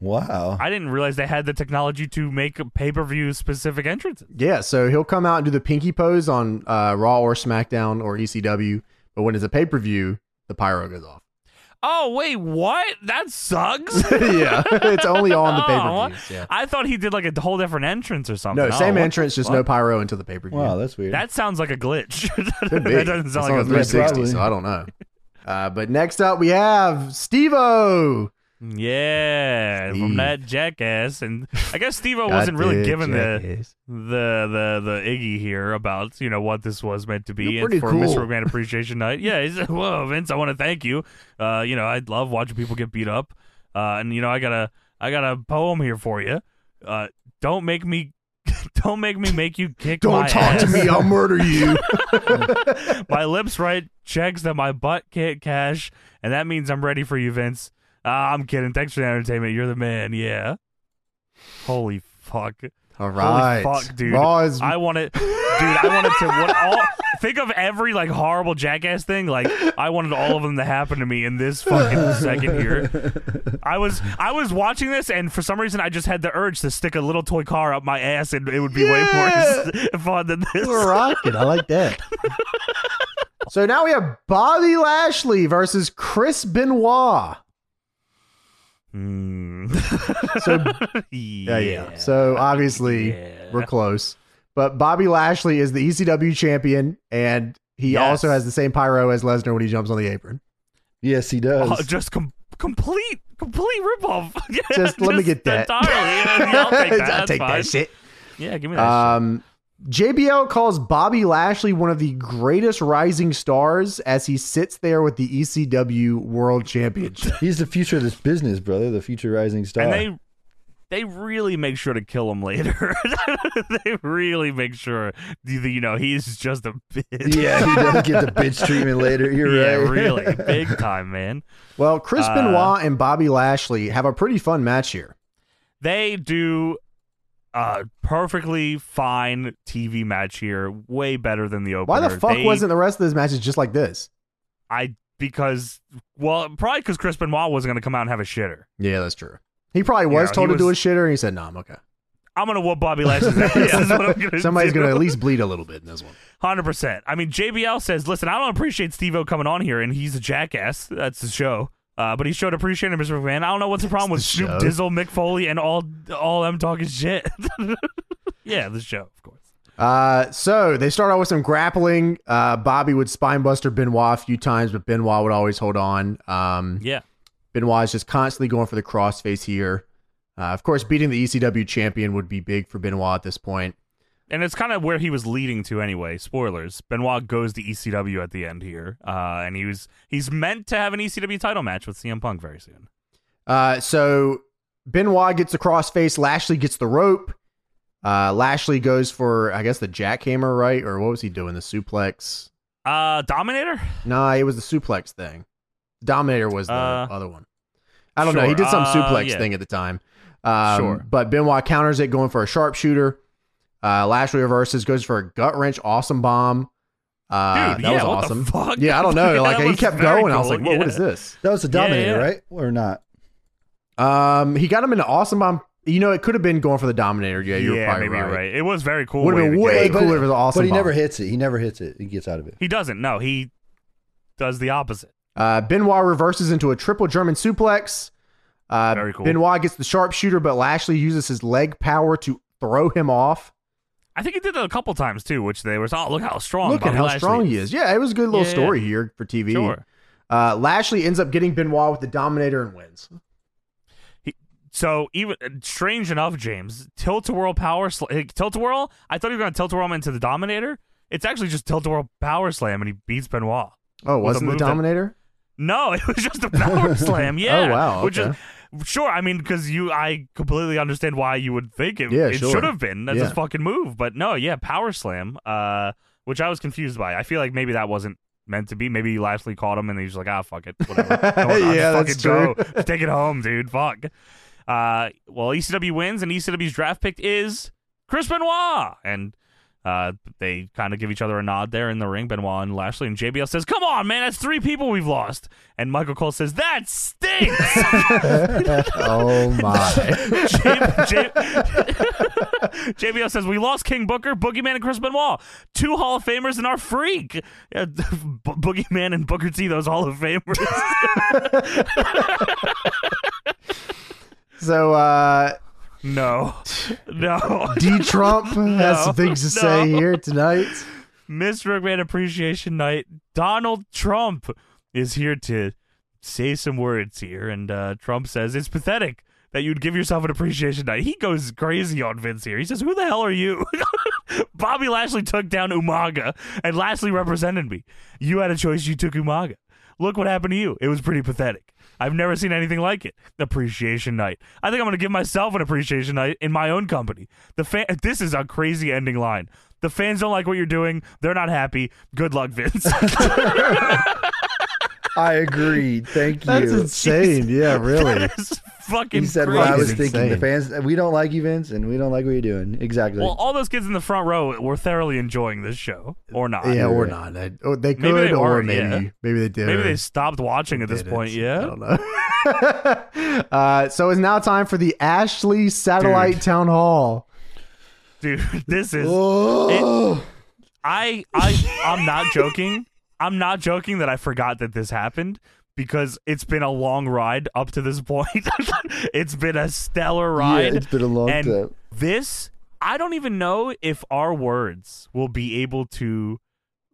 C: Wow.
B: I didn't realize they had the technology to make pay per view specific entrances.
A: Yeah, so he'll come out and do the Pinky pose on uh, Raw or SmackDown or ECW, but when it's a pay per view, the Pyro goes off.
B: Oh, wait, what? That sucks.
A: yeah, it's only on the
B: Oh,
A: pay per views. Yeah.
B: I thought he did like a whole different entrance or something.
A: No,
B: Oh,
A: same
B: what-
A: entrance, just no Pyro until the pay per view.
C: Wow, that's weird.
B: That sounds like a glitch.
A: Could be.
B: that doesn't
A: It's
B: sound like
A: on
B: a glitch.
A: 360, so
C: Probably.
A: I don't know. Uh, but next up, we have Steve-O.
B: Yeah, from
A: Steve.
B: that jackass, and I guess Steve wasn't really given the, the the the Iggy here about you know what this was meant to be
A: You're
B: and
A: pretty
B: for
A: cool.
B: Mr. McMahon Appreciation Night. Yeah, he's like, whoa, Vince, I want to thank you. Uh, you know, I love watching people get beat up, uh, and you know, I got a I got a poem here for you. Uh, don't make me. Don't make me make you kick
A: Don't
B: my
A: talk to
B: ass.
A: me, I'll murder you.
B: my lips write checks that my butt can't cash, and that means I'm ready for you, Vince. Ah, I'm kidding. Thanks for the entertainment. You're the man. Yeah. Holy fuck.
A: All right,
B: fuck, dude.
A: Raw is
B: I want it, dude. I wanted to what, all, think of every like horrible jackass thing. Like I wanted all of them to happen to me in this fucking second here. I was I was watching this, and for some reason, I just had the urge to stick a little toy car up my ass, and it would be way more fun than this.
C: We're rocking. I like that.
A: so now we have Bobby Lashley versus Chris Benoit.
B: Mm.
A: So yeah, yeah. So obviously we're close, but Bobby Lashley is the ECW champion, and he
B: Yes.
A: also has the same pyro as Lesnar when he jumps on the apron.
C: Yes, he does.
B: Oh, just com- complete, complete ripoff. yeah,
A: Just let me get that.
B: Entirely. Yeah, I'll take that.
A: I'll
B: that's
A: take
B: fine.
A: that shit.
B: Yeah, give me that.
A: Um, JBL calls Bobby Lashley one of the greatest rising stars as he sits there with the ECW World Championship.
C: He's the future of this business, brother. The future rising
B: shit.
C: star.
A: uh,
B: And they, they really make sure to kill him later. they really make sure. that, You know, he's just a bitch.
C: yeah, he does get the bitch treatment later. You're
B: Yeah,
C: right.
B: really, big time, man.
A: Well, Chris
B: Uh,
A: Benoit and Bobby Lashley have a pretty fun match here.
B: They do a perfectly fine TV match here, way better than the opener.
A: Why the fuck
B: They-
A: wasn't the rest of those matches just like this?
B: I? Because well, probably because Chris Benoit was going to come out and have a shitter.
A: Yeah, that's true. He probably was
B: Yeah,
A: told
B: he
A: to do a
B: was-
A: shitter, and he said, "Nah, I'm okay."
B: I'm gonna whoop Bobby Lashley's ass. This is what I'm gonna
A: Somebody's
B: do.
A: gonna at least bleed a little bit in this one.
B: Hundred percent. I mean, JBL says, "Listen, I don't appreciate Steve-O coming on here, and he's a jackass. That's the show." Uh, but he showed appreciation, Mr. McMahon. I don't know what's the problem with
A: the
B: Snoop
A: show.
B: Dizzle, Mick Foley, and all all them talking shit. yeah, the show, of course.
A: Uh, so they start out with some grappling. Uh, Bobby would spinebuster Benoit a few times, but Benoit would always hold on. Um,
B: Yeah,
A: Benoit is just constantly going for the crossface here. Uh, of course, beating the ECW champion would be big for Benoit at this point.
B: and it's kind of where he was leading to anyway. Spoilers: Benoit goes to ECW at the end here, uh, and he was he's meant to have an ECW title match with CM Punk very soon.
A: Uh, so Benoit gets the crossface. Lashley gets the rope. Uh, Lashley goes for, I guess, the jackhammer, right? Or what was he doing? The suplex?
B: Uh, Dominator.
A: Nah, it was the suplex thing. Dominator was the
B: Uh,
A: other one. I don't know. He
B: sure.
A: did some
B: Uh,
A: suplex
B: yeah.
A: thing at the time. Um,
B: Sure.
A: But Benoit counters it, going for a sharpshooter. Uh, Lashley reverses, goes for a gut wrench, awesome bomb. Uh,
B: Dude,
A: that
B: yeah,
A: was
B: what the
A: awesome.
B: fuck?
A: Yeah, I don't know.
B: Yeah,
A: like
B: that
A: he
B: was
A: kept
B: very
A: going. I was
B: cool.
A: like, "Whoa, what
B: Yeah.
A: is this?
C: That was the
B: Yeah,
C: dominator,
B: yeah.
C: right? Or not?
A: Um, he got him into awesome bomb. You know, it could have been going for the dominator. Yeah, you're probably
B: maybe
A: right.
B: you're right. It was very cool.
A: Would have been
B: way to get
A: way
B: it.
C: But-
A: cooler if it was awesome
C: but he
A: bomb.
C: never hits it. He never hits it. He gets out of it.
B: He doesn't. No, he does the opposite.
A: Uh, Benoit reverses into a triple German suplex. Uh,
B: Very cool.
A: Benoit gets the sharpshooter, but Lashley uses his leg power to throw him off.
B: I think he did that a couple times too, which they were oh look how strong.
A: Look at
B: Bobby
A: how
B: Lashley
A: strong he is. Yeah, it was a good little
B: Yeah, yeah.
A: story here for TV.
B: Sure.
A: Uh, Lashley ends up getting Benoit with the Dominator and wins.
B: So even strange enough, James tilt a whirl power sl- tilt a whirl. I thought he was going to tilt a whirl into the Dominator. It's actually just tilt a whirl power slam, and he beats Benoit.
A: Oh,
B: With a
A: wasn't the
B: move that-
A: Dominator?
B: No, it was just a power slam. Yeah.
A: Oh, wow,
B: Which
A: okay.
B: is sure. I mean, because you, I completely understand why you would think it.
A: Yeah,
B: it
A: sure.
B: should have been that's his
A: Yeah.
B: fucking move. But no, yeah, power slam. Uh, which I was confused by. I feel like maybe that wasn't meant to be. Maybe Lashley caught him and he's like, ah, fuck it, whatever. Come on,
A: Yeah, that's
B: just
A: true.
B: fucking go. Just E take it home, dude. Fuck. Uh, well, ECW wins and ECW's draft pick is Chris Benoit, and uh, they kind of give each other a nod there in the ring. Benoit and Lashley and JBL says, "Come on, man, that's three people we've lost." And Michael Cole says, "That stinks."
C: Oh my!
B: J- J- JBL says we lost King Booker, Boogeyman, and Chris Benoit, two Hall of Famers, and our freak. Yeah, Bo- Boogeyman and Booker T, those Hall of Famers.
A: So uh,
B: no, no.
A: D Trump has some things to
B: No.
A: say here tonight.
B: Mr. McMahon Appreciation Night. Donald Trump is here to say some words here, and uh, Trump says it's pathetic. That you'd give yourself an appreciation night. He goes crazy on Vince here. He says, Who the hell are you? Bobby Lashley took down Umaga, and Lashley represented me. You had a choice. You took Umaga. Look what happened to you. It was pretty pathetic. I've never seen anything like it. Appreciation night. I think I'm going to give myself an appreciation night in my own company. The fan. This is a crazy ending line. The fans don't like what you're doing. They're not happy. Good luck, Vince.
C: I agree. Thank you.
A: That's insane. Yeah, really.
B: That is fucking
C: He said
B: crazy.
C: what I was
A: Crazy.
C: thinking. The
A: Insane.
C: fans, we don't like you, Vince, and we don't like what you're doing. Exactly.
B: well, all those kids in the front row were thoroughly enjoying this show, or not?
A: Yeah, or
C: right.
A: not. They, oh, they could,
B: Maybe they
A: or
B: weren't,
A: maybe
B: yeah.
A: maybe they did.
B: Maybe
A: or-
B: they stopped watching at this
A: did
B: point.
A: it. I
B: Yeah.
A: don't know. uh, so it's now time for the Ashley Satellite
B: Dude.
A: Town Hall.
B: dude this is it- i i i'm not joking i'm not joking that i forgot that this happened because it's been a long ride up to this point it's been a stellar ride
C: yeah, it's been a long
B: and
C: time.
B: this i don't even know if our words will be able to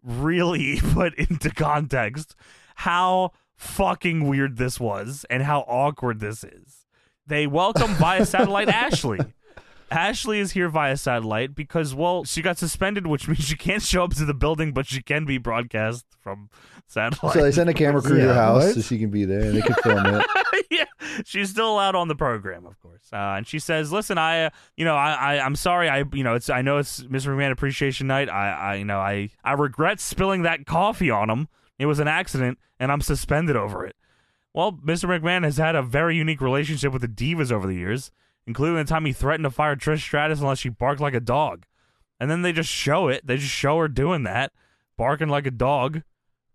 B: really put into context how fucking weird this was and how awkward this is they welcome via satellite ashley ashley is here via satellite because well she got suspended which means she can't show up to the building but she can be broadcast from satellite
C: So they sent a camera crew to your
A: Yeah,
C: house
A: what?
C: so she can be there and they can film it.
B: yeah, she's still allowed on the program, of course. Uh, and she says, "Listen, I, uh, you know, I, I, I'm sorry. I, you know, it's, I know it's Mr. McMahon Appreciation Night. I, I, you know, I, I regret spilling that coffee on him. It was an accident, and I'm suspended over it. Well, Mr. McMahon has had a very unique relationship with the divas over the years, including the time he threatened to fire Trish Stratus unless she barked like a dog. And then they just show it. They just show her doing that, barking like a dog.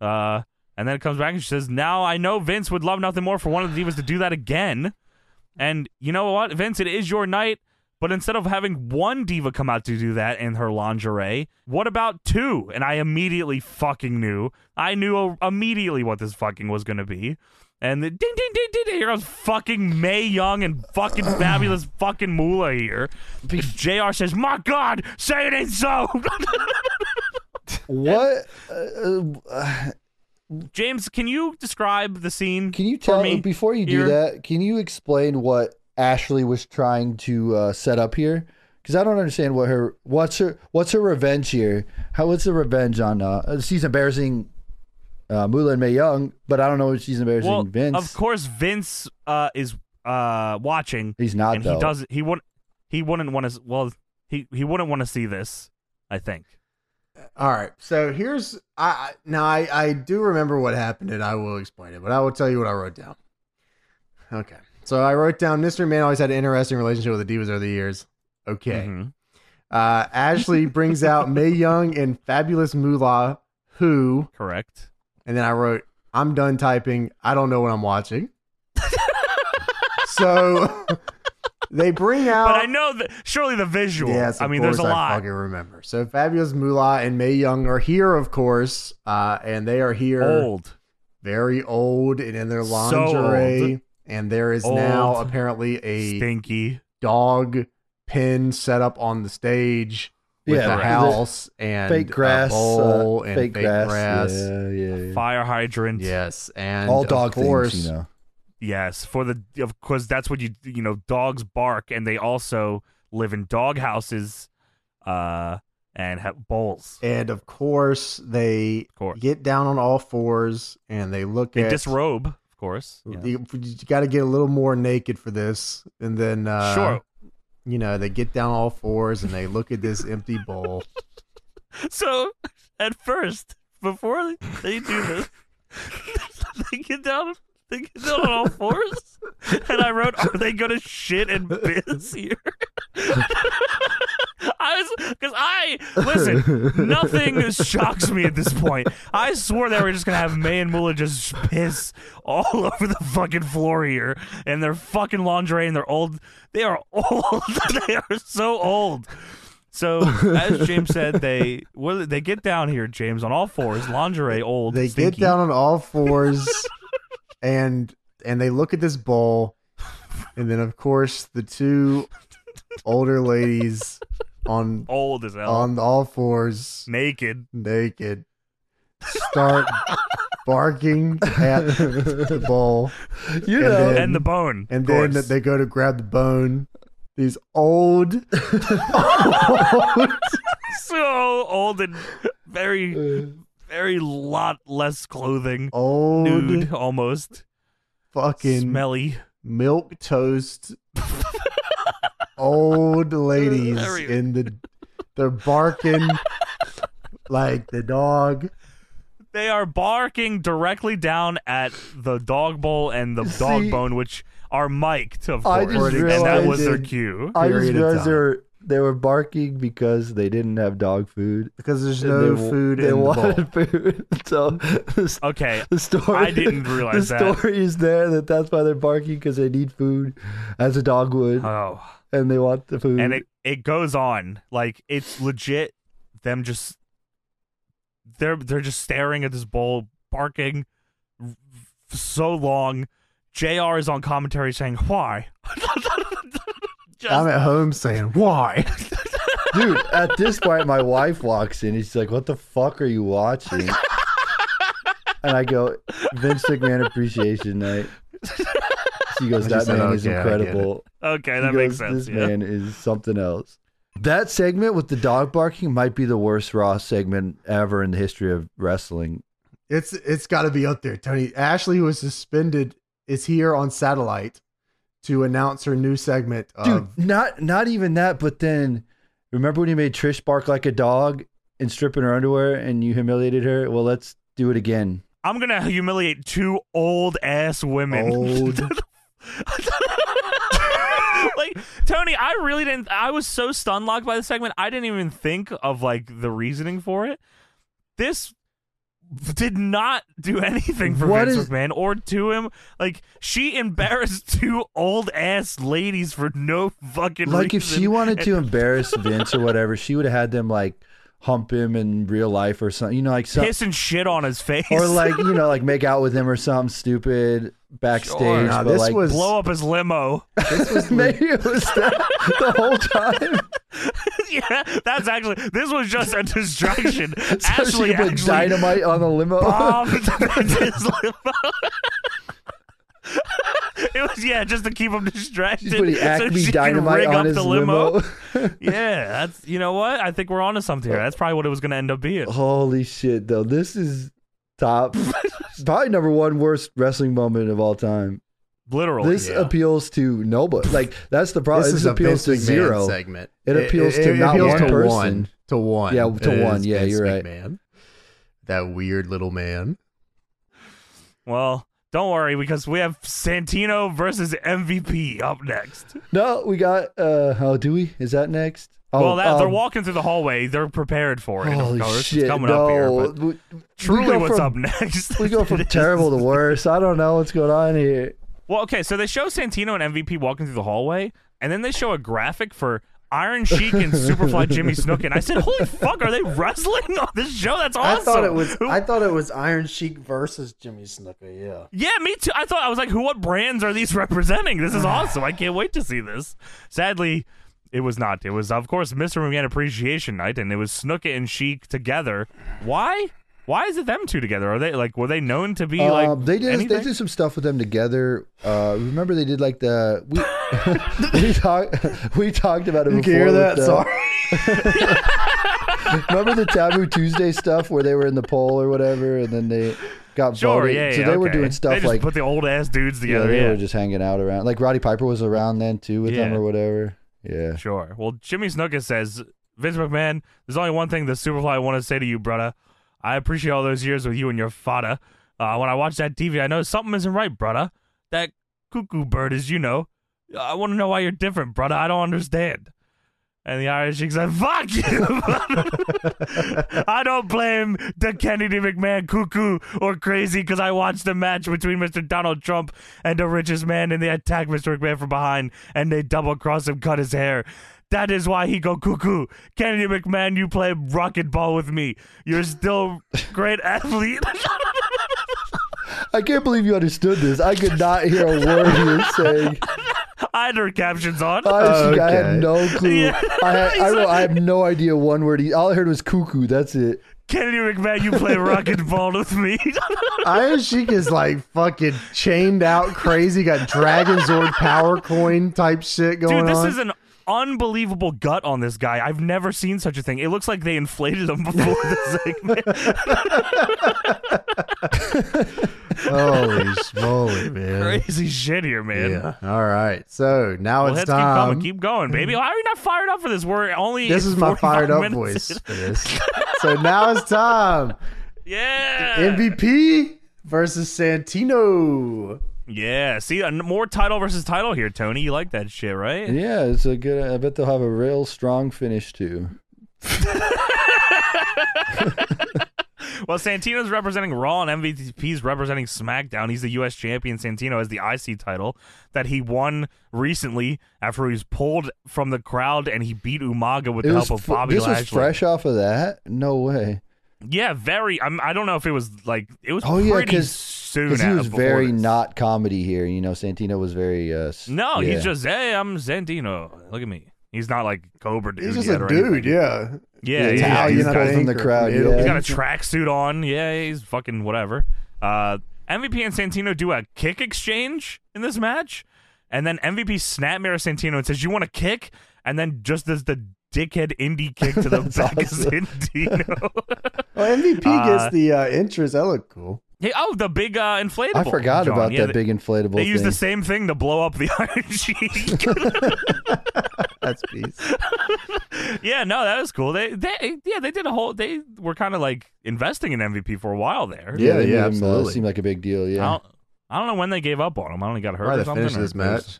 B: Uh, and then it comes back and she says, Now I know Vince would love nothing more for one of the divas to do that again. And you know what, Vince, it is your night, but instead of having one diva come out to do that in her lingerie, what about two? And I immediately fucking knew. I knew o- immediately what this fucking was going to be. And the ding, ding, ding, ding, ding. Here comes fucking May Young and fucking fabulous fucking Moolah here. JR says, My God, say it ain't so.
C: What? Uh, uh,
B: James, can you describe the scene?
C: can you tell
B: me
C: me before you
B: here-
C: do that? Can you explain what Ashley was trying to uh, set up here? Because I don't understand what her what's her what's her revenge here? How what's the revenge on? Uh, she's embarrassing uh, Moolah and May Young, but I don't know if she's embarrassing
B: well,
C: Vince.
B: Of course, Vince uh, is uh, watching,
C: He's not
B: and
C: though.
B: he doesn't. He wouldn't. He wouldn't want to. Well, he he wouldn't want to see this. I think.
A: All right. So here's I I- now I I do remember what happened and I will explain it, but I will tell you what I wrote down. Okay. So I wrote down Mr. Man always had an interesting relationship with the divas over the years. Okay. Mm-hmm.
B: Mhm.
A: Uh, Ashley brings out May Young and Fabulous Moolah, who,
B: Correct.
A: and then I wrote, I'm done typing. I don't know what I'm watching. so they bring out.
B: But I know that surely the visual.
A: Yes,
B: I
A: of
B: mean, there's a
A: course I
B: lot.
A: fucking remember. So Fabulous Moolah and May Young are here, of course, uh, and they are here
B: Old.
A: very old and in their
B: So old.
A: lingerie. And there is now
B: Old.
A: apparently a
B: Stinky.
A: dog pen set up on on the stage with
C: Yeah,
A: a
B: right.
A: house and
C: fake grass,
A: a
C: uh,
A: bowl and
C: fake, grass.
A: grass.
C: Yeah, yeah, yeah.
B: Fire hydrant.
A: Yes, and
C: All
A: of
C: dog
A: course,
C: things, you know.
B: Yes. For the of course that's what you you know dogs bark and they also live in dog houses, uh, and have bowls.
A: And of course, they
B: Of course.
A: get down on all fours and they look
B: They
A: at
B: disrobe. Of course. Yeah.
A: You, got to get a little more naked for this, and then uh,
B: sure.
A: you know they get down on all fours and they look at this empty bowl.
B: So at first, before they do this, they get down. They get down on all fours, and I wrote, "Are they gonna shit and piss here?" because I listen. nothing shocks me at this point. I swore they were just gonna have May and Mula just piss all over the fucking floor here, and their fucking lingerie and their old. They are old. they are so old. So as James said, they well, they get down here, James, on all fours, lingerie, old.
D: They
B: stinky.
D: get down on all fours and and they look at this bowl. And then of course the two older ladies
B: Oh,
D: on
B: old as hell,
D: on all fours
B: naked.
D: naked start barking at the bowl.
C: You
D: And
C: know,
D: then-
B: and the bone.
D: And
B: of
D: then
B: course.
D: they go to grab the bone. These old,
B: so old and very, very lot less clothing,
D: old
B: nude almost,
D: fucking
B: smelly.
D: milk toast old ladies
B: There we go.
D: in the they're barking like the dog.
B: They are barking directly down at the dog bowl and the dog
C: See-
B: bone, which are mic'd, of
C: I
B: course,
C: just
B: and that was their
C: realized-
B: cue.
C: I just
D: period of
C: realized they
D: time.
C: were they were barking because they didn't have dog food.
D: Because there's
C: And
D: no
C: wa-
D: food
C: They
D: in the bowl.
C: wanted food, so the, s-
B: Okay,
C: the story.
B: I didn't realize
C: the
B: that.
C: story is there that that's why they're barking because they need food, as a dog would,
B: oh,
C: and they want the food.
B: and it it goes on like it's legit. Them just they're they're just staring at this bowl, barking f- so long. Jr. is on commentary saying why. Just-
D: I'm at home saying, Why?
C: Dude, at this point, my wife walks in. And she's like, "What the fuck are you watching?" and I go, "Vince McMahon Appreciation Night." She goes,
D: I
C: "That
D: just said, "Oh,
C: man is
D: "Okay, I get it."
C: incredible."
B: okay,
C: She
B: that makes
C: goes,
B: sense.
C: This
B: Yeah.
C: man is something else. That segment with the dog barking might be the worst Raw segment ever in the history of wrestling.
D: It's it's gotta be up there, Tony. Ashley, who was suspended, is here on satellite to announce her new segment
C: Dude,
D: of
C: not not even that, but then remember when you made Trish bark like a dog and strip in her underwear and you humiliated her? Well, let's do it again.
B: I'm gonna humiliate two old ass women.
C: Oh,
D: old
B: like Tony, I really didn't. I was so stun locked by the segment. I didn't even think of like the reasoning for it. This did not do anything for
C: What
B: Vince
C: is-
B: McMahon or to him. Like she embarrassed two old ass ladies for no fucking
C: like if
B: reason.
C: she wanted to embarrass Vince or whatever, she would have had them like hump him in real life or something. You know, like some,
B: piss and shit on his face
C: or like you know, like make out with him or something stupid backstage.
B: Sure.
D: Nah,
C: but
D: this
C: like,
D: was
B: blow up his limo.
C: maybe it was that the whole time.
B: yeah, that's actually this was just a distraction.
C: So
B: Ashley
C: she could put
B: actually
C: dynamite on the limo.
B: bombed his limo. it was yeah, just to keep him distracted.
C: She's putting
B: so
C: Acme
B: she
C: dynamite
B: could rig
C: on
B: up
C: his
B: the limo.
C: limo.
B: yeah, that's you know what? I think we're onto something here. That's probably what it was going to end up
C: Oh,
B: being.
C: Holy shit, though. This is top. Probably number one worst wrestling moment of all time.
B: Literally,
C: This uh, appeals to nobody. Like that's the problem.
D: this
C: This,
D: is a
C: appeals
D: Vince
C: to
D: McMahon
C: zero.
D: segment.
C: It appeals to not one
D: to
C: person.
D: one to one.
C: Yeah, to
D: It
C: one.
D: is
C: Yeah,
D: Vince
C: you're right.
D: McMahon. That weird little man.
B: well. Don't worry because we have Santino versus MVP up next.
C: No, we got. uh Oh, do we? Is that next? Oh,
B: well, that, they're
C: um,
B: walking through the hallway. They're prepared for it.
C: Holy
B: of course.
C: shit!
B: it's coming
C: no,
B: up here. but-
C: We- we
B: truly
C: go
B: what's
C: from-
B: up next.
C: We go from terrible to worse. I don't know what's going on here.
B: Well, okay, so they show Santino and MVP walking through the hallway, and then they show a graphic for Iron Sheik and Superfly Jimmy Snook, and I said, "Holy fuck, are they wrestling on this show? That's awesome!"
A: I thought it was.
B: Who-
A: I thought it was Iron Sheik versus Jimmy Snuka. Yeah.
B: yeah, me too. I thought I was like, "Who? What brands are these representing? This is awesome! I can't wait to see this." Sadly, it was not. It was, of course, Mr. McMahon Appreciation Night, and it was Snook and Sheik together. Why? Why is it them two together? Are they like were they known to be like
C: um, they did
B: anything?
C: they did some stuff with them together. Uh, remember they did like the we we talked we talked about it.
A: You can
C: before
A: hear that?
C: with the-
A: Sorry.
C: Remember the Taboo Tuesday stuff where they were in the poll or whatever, and then they got
B: Sure,
C: voted.
B: yeah,
C: so
B: yeah,
C: they were
B: okay.
C: doing
B: They
C: stuff
B: just
C: like
B: put the old ass dudes
C: yeah,
B: together.
C: they
B: Yeah,
C: were just hanging out around. Like Roddy Piper was around then too with them
B: Yeah.
C: or whatever. Yeah.
B: sure. Well, Jimmy Snuka says, Vince McMahon, there's only one thing the Superfly want to say to you, brother. I appreciate all those years with you and your fada. Uh, when I watch that TV, I know something isn't right, brother. That cuckoo bird, as you know, I want to know why you're different, brother. I don't understand. And the Irish chick said, "Fuck you." I don't blame the Kennedy McMahon cuckoo or crazy because I watched the match between Mr. Donald Trump and the richest man, and they attacked Mr. McMahon from behind, and they double crossed him, cut his hair. That is why he go cuckoo. Kennedy McMahon, you play rocket ball with me. You're still great athlete.
C: I can't believe you understood this. I could not hear a word you were saying.
B: I had her captions on.
C: Honestly, I
D: Okay.
C: had no clue.
B: Yeah.
C: I, had, I, wrote- I have no idea one word. He, all I heard was cuckoo. That's it.
B: Kennedy McMahon, you play rocket ball with me.
D: Iron Sheik is like fucking chained out, crazy, got Dragon Zord power coin type shit going
B: Dude, this
D: on.
B: is an unbelievable gut on this guy. I've never seen such a thing. It looks like they inflated him before the segment.
D: Holy moly, man.
B: Crazy shit here, man.
D: Yeah. All right. So now
B: Well,
D: it's
B: let's
D: time.
C: um,
B: keep going, keep going, baby. Why are you not fired up for this? We're only
D: this is my
B: 45
D: fired up
B: minutes
D: voice
B: in.
D: for this. so now it's time.
B: Yeah,
A: MVP versus Santino.
B: yeah. See, uh, more title versus title here, Tony. You like that shit, right?
C: Yeah, it's a good. I bet they'll have a real strong finish too.
B: Well, Santino's representing Raw and MVP's representing SmackDown. He's the U.S. champion. Santino has the IC title that he won recently after he was pulled from the crowd and he beat Umaga with
C: It
B: the
C: was.
B: help of
C: f-
B: Bobby
C: this was
B: Lashley.
C: fresh off of that. No way.
B: Yeah, very. I'm, I don't know if it was like it was.
C: Oh, yeah,
B: pretty
C: 'cause-
B: soon.
C: Because he
B: at-
C: was
B: before
C: very
B: this.
C: not comedy here. You know, Santino was very. Uh, s-
B: No,
C: yeah.
B: he's just hey, I'm Santino. Look at me. He's not like Cobra dude.
A: He's just
B: yet
A: a
B: or
A: dude,
B: anything.
A: yeah.
B: Yeah, yeah.
C: Italian,
B: he's
C: I
B: got-
C: think. from the crowd,
B: He's
C: yeah.
B: got a tracksuit on. Yeah, he's fucking whatever. Uh, MVP and Santino do a kick exchange in this match, and then MVP snap mirror Santino and says, "You want to kick?" And then just does the dickhead indie kick to the back of Santino.
A: Well, MVP
B: Uh,
A: gets the uh, interest. That looked cool.
B: hey, oh, the big uh, inflatable.
C: I forgot
B: John.
C: about
B: Yeah,
C: that
B: they-
C: big inflatable
B: They
C: thing.
B: use the same thing to blow up the Iron Sheik.
D: That's peace.
B: yeah, no, that was cool. They, they, yeah, they did a whole. They were kind of like investing in MVP for a while there.
D: Yeah,
C: they
D: yeah,
C: made him, uh,
D: absolutely.
C: seemed like a big deal.
B: I
C: Yeah.
B: don't, I don't know when they gave up on him. I only got hurt
D: Why
B: or
D: the
B: something.
D: finish of
B: or-
D: this match?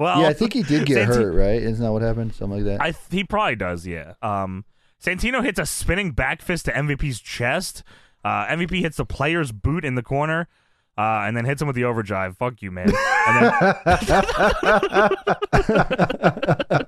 B: well,
C: yeah, I think he did get
B: Santi-
C: hurt, right? Isn't that what happened? Something like that.
B: I th- he probably does. Yeah. Um, Santino hits a spinning back fist to MVP's chest. Uh, MVP hits the player's boot in the corner, uh, and then hits him with the overdrive. Fuck you, man. And then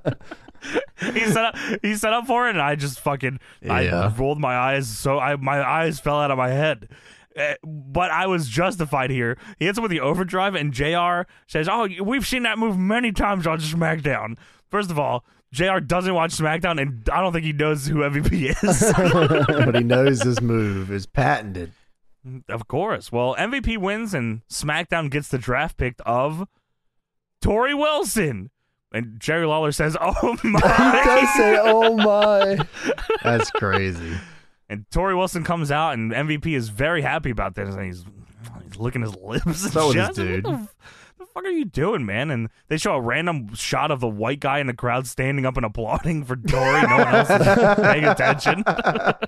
B: he set up. He set up for it, and I just fucking.
D: Yeah.
B: I rolled my eyes. So I my eyes fell out of my head. Eh, But I was justified here. He hits him with the overdrive, and JR says, Oh, we've seen that move many times on SmackDown. First of all, JR doesn't watch SmackDown, and I don't think he knows who MVP is.
D: but he knows this move is patented.
B: Of course. Well, MVP wins and SmackDown gets the draft pick of Tori Wilson. And Jerry Lawler says, "Oh
C: he does
B: my!"
C: say, "Oh my."
D: That's crazy.
B: and Tori Wilson comes out, and MVP is very happy about this, and he's, he's licking his lips. and
D: So
B: shit.
D: is
B: I said,
D: dude.
B: What the, f- the fuck are you doing, man? And they show a random shot of the white guy in the crowd standing up and applauding for Tori. no one else is paying attention. fuck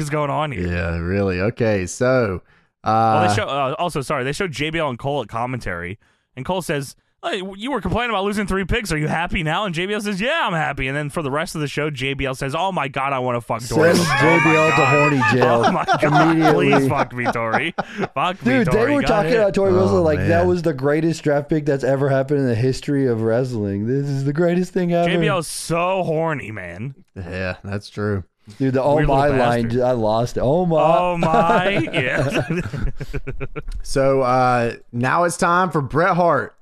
B: is going on here?
D: Yeah, really. Okay, so uh,
B: Well, they show uh, also sorry they showed JBL and Cole at commentary, and Cole says, hey, "You were complaining about losing three picks. Are you happy now?" And JBL says, "Yeah, I'm happy." And then for the rest of the show, JBL says, "Oh my god, I want to fuck Tori.
C: Send JBL to horny
B: Oh
C: jail.
B: my god, please
C: Immediately.
B: fuck me, Tori. Fuck me,
C: Dude,
B: Tori.
C: they were
B: God
C: talking
B: damn.
C: about Tori Wilson
D: Oh,
C: like that
D: man.
C: was the greatest draft pick that's ever happened in the history of wrestling. This is the greatest thing ever.
B: JBL is so horny, man.
D: yeah, that's true.
C: Dude, the oh
B: Weird little
C: my line,
B: bastard.
C: dude, I lost it. Oh my.
B: Oh my, yeah.
D: So uh, now it's time for Bret Hart.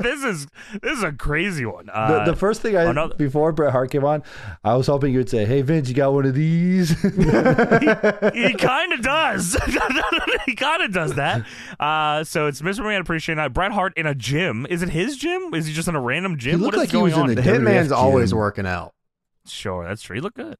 B: this is this is a crazy one.
C: The,
B: Uh,
C: the first thing I
B: another-
C: before Bret Hart came on, I was hoping you would say, "Hey Vince, you got one of these."
B: Uh, he kind of does. he kind of does that. Uh, so it's Mr. Man Appreciation Night. Bret Hart in a gym. Is it his gym? Is he just in a random gym? What
C: looked
B: is
C: like he
B: going
C: was in
B: on?
C: the
D: The
C: WF
D: Hitman's
C: gym.
D: always working out.
B: Sure, that's true. He looked good.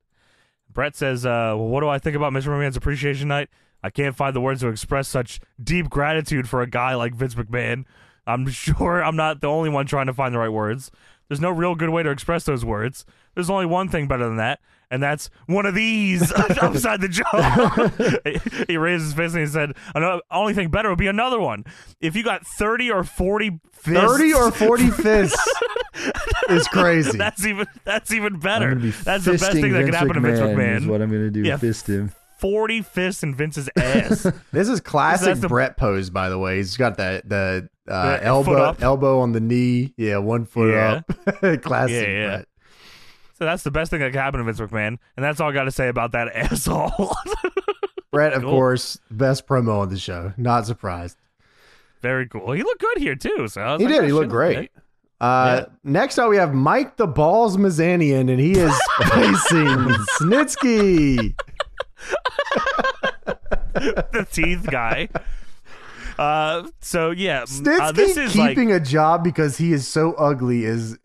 B: Brett says, uh, well, what do I think about Mr. McMahon's Appreciation Night? I can't find the words to express such deep gratitude for a guy like Vince McMahon. I'm sure I'm not the only one trying to find the right words. There's no real good way to express those words. There's only one thing better than that, and that's one of these upside the jaw. he, he raised his fist and he said, "Another only thing better would be another one. If you got thirty or forty fists,
A: 30 or 40 fists is crazy.
B: that's even that's even
C: I'm
B: better.
C: gonna be
B: That's the best
C: fisting
B: thing that could
C: Vince
B: happen to Vince McMahon.
C: Is what I'm gonna do.
B: Yeah.
C: Fist him.
B: Forty fists in Vince's ass.
A: This is classic
B: That's the-
A: Brett pose, by the way. He's got the the, uh,
B: The foot
A: elbow
B: up.
A: elbow on the knee. Yeah, one foot
B: Yeah.
A: up. classic
B: Yeah, yeah.
A: Brett.
B: so that's the best thing that could happen to Vince McMahon, and that's all I got to say about that asshole.
A: Brett, of
B: Cool.
A: course, best promo on the show. Not surprised.
B: Very cool. He looked good here too. So I was
A: He
B: like,
A: did.
B: oh,
A: He
B: shit,
A: looked great.
B: okay.
A: Uh, Next up, we have Mike the Balls Mazanian, and he is facing Snitsky.
B: the teeth guy. Uh, so yeah, m-
A: Snitsky
B: uh, this is like,
A: keeping a job because he is so ugly is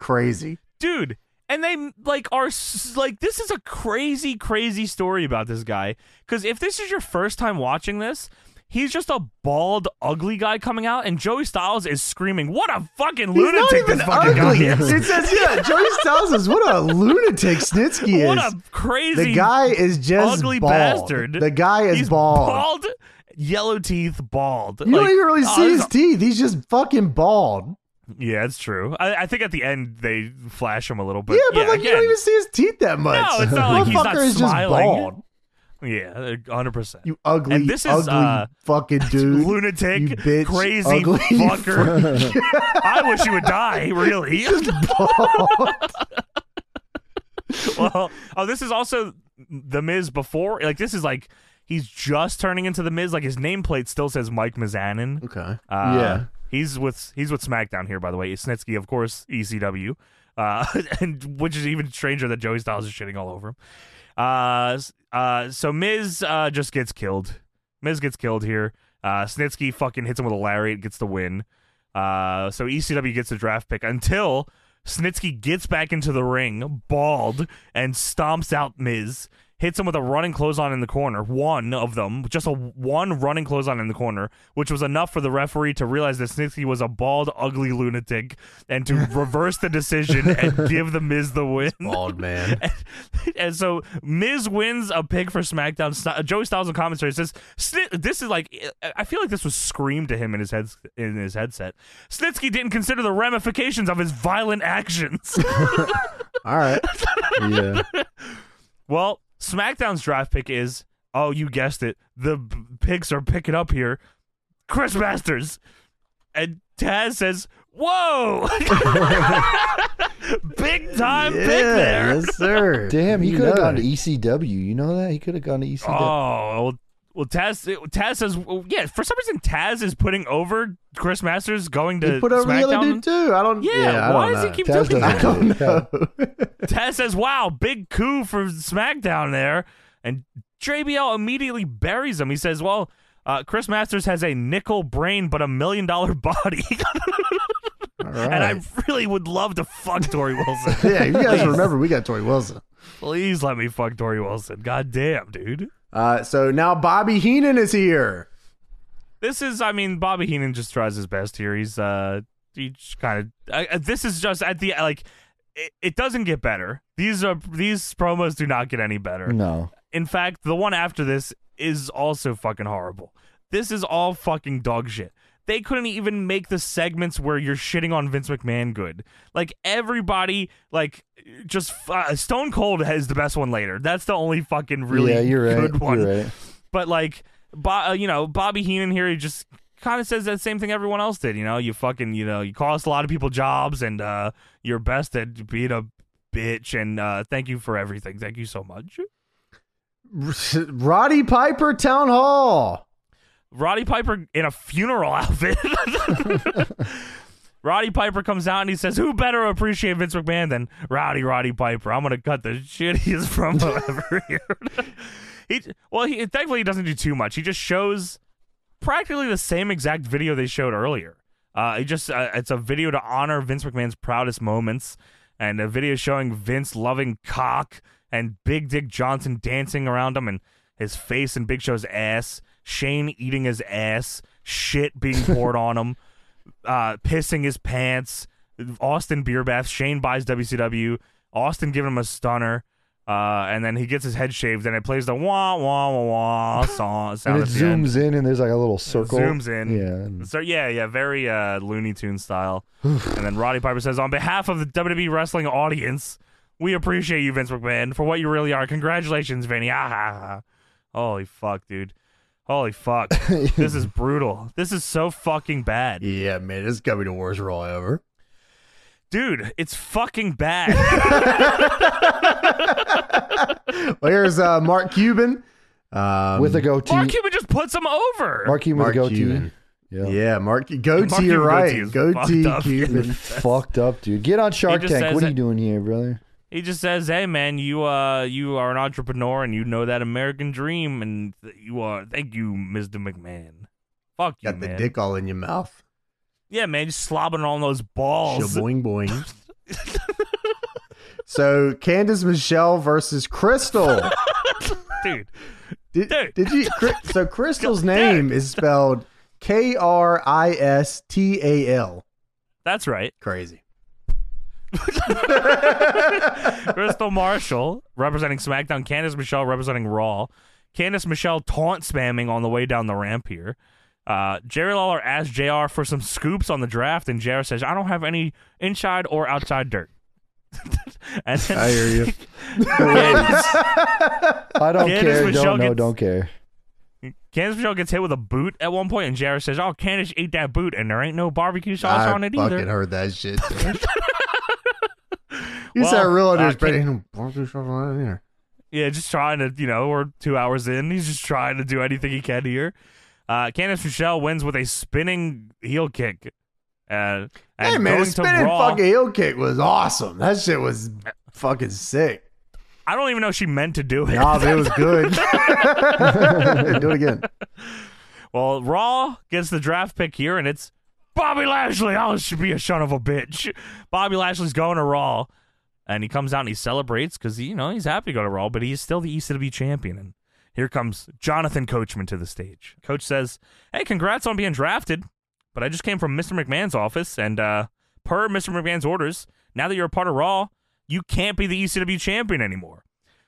A: crazy.
B: dude, and they like are s- like this is a crazy, crazy story about this guy. Because if this is your first time watching this. He's just a bald, ugly guy coming out, and Joey Styles is screaming, "What a fucking
A: He's not
B: lunatic
A: even
B: this fucking guy
A: ugly.
B: is!
A: It says, yeah, Joey Styles is what a lunatic Snitsky
B: What
A: is.
B: a crazy
A: The guy is just
B: ugly
A: bald.
B: bastard.
A: The guy is
B: He's
A: bald.
B: bald, yellow teeth, bald.
A: You
B: Like,
A: don't even really
B: oh,
A: see
B: this
A: his
B: is-
A: teeth. He's just fucking bald.
B: Yeah, it's true. I, I think at the end they flash him a little bit.
A: yeah, but like you
B: again,
A: don't even see his teeth that much.
B: No, it's not like he's not
A: Motherfucker is just
B: smiling.
A: bald.
B: Yeah, hundred percent.
A: You ugly,
B: And this is,
A: ugly
B: uh,
A: fucking dude.
B: Lunatic,
A: you bitch,
B: crazy
A: ugly
B: fucker. I wish you would die, really. well, oh, this is also the Miz before. Like this is like he's just turning into the Miz. Like his nameplate still says Mike Mizanin.
A: okay.
B: Uh,
C: Yeah.
B: he's with he's with SmackDown here, by the way. Snitsky, of course, ECW, uh, and which is even stranger that Joey Styles is shitting all over him. Uh, s- uh, so Miz uh, just gets killed. Miz gets killed here. Uh, Snitsky fucking hits him with a lariat, gets the win. Uh, so ECW gets a draft pick until Snitsky gets back into the ring, bald, and stomps out Miz. Hits him with a running clothesline in the corner. One of them, just a one running clothesline in the corner, which was enough for the referee to realize that Snitsky was a bald, ugly lunatic, and to reverse the decision and give the Miz the win.
A: Bald man.
B: and so Miz wins a pick for SmackDown. Sty- Joey Styles in commentary says, "Sni- "This is like uh, I feel like this was screamed to him in his head in his headset." Snitsky didn't consider the ramifications of his violent actions.
A: All right.
C: Yeah.
B: well, SmackDown's draft pick is oh you guessed it the b- picks are picking up here, Chris Masters, and Taz says, "Whoa." Big time pick there.
A: yes, sir.
C: Damn, he
A: You
C: could have
A: know
C: gone
A: it.
C: to ECW. You know that he could have gone to E ECW.
B: Oh, well, well, Taz, Taz says, well, yeah. For some reason, Taz is putting over Chris Masters going to
A: He put over the other
B: SmackDown.
A: dude too. I don't.
B: yeah,
A: I
B: why
A: don't
B: does
A: know.
B: he keep
C: Taz
B: doing
C: doesn't
A: I
B: that?
A: don't know.
B: Taz says, "Wow, big coup for SmackDown there," and JBL immediately buries him. He says, "Well, uh, Chris Masters has a nickel brain but a million dollar body,
A: All
B: and
A: right.
B: I really would love to fuck Tori Wilson."
A: yeah, you guys remember we got Tori Wilson.
B: Please let me fuck Tori Wilson. God damn, dude.
A: Uh, so now Bobby Heenan is here.
B: this is i mean bobby heenan just tries his best here he's uh he kind of uh, this is just at the like it, it doesn't get better these are these promos do not get any better
C: No.
B: in fact the one after this is also fucking horrible this is all fucking dog shit they couldn't even make the segments where you're shitting on Vince McMahon good. Like everybody, like just uh, Stone Cold is the best one later. That's the only fucking really
C: yeah, you're right.
B: good one
C: You're right.
B: but like, Bo- uh, you know, Bobby Heenan here, he just kind of says that same thing everyone else did. You know, you fucking, you know, you cost a lot of people jobs, and uh, you're best at being a bitch. And uh, thank you for everything. Thank you so much.
A: Roddy Piper Town Hall.
B: Roddy Piper in a funeral outfit. Roddy Piper comes out and he says, "Who better appreciate Vince McMahon than Roddy Roddy Piper?" I'm gonna cut the shittiest promo ever here. he well, he thankfully he doesn't do too much. He just shows practically the same exact video they showed earlier. Uh, it just uh, it's a video to honor Vince McMahon's proudest moments, and a video showing Vince loving cock and Big Dick Johnson dancing around him and his face and Big Show's ass, Shane eating his ass, shit being poured on him, uh, pissing his pants, Austin beer baths. Shane buys WCW. Austin giving him a stunner. Uh, and then he gets his head shaved, and it plays the wah wah wah wah song.
C: and
B: Sound
C: it
B: at the end.
C: zooms in, and there's like a little circle.
B: Zooms in.
C: Yeah. and-
B: So yeah, yeah, very uh, Looney Tune style. and then Roddy Piper says, on behalf of the WWE wrestling audience, we appreciate you, Vince McMahon, for what you really are. Congratulations, Vinny. Ah, ha, ha. Holy fuck, dude. Holy fuck. this is brutal. This is so fucking bad,
A: Yeah, man, this gotta be the worst Raw ever.
B: dude. It's fucking bad.
A: Well, here's uh, Mark Cuban um,
C: With a goatee.
B: Mark Cuban just puts him over.
C: Mark Cuban with a
A: Mark
C: goatee.
A: Cuban.
C: Yeah.
A: Yeah, Mark goatee.
B: Mark
A: you're
B: Cuban
A: right. Goatee
B: goatee is fucked up.
A: Cuban.
C: Fucked up, dude. Get on Shark
B: just
C: Tank.
B: says
C: What are
B: it-
C: you doing here, brother?
B: He just says, "Hey, man, you uh, you are an entrepreneur and you know that American dream, and th- you are. Thank you, Mister McMahon. Fuck you,
A: Got the
B: man.
A: dick all in your mouth.
B: Yeah, man, just slobbing on those balls.
A: Shaboing boing. so Candace Michelle versus Crystal.
B: dude.
A: Did,
B: Dude.
A: did you? Cri- So Crystal's
B: Dude.
A: name is spelled K R I S T A L.
B: That's right.
A: Crazy.
B: Crystal Marshall representing SmackDown. Candice Michelle representing Raw. Candice Michelle taunt spamming on the way down the ramp here. Uh, Jerry Lawler asks JR for some scoops on the draft, and JR says, I don't have any inside or outside dirt. and then
A: I hear you.
C: I don't
B: Candace
C: care.
B: Michelle
C: Don't know.
B: gets-
C: Don't care.
B: Candice Michelle gets hit with a boot at one point, and Jared says, "Oh, Candice ate that boot, and there ain't no barbecue sauce
A: I
B: on it
A: fucking
B: either."
A: heard that shit. dude. you
B: Well,
A: said real
B: uh,
A: understanding. Ain't no barbecue sauce on it either.
B: Yeah, just trying to, you know, we're two hours in. He's just trying to do anything he can here. Uh, Candice Michelle wins with a spinning heel kick. Uh, and
A: Hey man,
B: going
A: the
B: to
A: spinning
B: Raw-
A: fucking heel kick was awesome. That shit was fucking sick.
B: I don't even know she meant to do it.
A: Nah, but it was good. Do it again.
B: Well, Raw gets the draft pick here, and it's Bobby Lashley. Oh, this should be a son of a bitch. Bobby Lashley's going to Raw, and he comes out and he celebrates because you know he's happy to go to Raw, but he's still the ECW champion. And here comes Jonathan Coachman to the stage. Coach says, "Hey, congrats on being drafted, but I just came from Mr. McMahon's office, and uh, per Mr. McMahon's orders, now that you're a part of Raw, you can't be the ECW champion anymore.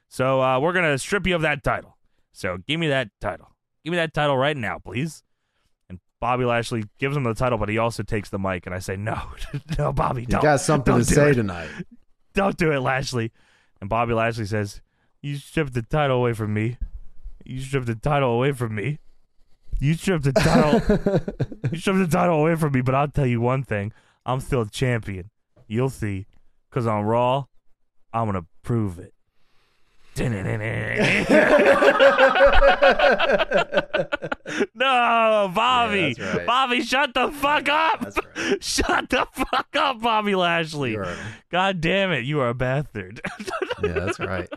B: So uh, we're gonna strip you of that title. So give me that title." give me that title right now, please. And Bobby Lashley gives him the title, but he also takes the mic, and I say, no, no, Bobby,
A: You
B: don't,
A: got something
B: don't
A: to
B: do
A: say
B: it.
A: tonight.
B: don't do it, Lashley. And Bobby Lashley says, you stripped the title away from me. You stripped the title away from me. You stripped the title. you stripped the title away from me. But I'll tell you one thing: I'm still champion. You'll see, because on Raw, I'm gonna prove it. no, Bobby,
A: Yeah, that's right.
B: Bobby, shut the fuck up!
A: right.
B: Shut the fuck up, Bobby Lashley.
A: You're right.
B: God damn it, you are a bastard.
A: Yeah, that's right.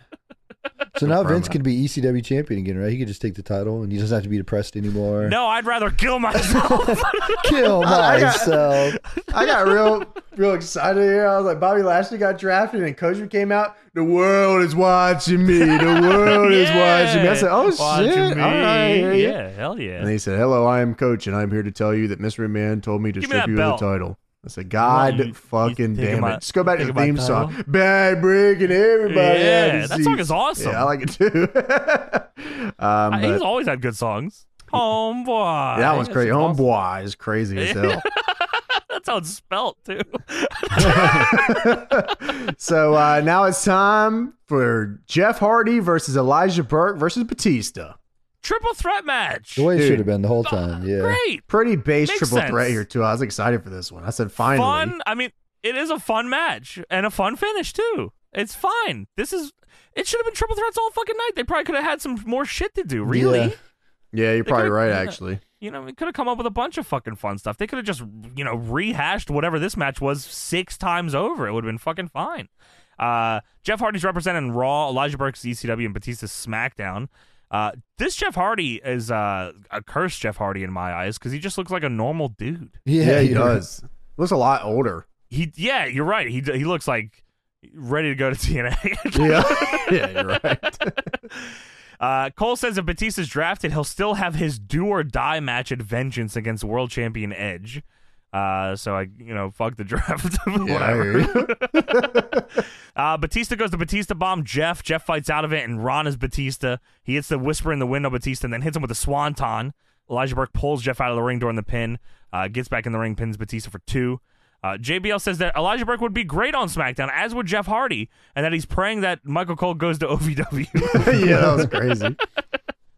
C: So now
A: promo.
C: Vince could be ECW champion again, right? He could just take the title, and he doesn't have to be depressed anymore.
B: no, I'd rather kill myself.
C: Kill
A: I got-
C: myself.
A: I got real, real excited here. I was like, Bobby Lashley got drafted, and Coachman came out. The world is watching me. The world is watching me. I said, Oh
B: Watching
A: shit!
B: me.
A: All right, yeah, yeah.
B: yeah, hell
A: And
B: yeah.
A: he said, "Hello, I am Coach, and I'm here to tell you that Mystery Man told me to
B: Give me
A: strip
B: that
A: you
B: belt.
A: of the title." I said,
B: on,
A: "God
B: you- you
A: fucking
B: think
A: damn
B: about-
A: it!" Just go back to
B: think
A: the theme
B: about title?
A: song. Bad breaking everybody.
B: Yeah,
A: out of
B: that
A: seats."
B: song is awesome.
A: Yeah, I like it too. um,
B: Uh, He's
A: but
B: always had good songs. Homeboy.
A: that was
B: That's
A: crazy.
B: awesome.
A: Homeboy is crazy as hell.
B: That's how it's spelt too.
A: so uh, now it's time for Jeff Hardy versus Elijah Burke versus Batista.
B: Triple threat match. Oh,
C: The way it
A: Dude.
C: should have been the whole time. Yeah.
B: Great.
A: Pretty base
B: Makes
A: triple threat
B: sense.
A: here too. I was excited for this one. I said, "Finally,
B: Fun. I mean, it is a fun match and a fun finish too. It's fine. This is. It should have been triple threats all fucking night. They probably could have had some more shit to do. Really.
C: Yeah.
A: yeah, you're probably
B: could've-
A: right.
B: yeah.
A: Actually,
B: You know, we could have come up with a bunch of fucking fun stuff. They could have just, you know, rehashed whatever this match was six times over. It would have been fucking fine. Uh, Jeff Hardy's representing Raw, Elijah Burke's ECW, and Batista's SmackDown. Uh, this Jeff Hardy is uh, a cursed Jeff Hardy in my eyes because he just looks like a normal dude.
A: yeah, he
C: you're-
A: does. Looks a lot older.
B: He, yeah, you're right. He he looks like ready to go to TNA.
A: Yeah, yeah, you're right.
B: Uh, Cole says if Batista's drafted, he'll still have his do or die match at Vengeance against world champion Edge. Uh, so I, you know, fuck the draft.
C: I hear
B: Whatever. uh, Batista goes to Batista bomb Jeff. Jeff fights out of it, and Ron is Batista. He hits the whisper in the window, Batista, and then hits him with a swanton. Elijah Burke pulls Jeff out of the ring during the pin, uh, gets back in the ring, pins Batista for two. Uh, JBL says that Elijah Burke would be great on SmackDown, as would Jeff Hardy, and that he's praying that Michael Cole goes to OVW.
A: yeah, that was crazy.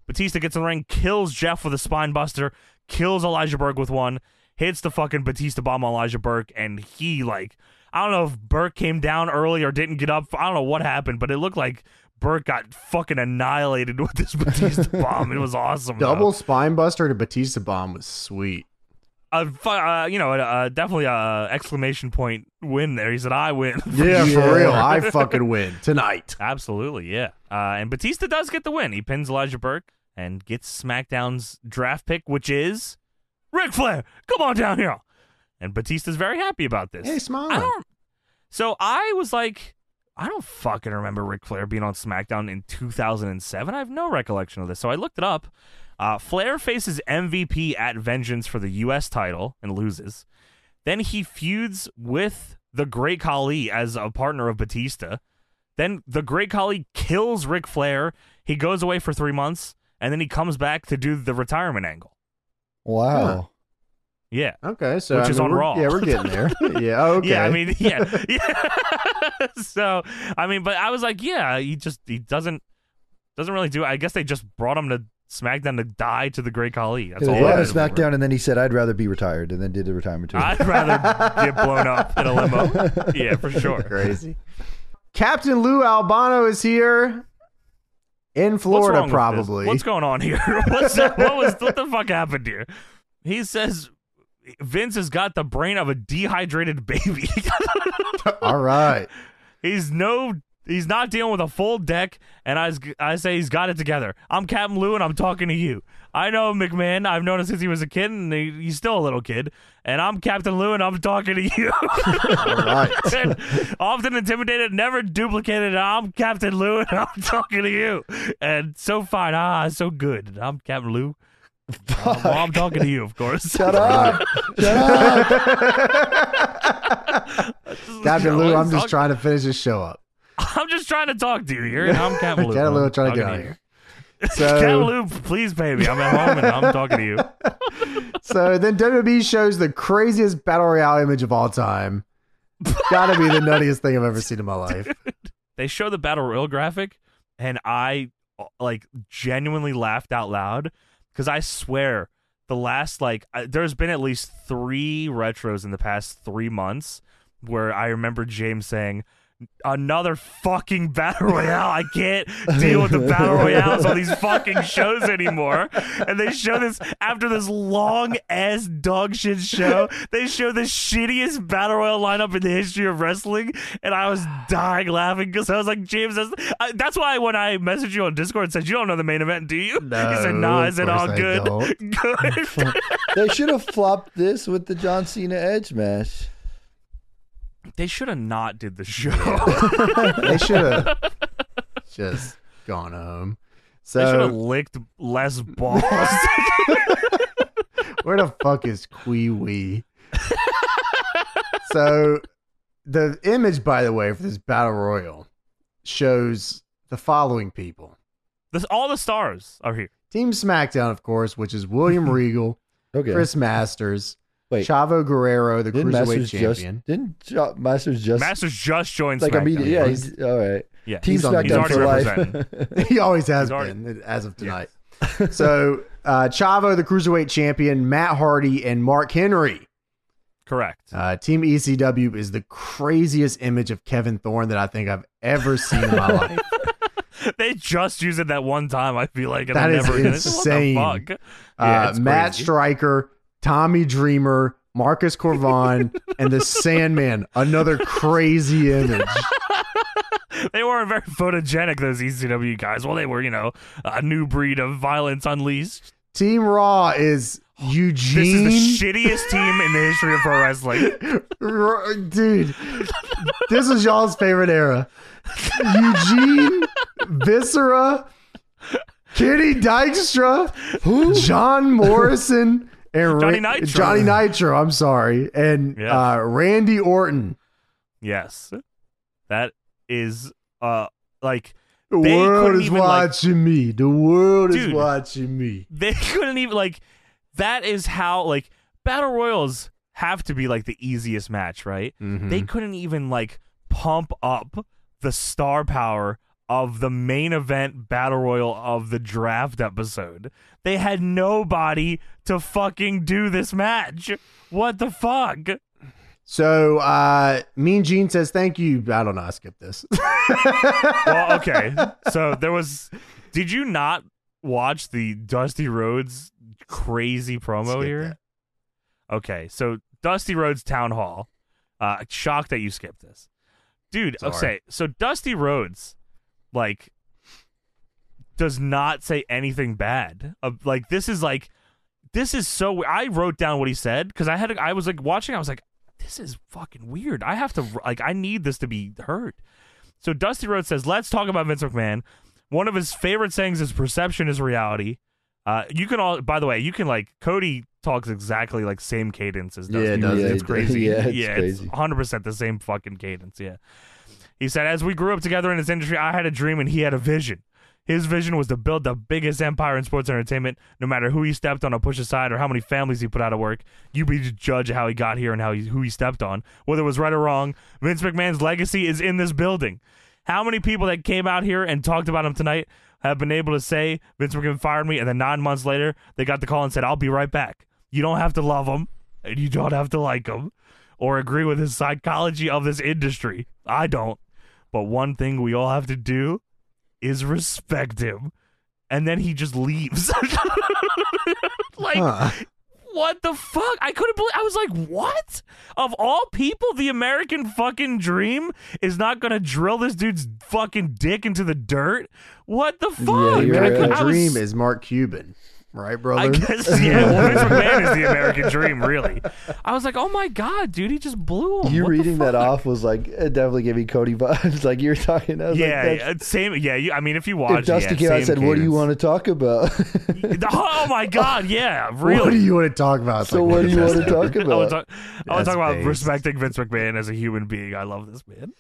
B: Batista gets in the ring, kills Jeff with a spine buster, kills Elijah Burke with one, hits the fucking Batista bomb on Elijah Burke, and he like I don't know if Burke came down early or didn't get up. I don't know what happened, but it looked like Burke got fucking annihilated with this Batista bomb. It was awesome. though.
A: Double spine buster to Batista bomb was sweet.
B: a fu- uh, you know, uh, definitely a exclamation point win there. He said, "I win."
A: Yeah, for real. I fucking win tonight.
B: Absolutely, yeah. Uh, and Batista does get the win. He pins Elijah Burke and gets SmackDown's draft pick, which is Ric Flair. Come on down here. And Batista's very happy about this.
A: Hey, smile.
B: I don't. So I was like, I don't fucking remember Ric Flair being on SmackDown in 2007. I have no recollection of this. So I looked it up. Uh, Flair faces MVP at Vengeance for the U.S. title and loses. Then he feuds with the Great Khali as a partner of Batista. Then the Great Khali kills Ric Flair. He goes away for three months, and then he comes back to do the retirement angle.
C: Wow.
B: Yeah.
A: Okay, so
B: Which
A: I
B: is
A: mean,
B: on
A: we're-
B: Raw.
A: Yeah, we're getting there. yeah, okay.
B: Yeah, I mean, yeah, yeah. so, I mean, but I was like, yeah, he just he doesn't doesn't really do. it. I guess they just brought him to SmackDown to die to the Great Khali. That's
C: He
B: all.
C: was
A: Yeah.
C: brought
B: I
C: to SmackDown, and then he said, "I'd rather be retired," and then did the retirement tour.
B: I'd rather get blown up in a limo. Yeah, for sure.
A: crazy. Captain Lou Albano is here in
B: What's
A: Florida,
B: wrong with this?
A: probably.
B: What's going on here? What's that? What was what the fuck happened here? He says Vince has got the brain of a dehydrated baby.
A: All right.
B: He's no. He's not dealing with a full deck, and I, s- I say he's got it together. I'm Captain Lou, and I'm talking to you. I know McMahon. I've known him since he was a kid, and he, he's still a little kid. And I'm Captain Lou, and I'm talking to you.
A: All right.
B: And often intimidated, never duplicated. I'm Captain Lou, and I'm talking to you. And so fine, ah, so good. I'm Captain Lou. Um, well, I'm talking to you, of course.
C: Shut up! Shut up!
A: Captain Lou, I'm just
B: Talk-
A: trying to finish this show up.
B: I'm just trying to talk to you here, and I'm Captain Lou.
A: Captain
B: and I'm
A: Lou, trying to
B: talking
A: get out of here.
B: you. Captain
A: So,
B: Lou, please, baby. I'm at home and I'm talking to you.
A: so then WWE shows the craziest battle royale image of all time. Gotta be the nuttiest thing I've ever seen in my life.
B: They show the battle royal graphic, and I uh, like genuinely laughed out loud because I swear the last like I, there's been at least three retros in the past three months where I remember James saying. Another fucking battle royale. I can't deal with the battle royales on these fucking shows anymore. And they show this after this long ass dog shit show. They show the shittiest battle royal lineup in the history of wrestling, and I was dying laughing because I was like, James, that's, I, that's why when I messaged you on Discord and said you don't know the main event, do you?
A: No,
B: he said, Nah, I
A: of
B: said all
A: course I
B: good,
A: don't."
B: good.
C: they should have flopped this with the John Cena Edge match.
B: they should have not did the show.
A: They should have just gone home.
B: They should have
A: So,
B: licked less balls.
A: where the fuck is Quee Wee? so, the image, by the way, for this battle royal shows the following people.
B: this, all the stars are here.
A: Team SmackDown, of course, which is William Regal,
C: Okay,
A: Chris Masters,
C: wait.
A: Chavo Guerrero, the cruiserweight
C: didn't Masters just?
A: champion.
C: Didn't jo- Masters just?
B: Masters just joined
C: like
B: SmackDown.
C: immediately? Yeah,
A: He's-
C: he's, all right.
B: Yeah.
C: Team
A: He's on- he's
C: SmackDown
A: already
C: for life.
B: representing.
A: he always has
B: He's already-
A: been as of tonight. so uh, Chavo, the cruiserweight champion, Matt Hardy, and Mark Henry.
B: Correct.
A: Uh, Team ECW is the craziest image of Kevin Thorne that I think I've ever seen in my life.
B: they just used it that one time. I feel like and
A: That
B: I
A: is
B: never did it.
A: insane.
B: What the fuck? Yeah,
A: Uh,
B: it's
A: Matt
B: crazy.
A: Stryker, Tommy Dreamer, Marcus Corvon, and the Sandman. Another crazy image.
B: They weren't very photogenic. Those ECW guys. Well, they were, you know, a new breed of violence unleashed.
A: Team Raw is Eugene.
B: This is the shittiest team in the history of pro wrestling.
A: R- Dude, this is y'all's favorite era. Eugene, Viscera, Kitty Dykstra, John Morrison,
D: and
B: Johnny
D: Ra-
B: Nitro.
D: Johnny Nitro, I'm sorry, and
B: Yes.
D: uh, Randy Orton.
B: Yes, that is uh like
D: The
B: They
D: world
B: couldn't
D: is
B: even, like-
D: watching me. The world is
B: Dude.
D: watching me.
B: they couldn't even like that is how like battle royals have to be like the easiest match, right? They couldn't even like pump up the star power of the main event battle royal of the draft episode. They had nobody to fucking do this match. What the fuck?
D: So, uh, Mean Gene says, "Thank you." I don't know. I skipped this.
B: well, okay. So there was. Did you not watch the Dusty Rhodes crazy promo
D: Skip
B: here? Okay, so Dusty Rhodes Town Hall. Uh, shocked that you skipped this, dude.
D: Sorry.
B: Okay, so Dusty Rhodes, like, does not say anything bad. Uh, like this is like, this is so. we- I wrote down what he said because I had. I was like watching. I was like, this is fucking weird. I have to like. I need this to be heard. So Dusty Rhodes says, "Let's talk about Vince McMahon. One of his favorite sayings is perception is reality." Uh, you can all, by the way, you can like Cody talks exactly like same cadence as Dusty.
D: Yeah, it does.
B: Rhodes. It's
C: Yeah, it-
B: crazy.
C: yeah, it's
B: yeah,
C: crazy.
B: hundred percent the same fucking cadence. Yeah. He said, "As we grew up together in this industry, I had a dream and he had a vision." His vision was to build the biggest empire in sports entertainment, no matter who he stepped on or pushed aside or how many families he put out of work. You be the judge of how he got here and how he, who he stepped on. Whether it was right or wrong, Vince McMahon's legacy is in this building. How many people that came out here and talked about him tonight have been able to say, Vince McMahon fired me, and then nine months later, they got the call and said, I'll be right back. You don't have to love him, and you don't have to like him, or agree with his psychology of this industry. I don't. But one thing we all have to do is respect him. And then he just leaves. like,
D: Huh.
B: what the fuck? I couldn't believe. I was like, what? Of all people, the American fucking dream is not gonna drill this dude's fucking dick into the dirt. What the fuck?
C: you're
B: I, could-
D: American
C: right.
B: I was-
D: Dream is Mark Cuban, right, brother?
B: I guess yeah. Well, Vince McMahon is the American dream, really. I was like, oh my god, dude, he just blew him.
C: You
B: What the
C: reading that
B: fuck?
C: off was like it definitely gave me Cody vibes. Like you were talking, I was like,
B: Yeah,
C: that's-
B: yeah, same. Yeah, you, I mean, if you
C: if
B: watch,
C: Dusty
B: yeah,
C: came out and
B: same
C: said, "What do you
B: cadence.
C: want to talk about?"
B: Oh my god, yeah, really.
D: What do you want to talk about? It's
C: so
D: like,
C: what do you want to
D: that's-
C: talk
B: I want
C: about?
B: to talk, I wanna
D: That's
B: talk about
D: based.
B: respecting Vince McMahon as a human being. I love this man.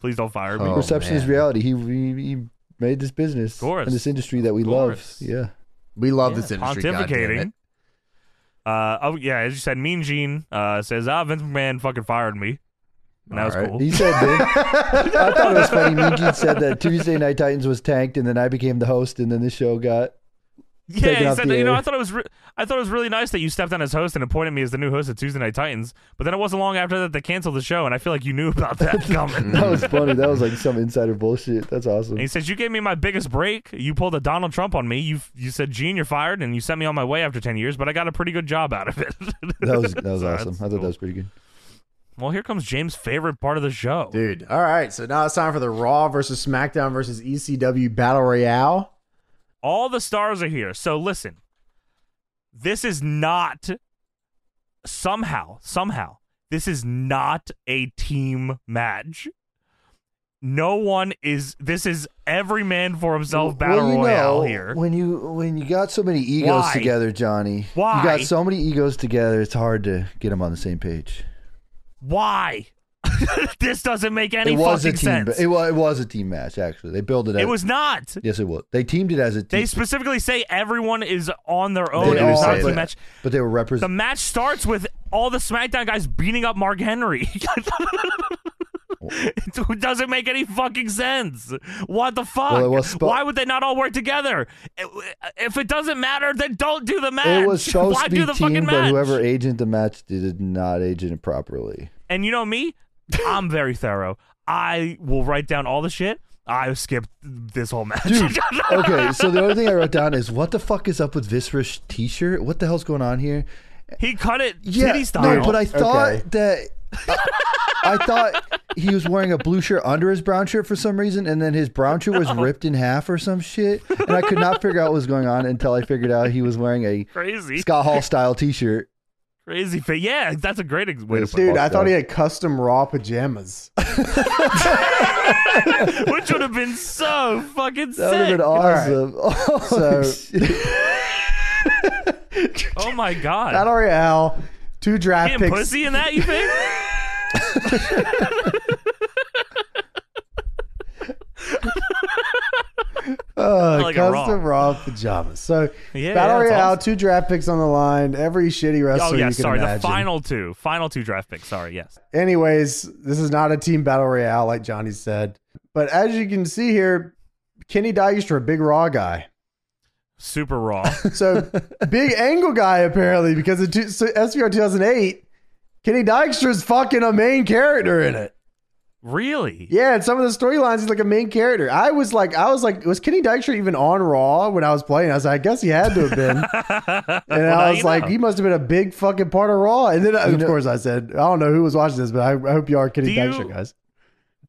B: Please don't fire me.
D: Oh,
C: Perception is
D: man.
C: reality. He, he he made this business
B: course.
C: and this industry that we
B: Of
C: love.
B: course.
C: Yeah,
D: We love
B: Yeah,
D: this industry. Pontificating.
B: Pontificating. Uh, oh yeah, as you said, Mean Gene uh, says, "Ah, Vince McMahon fucking fired me," and that was
D: All right.
B: cool.
C: he said. Dude, I thought it was funny. Mean Gene said that Tuesday Night Titans was tanked, and then I became the host, and then the show got.
B: yeah,
C: taking
B: he
C: off
B: said,
C: the
B: that, "You know,
C: air.
B: I thought it was, re- I thought it was really nice that you stepped on as host and appointed me as the new host of Tuesday Night Titans." But then it wasn't long after that they canceled the show, and I feel like you knew about that coming.
C: That was funny. That was like some insider bullshit. That's
B: And
C: awesome.
B: he says, "You gave me my biggest break. You pulled a Donald Trump on me. You you said, Gene, you're fired, and you sent me on my way after ten years, but I got a pretty good job out of it."
C: That was that was
B: So
C: awesome. I
B: that's
C: thought that
B: cool.
C: was pretty good.
B: Well, here comes James' favorite part of the show.
D: Dude, all right. So now it's time for the Raw versus SmackDown versus
A: E
D: ECW Battle Royale.
B: All the stars are here. So listen, this is not somehow, somehow, this is not a team match. No one is. This is every man for himself battle
C: you
B: royale
C: know,
B: here.
C: When you when you got so many egos
B: Why?
C: together, Johnny,
B: Why?
C: you got so many egos together, it's hard to get them on the same page.
B: Why? this doesn't make any
C: it was a
B: fucking
C: team.
B: sense.
C: It was it was a team match. Actually, they built it. As,
B: It was not.
C: yes, it was. They teamed it as a
B: They
C: team.
B: specifically say everyone is on their own.
D: They
B: It was
D: all
B: not a
D: say
B: team
D: that.
B: match.
C: but they were
B: The
C: representing.
B: match starts with all the SmackDown guys beating up Mark Henry. it doesn't make any fucking sense. What the fuck?
C: Well, it was spo-
B: Why would they not all work together? If it doesn't matter, then don't do the match.
C: It was supposed
B: Why
C: to be
B: do the fucking
C: teamed, but
B: match?
C: whoever agent the match did not agent it properly.
B: And you know me, I'm very thorough. I will write down all the shit. I skipped this whole match.
C: Dude, okay, so the only thing I wrote down is what the fuck is up with Viscera's t-shirt? What the hell's going on here?
B: he cut it
C: Yeah,
B: titty
C: no,
B: style.
C: but I thought
D: Okay.
C: that I, I thought he was wearing a blue shirt under his brown shirt for some reason, and then his brown shirt was ripped in half or some shit, and I could not figure out what was going on until I figured out he was wearing a
B: crazy,
C: Scott Hall style T-shirt.
B: crazy fit. Yeah, that's a great ex- way to put
D: Dude, I
C: fucked
D: thought
C: up.
D: he had custom Raw pajamas.
B: it, which would have been so fucking
C: That would have
B: sick.
C: been awesome. Oh,
D: So-
C: shit.
B: Oh my god.
A: Battle Royale, two draft
B: Getting
A: picks.
B: pussy in that, you think?
A: Uh,
B: like it
A: custom raw. pajamas. So
B: Yeah,
A: Battle
B: yeah, it's
A: Royale,
B: awesome.
A: two draft picks on the line. Every shitty
B: Oh
A: wrestler you
B: yeah,
A: can
B: sorry.
A: imagine.
B: The final two, final two draft picks. Sorry, yes.
A: Anyways, this is not a team battle royale like Johnny said. But as you can see here, Kenny Dykstra, a big raw guy.
B: Super raw.
A: So big angle guy apparently because of two, so SBR 2008, Kenny Dykstra's fucking a main character in it.
B: really?
A: Yeah, and some of the storylines he's like a main character. I was like, I was like, was Kenny Dykstra even on Raw when I was playing? I was like, I guess he had to have been. And
B: Well, now
A: I was
B: you
A: like,
B: know.
A: he must have been a big fucking part of Raw. And then, of
C: know-
A: course, I said, I don't know who was watching this, but I, I hope you are Kenny
B: Do you-
A: Dykstra, guys.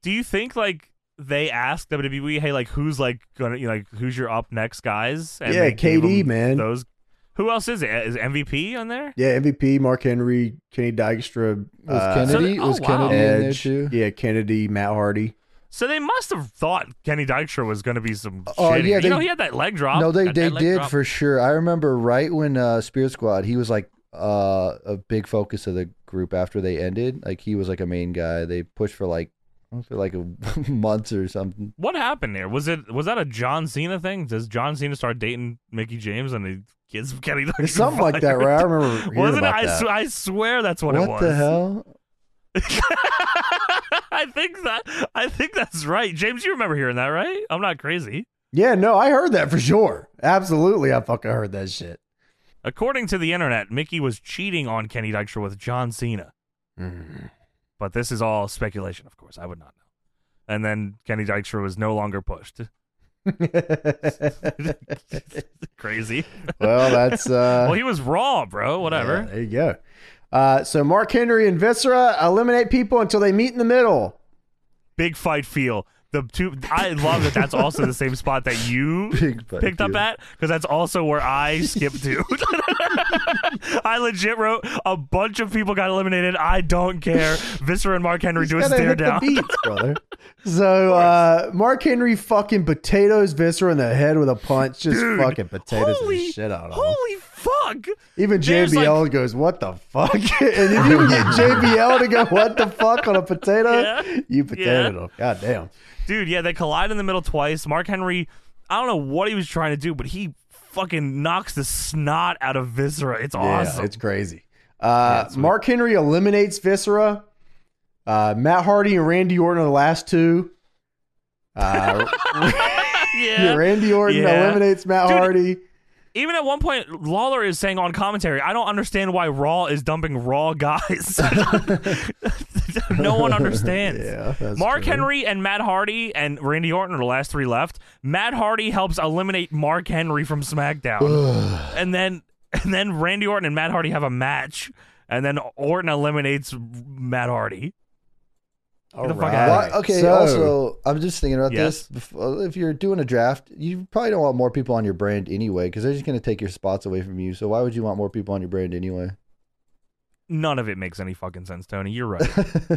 B: do you think like they asked WWE, E, hey, like who's like gonna you know, like who's your up next guys?
A: Yeah,
B: they gave
A: KD,
B: them
A: man.
B: Those. Who else is it? Is MVP on there?
A: Yeah, MVP, Mark Henry, Kenny Dykstra,
C: Was
A: uh,
C: Kennedy?
B: so- oh,
C: was
B: wow.
C: Kennedy in there
A: Edge,
C: too?
A: yeah, Kennedy, Matt Hardy.
B: So they must have thought Kenny Dykstra was going to be some.
A: Uh,
C: Oh,
B: shit.
C: yeah,
B: you
C: they-
B: know he had that leg drop.
C: No, they,
B: That-
C: they
B: that leg
C: did
B: drop.
C: for sure. I remember right when uh, Spirit Squad, he was like uh, a big focus of the group after they ended. Like he was like a main guy. They pushed for like for like a months or something.
B: What happened there? Was it was that a John Cena thing? Does John Cena start dating Mickey James and he gets Kenny Dykstra?
A: It's something like that,
B: fired?
A: right? I remember hearing
B: Wasn't it?
A: about
B: I,
A: that.
B: sw- I swear that's what, it
C: What
B: was.
C: the hell?
B: I think that I think that's right. James, you remember hearing that, right? I'm not crazy.
A: yeah, no, I heard that for sure. Absolutely, I fucking heard that shit.
B: According to the internet, Mickey was cheating on Kenny Dykstra with John Cena. But this is all speculation, of course. I would not know. And then Kenny Dykstra was no longer pushed. crazy.
A: well, that's uh,
B: well, he was raw, bro. Whatever.
A: yeah, there you go. Uh, so Mark Henry and Viscera eliminate people until they meet in the middle.
B: Big fight feel. The two. I love that. That's also the same spot that you
C: Big butt
B: picked up
C: dude.
B: at because that's also where I skipped to. I legit wrote a bunch of people got eliminated. I don't care. Viscera and Mark Henry do a
A: Gotta
B: stare
A: hit the
B: down.
A: beats, brother. so uh, Mark Henry fucking potatoes Viscera in the head with a punch, just
B: Dude,
A: fucking potatoes
B: holy-
A: the shit out of him.
B: Holy fuck!
A: Even
B: There's,
A: JBL goes, "What the fuck?" and if you can get JBL to go, "What the fuck?" on a potato,
B: Yeah.
A: you potatoed him. God damn.
B: Dude, yeah, they collide in the middle twice. Mark Henry, I don't know what he was trying to do, but he fucking knocks the snot out of Viscera. It's awesome.
A: Yeah, it's crazy. Uh, Mark Henry eliminates Viscera. Uh, Matt Hardy and Randy Orton are the last two. Uh,
B: Yeah.
A: yeah, Randy Orton
B: Yeah.
A: eliminates Matt
B: Dude,
A: Hardy.
B: Even at one point, Lawler is saying on commentary, I don't understand why Raw is dumping Raw guys. no one understands.
A: Yeah, that's
B: Mark
A: true.
B: Henry and Matt Hardy and Randy Orton are the last three left. Matt Hardy helps eliminate Mark Henry from SmackDown. and then and then Randy Orton and Matt Hardy have a match. And then Orton eliminates Matt Hardy.
A: All
B: the fuck
A: right.
B: out
C: Why- okay.
A: So,
C: also, I'm just thinking about
B: Yes.
C: this. Bef- uh, If you're doing a draft, you probably don't want more people on your brand anyway, because they're just going to take your spots away from you. So why would you want more people on your brand anyway?
B: None of it makes any fucking sense, Tony. You're right.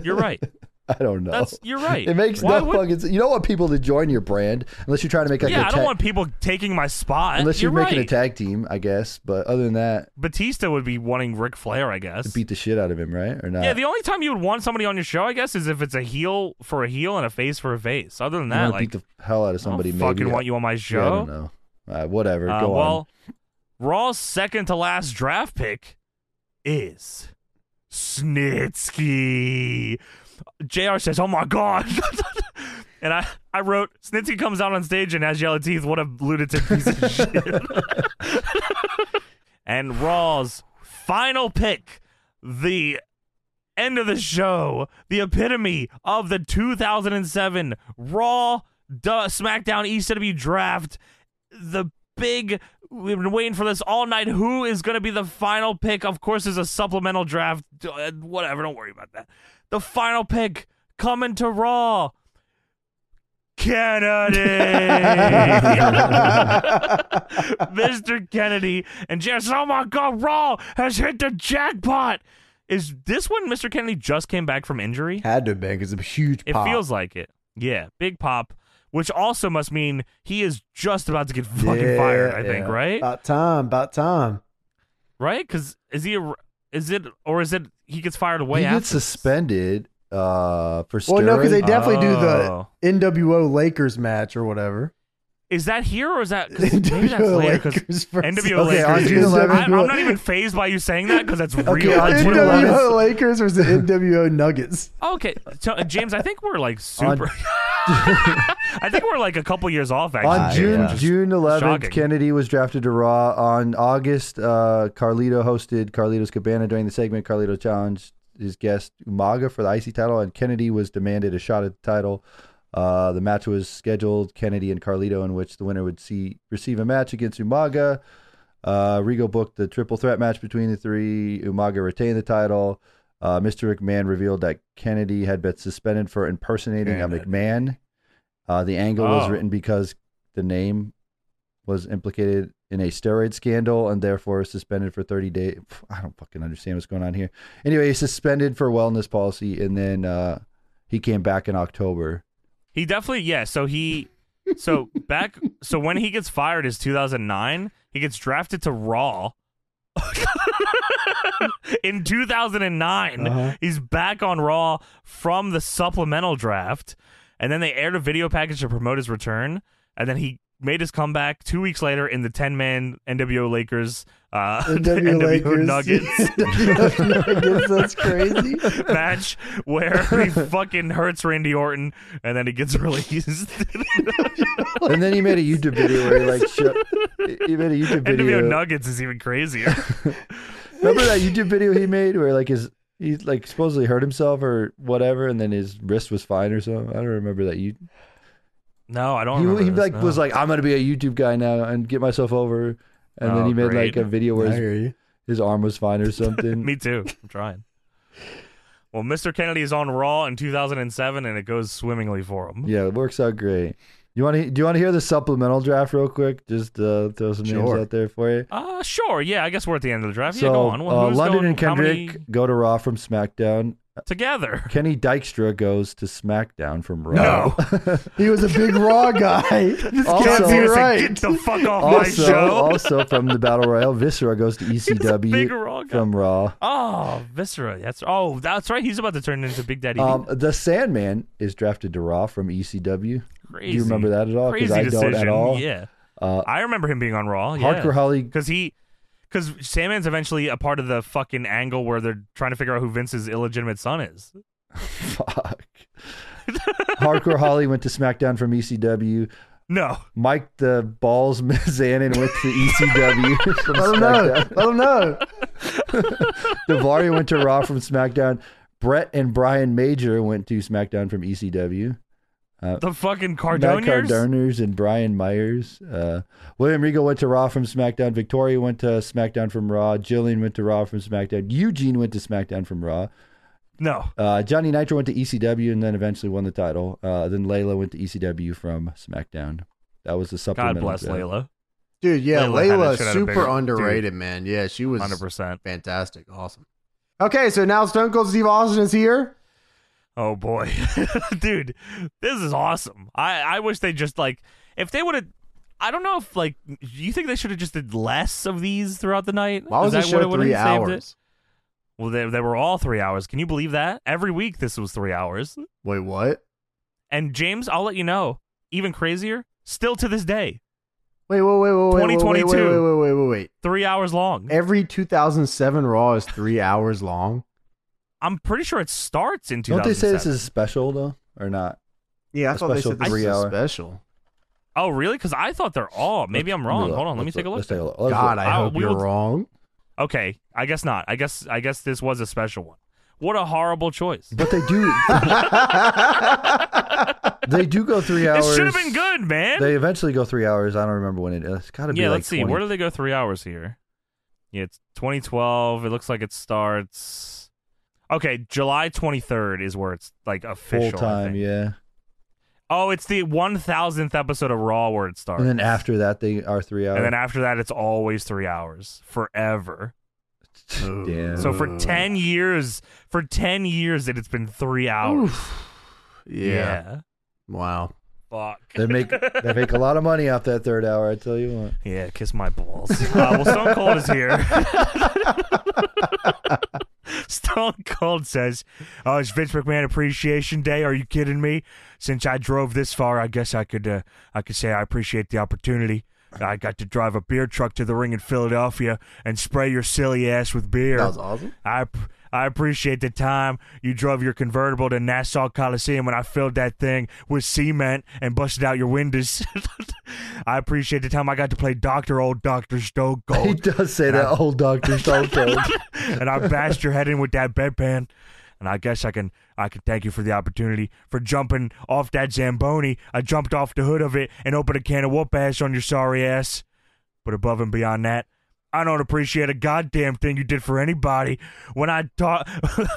B: You're right.
C: I don't know.
B: That's you're right.
C: it makes
B: Why
C: no
B: would-
C: fucking. sense. You don't want people to join your brand unless you're trying to make like
B: Yeah,
C: a
B: I
C: tag-
B: don't want people taking my spot.
C: unless you're,
B: you're
C: making
B: right.
C: a tag team, I guess. But other than that,
B: Batista would be wanting Ric Flair, I guess.
C: to beat the shit out of him, right? Or not?
B: yeah, the only time you would want somebody on your show, I guess, is if it's a heel for a heel and a face for a face. Other than
C: you
B: that,
C: want
B: like,
C: to beat the hell out of somebody.
B: I don't fucking
C: maybe.
B: want you on my
C: Yeah, I don't
B: show.
C: know. Uh, whatever.
B: Uh,
C: Go on.
B: well, Raw's second to last draft pick is Snitsky. JR says, "Oh my god." And I, I wrote, Snitsky comes out on stage and has yellow teeth. What a lunatic piece of shit. and Raw's final pick, the end of the show, the epitome of the 2007 Raw Duh, SmackDown ECW draft. The big, we've been waiting for this all night. Who is going to be the final pick? Of course, there's a supplemental draft. Uh, Whatever, don't worry about that. The final pick coming to Raw. Kennedy! Mr. Kennedy and Jess. Oh my God, Raw has hit the jackpot. Is this when Mr. Kennedy just came back from injury?
A: had to have been because it's a huge
B: It
A: pop.
B: feels like it. Yeah, big pop, which also must mean he is just about to get fucking
A: Yeah,
B: fired. I think,
C: Uh,
A: yeah.
B: right?
A: About time. About time.
B: right? Because is he a, is it or is it he gets fired away
C: he
B: after?
C: gets suspended uh, for
A: Well,
C: steroids.
A: no, 'cause they did- definitely do the-
B: Oh.
A: NWO Lakers match or whatever.
B: Is that here or is that? 'cause Maybe that's later. 'cause
A: versus-
B: NWO
C: Okay, on
B: Lakers.
C: June 11th,
B: I, I'm not even phased by you saying that because that's real.
C: on
B: That's
C: June
B: real.
C: 11th.
A: NWO Lakers versus NWO Nuggets.
B: Okay, so, uh, James, I think we're like
C: On-
B: super. I think we're like a couple years off. Actually,
C: on June
B: which is
C: June 11th,
B: shocking.
C: Kennedy was drafted to Raw. On August, uh, Carlito hosted Carlito's Cabana during the segment. Carlito challenged his guest Umaga for the IC title, and Kennedy was demanded a shot at the title. Uh, the match was scheduled Kennedy and Carlito, in which the winner would see receive a match against Umaga. Uh, Rigo booked the triple threat match between the three. Umaga retained the title. Uh, Mr. McMahon revealed that Kennedy had been suspended for impersonating a
B: Kennedy.
C: McMahon. Uh, the angle was
B: Oh.
C: written because the name was implicated in a steroid scandal and therefore suspended for 30 days. I don't fucking understand what's going on here. Anyway, he's suspended for wellness policy, and then uh, he came back in October.
B: He definitely yeah. So he so back so when he gets fired is 2009. He gets drafted to Raw in 2009.
C: Uh-huh.
B: He's back on Raw from the supplemental draft, and then they aired a video package to promote his return, and then he. Made his comeback two weeks later in the ten man NWO Lakers, uh,
A: NWO, Lakers.
B: Nuggets
A: NWO Nuggets. That's crazy.
B: match where he fucking hurts Randy Orton and then he gets released.
C: And then he made a YouTube video where he like show, he made a YouTube video.
B: NWO Nuggets is even crazier.
C: Remember that YouTube video he made where like his he like supposedly hurt himself or whatever, and then his wrist was fine or something. I don't remember that. You
B: no, I don't.
C: he,
B: remember
C: he
B: this,
C: like
B: no.
C: was like I'm gonna be a YouTube guy now and get myself over, and then
B: Oh,
C: he made
B: great.
C: like a video where
A: I
C: his,
A: hear you.
C: his arm was fine or something.
B: me too. I'm trying. Well, Mr. Kennedy is on Raw in 2007, and it goes swimmingly for him.
C: Yeah, it works out great. You want to? Do you want to hear the supplemental draft real quick? Just uh, throw some
A: Sure.
C: names out there for you.
B: Uh, sure. Yeah, I guess we're at the end of the draft. yeah,
C: so,
B: go on. Well,
C: uh,
B: who's
C: London
B: going-
C: and
B: how
C: Kendrick
B: many
C: go to Raw from SmackDown.
B: together.
C: Kenny Dykstra goes to SmackDown from Raw.
A: He was a big raw guy. This
C: Also-
A: can't be
B: Listen,
A: right.
B: Get the fuck off my
C: Also,
B: show.
C: also from the Battle Royale, Viscera goes to
B: Big
C: ECW
B: Raw guy.
C: from Raw.
B: Oh, Viscera. That's oh, that's right. He's about to turn into Big Daddy.
C: Um, the Sandman is drafted to Raw from E ECW.
B: Crazy.
C: Do you remember that at all? Because
B: Crazy
C: I
B: decision.
C: don't at all.
B: Yeah,
C: Uh,
B: I remember him being on Raw. Yeah.
C: Hardcore Holly
B: because he because Sandman's eventually a part of the fucking angle where they're trying to figure out who Vince's illegitimate son is.
C: Fuck. Hardcore Holly went to SmackDown from ECW.
B: No,
C: Mike the Balls Mizanin went to ECW from
A: Let him know.
C: SmackDown.
A: Let him know.
C: Daivari went to Raw from SmackDown. Brett and Brian Major went to SmackDown from E ECW.
B: the fucking
C: Uh, Matt
B: Cardoniers.
C: Cardoners and Brian Myers. Uh, William Regal went to Raw from SmackDown. Victoria went to SmackDown from Raw. Jillian went to Raw from SmackDown. Eugene went to SmackDown from Raw.
B: no,
C: Uh, Johnny Nitro went to ECW and then eventually won the title. Uh, then Layla went to ECW from SmackDown. That was the supplemental.
B: God bless
C: draft.
B: Layla,
A: Dude, yeah,
B: Layla had it,
A: Layla,
B: should have been
A: super
B: bigger.
A: underrated, man. Yeah, she was
B: hundred percent.
A: fantastic. Awesome. Okay, so now Stone Cold Steve Austin is here.
B: Oh boy, dude, this is awesome. I I wish they just like if they would have. I don't know if like you think they should have just did less of these throughout the night.
A: Why was
B: Is that
A: the show
B: what- what
A: three
B: saved it?
A: hours?
B: Well, they they were all three hours. Can you believe that? Every week this was three hours.
A: Wait, what?
B: And James, I'll let you know. Even crazier, still to this day,
A: Wait, wait, wait, wait, wait, wait, wait, wait,
B: 2022.
A: wait, wait, wait, wait, wait.
B: three hours long.
C: Eh.
A: Every 2007 Raw is three hours long.
B: I'm pretty sure it starts in 2007.
C: Don't they say this is special though, or not?
A: Yeah, I
C: A
A: thought they
C: special
A: said this was
C: three
A: a
C: hour.
A: special.
B: Oh, really? Because I thought they're all. Maybe I'm wrong. Hold on, let me
C: Let's
B: take a look.
C: Let's take a look. Let's
A: God,
C: look.
A: I
B: I-
A: hope
B: we
A: you're
B: will-
A: wrong.
B: Okay, I guess not. I guess I guess this was a special one. What a horrible choice.
C: but they do. they do go three hours.
B: This should have been good, man.
C: They eventually go three hours. I don't remember when it is. It's got to be.
B: yeah,
C: like
B: let's see.
C: 20.
B: Where do they go three hours here? Yeah, it's 2012. It looks like it starts. Okay, July 23rd is where it's like
C: full
B: official. I
C: time?
B: think.
C: Yeah,
B: Oh, it's the 1000th episode of Raw where it starts.
C: and then after that they are three hours.
B: And then
A: Oh.
B: after that, it's always three hours forever.
C: Damn.
B: So
A: Mm.
B: for 10 years, for 10 years, it, it's been three hours.
A: Oof. Yeah. Wow.
B: Fuck.
C: they make they make a lot of money off that third hour. I tell you what.
B: yeah, kiss my balls. uh, well, Stone Cold is here. Stone Cold says, "Oh, it's Vince McMahon Appreciation Day. Are you kidding me? Since I drove this far, I guess I could uh, I could say I appreciate the opportunity. I got to drive a beer truck to the ring in Philadelphia and spray your silly ass with beer.
A: That was awesome.
B: I ap- I appreciate the time you drove your convertible to Nassau Coliseum when I filled that thing with cement and busted out your windows. I appreciate the time I got to play Doctor Old Doctor Stone
C: He
B: Cold,
C: does say that old Doctor Stone Cold.
B: and I bashed your head in with that bedpan. And I guess I can I can thank you for the opportunity for jumping off that zamboni. I jumped off the hood of it and opened a can of whoop ass on your sorry ass. But above and beyond that, I don't appreciate a goddamn thing you did for anybody. When I taught,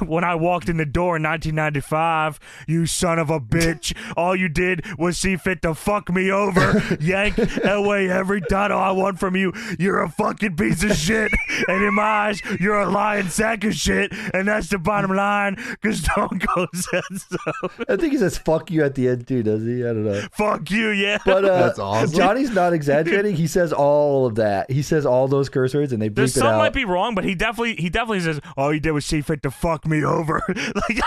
B: when I walked in the door in 1995, you son of a bitch, all you did was see fit to fuck me over, yank away every dollar I want from you. You're a fucking piece of shit, and in my eyes, you're a lying sack of shit, and that's the bottom line. Cause Stone Cold says so.
C: I think he says "fuck you" at the end too, does he? I don't know.
B: Fuck you, yeah.
C: But uh,
A: That's awesome.
C: Johnny's not exaggerating. He says all of that. He says all those curse words, and they bleep
B: There's
C: it
B: some
C: out.
B: might be wrong, but he definitely he definitely says all you did was see fit to fuck me over. like,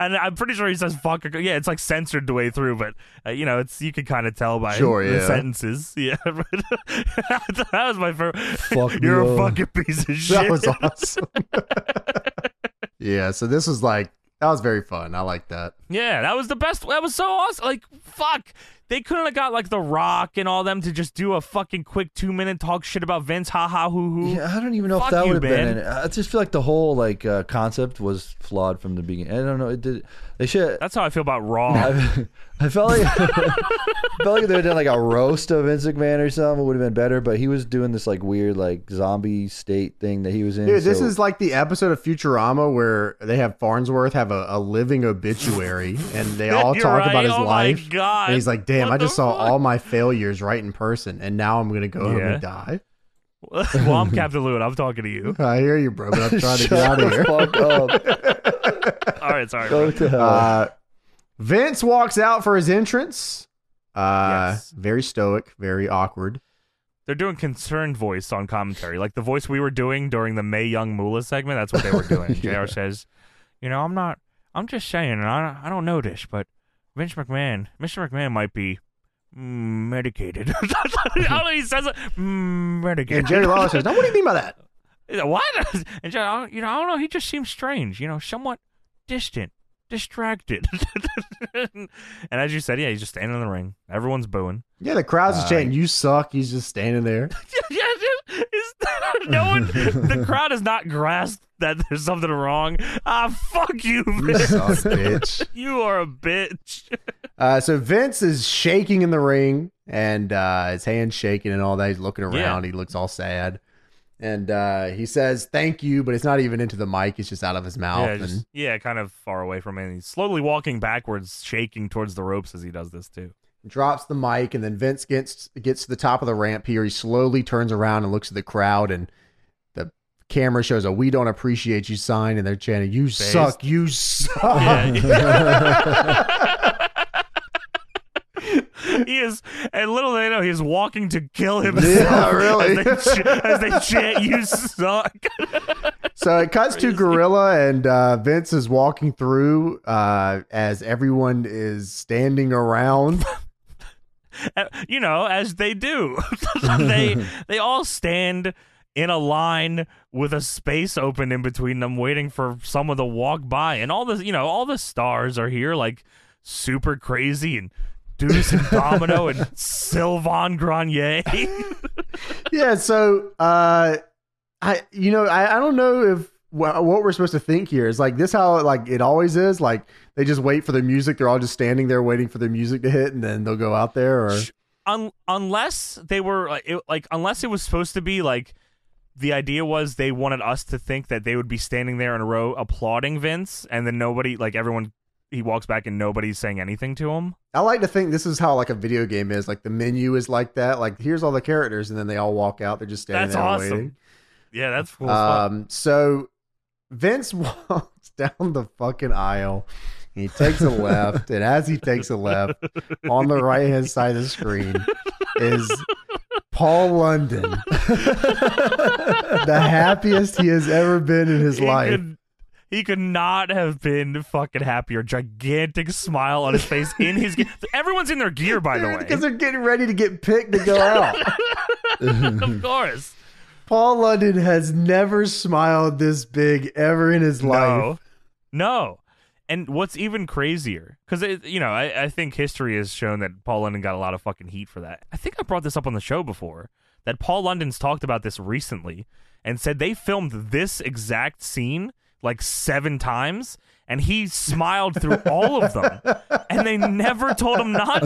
B: and I'm pretty sure he says fuck. or- Yeah, it's like censored the way through, but uh, you know, it's you can kind of tell by
A: Sure,
B: the
A: yeah.
B: sentences. Yeah, that was my first.
C: Fuck
B: You're
C: me
B: a
C: over.
B: fucking piece of shit.
A: That was awesome. yeah, so this was like that was very fun. I like that.
B: yeah, that was the best. That was so awesome. Like fuck. They couldn't have got like The Rock and all them to just do a fucking quick two minute talk shit about Vince, ha ha hoo hoo.
C: Yeah, I don't even know
B: Fuck
C: if that
B: you,
C: would have been.
B: man.
C: In it. I just feel like the whole like uh, concept was flawed from the beginning. I don't know. It did. They should.
B: That's how I feel about Raw.
C: I, I felt like I felt like if they had done like a roast of Vince McMahon or something. It would have been better. But he was doing this like weird like zombie state thing that he was in.
A: Dude, this
C: so-
A: is like the episode of Futurama where they have Farnsworth have a, a living obituary and they all
B: You're
A: talk about
B: right.
A: his
B: Oh my
A: life.
B: God.
A: And he's like, damn,
B: What
A: I just
B: the
A: saw
B: fuck?"
A: all my failures right in person and now I'm gonna go home
B: Yeah.
A: and die.
B: well, I'm Captain Lou and I'm talking to you.
A: I hear you, bro, but I'm trying to
C: Shut
A: get out of
C: the
A: here.
C: fuck up.
B: All right, sorry.
C: Go
B: bro.
C: to hell.
A: Uh, Vince walks out for his entrance. Uh,
B: Yes.
A: Very stoic, very awkward.
B: They're doing concerned voice on commentary, like the voice we were doing during the May Young Moolah segment. That's what they were doing.
A: Yeah.
B: Jr. says, "You know, I'm not. I'm just saying, and I, I don't know this, but Vince McMahon, Mr. McMahon, might be." mm, Medicated. I don't know. He says it. Mm, medicated.
A: And Jerry Lawler says, "Now, what do you mean by that?"
B: He's like, What? And Jerry, I don't- you know, I don't know. He just seems strange. You know, somewhat distant, distracted. and as you said, yeah, he's just standing in the ring. Everyone's booing.
A: Yeah, the crowd's
C: Uh,
A: just chanting, "You suck." He's just standing there.
B: yeah, yeah, it's, no one, the crowd has not grasped that there's something wrong. Ah, fuck you, Vince.
A: suck, bitch.
B: you are a bitch.
A: Uh, so Vince is shaking in the ring, and uh, his hand's shaking and all that. He's looking
B: Yeah.
A: around. He looks all sad, and uh, he says, "Thank you," but it's not even into the mic. It's just out of his mouth.
B: Yeah,
A: and
B: just, yeah, kind of far away from him. He's slowly walking backwards, shaking towards the ropes as he does this too.
A: drops the mic, and then Vince gets gets to the top of the ramp here. He slowly turns around and looks at the crowd, and the camera shows a "We don't appreciate you" sign, and they're chanting, "You suck, you suck."
B: he is, and little they know, he's walking to kill himself.
A: Yeah, really.
B: As they, ch- as they chant, "You suck."
A: So it cuts to Gorilla, and uh, Vince is walking through uh, as everyone is standing around.
B: Uh, you know, as they do. they they all stand in a line with a space open in between them, waiting for someone to walk by. And all the you know, all the stars are here, like super crazy and Deuce and Domino and Sylvain Grenier.
A: yeah, so uh, I, you know, I, I don't know if wha- what we're supposed to think here is like this how like it always is like they just wait for the music they're all just standing there waiting for the music to hit and then they'll go out there or
B: Un- unless they were like, it, like, unless it was supposed to be like. The idea was they wanted us to think that they would be standing there in a row applauding Vince, and then nobody, like everyone, he walks back and nobody's saying anything to him.
A: I like to think this is how like a video game is like the menu is like that like here's all the characters and then they all walk out they're just standing
B: That's
A: there
B: awesome.
A: waiting
B: Yeah, that's cool. as fuck.
A: Um, so Vince walks down the fucking aisle. He takes a left, and as he takes a left, on the right hand side of the screen is Paul London, the happiest he has ever been in his
B: He
A: life.
B: could- he could not have been fucking happier. Gigantic smile on his face in his. ge- Everyone's in their gear, by the
A: because
B: way.
A: they're getting ready to get picked to go out.
B: Of course.
A: Paul London has never smiled this big ever in his life.
B: No. No. And what's even crazier, because, you know, I, I think history has shown that Paul London got a lot of fucking heat for that. I think I brought this up on the show before that Paul London's talked about this recently and said they filmed this exact scene like seven times and he smiled through all of them and they never told him not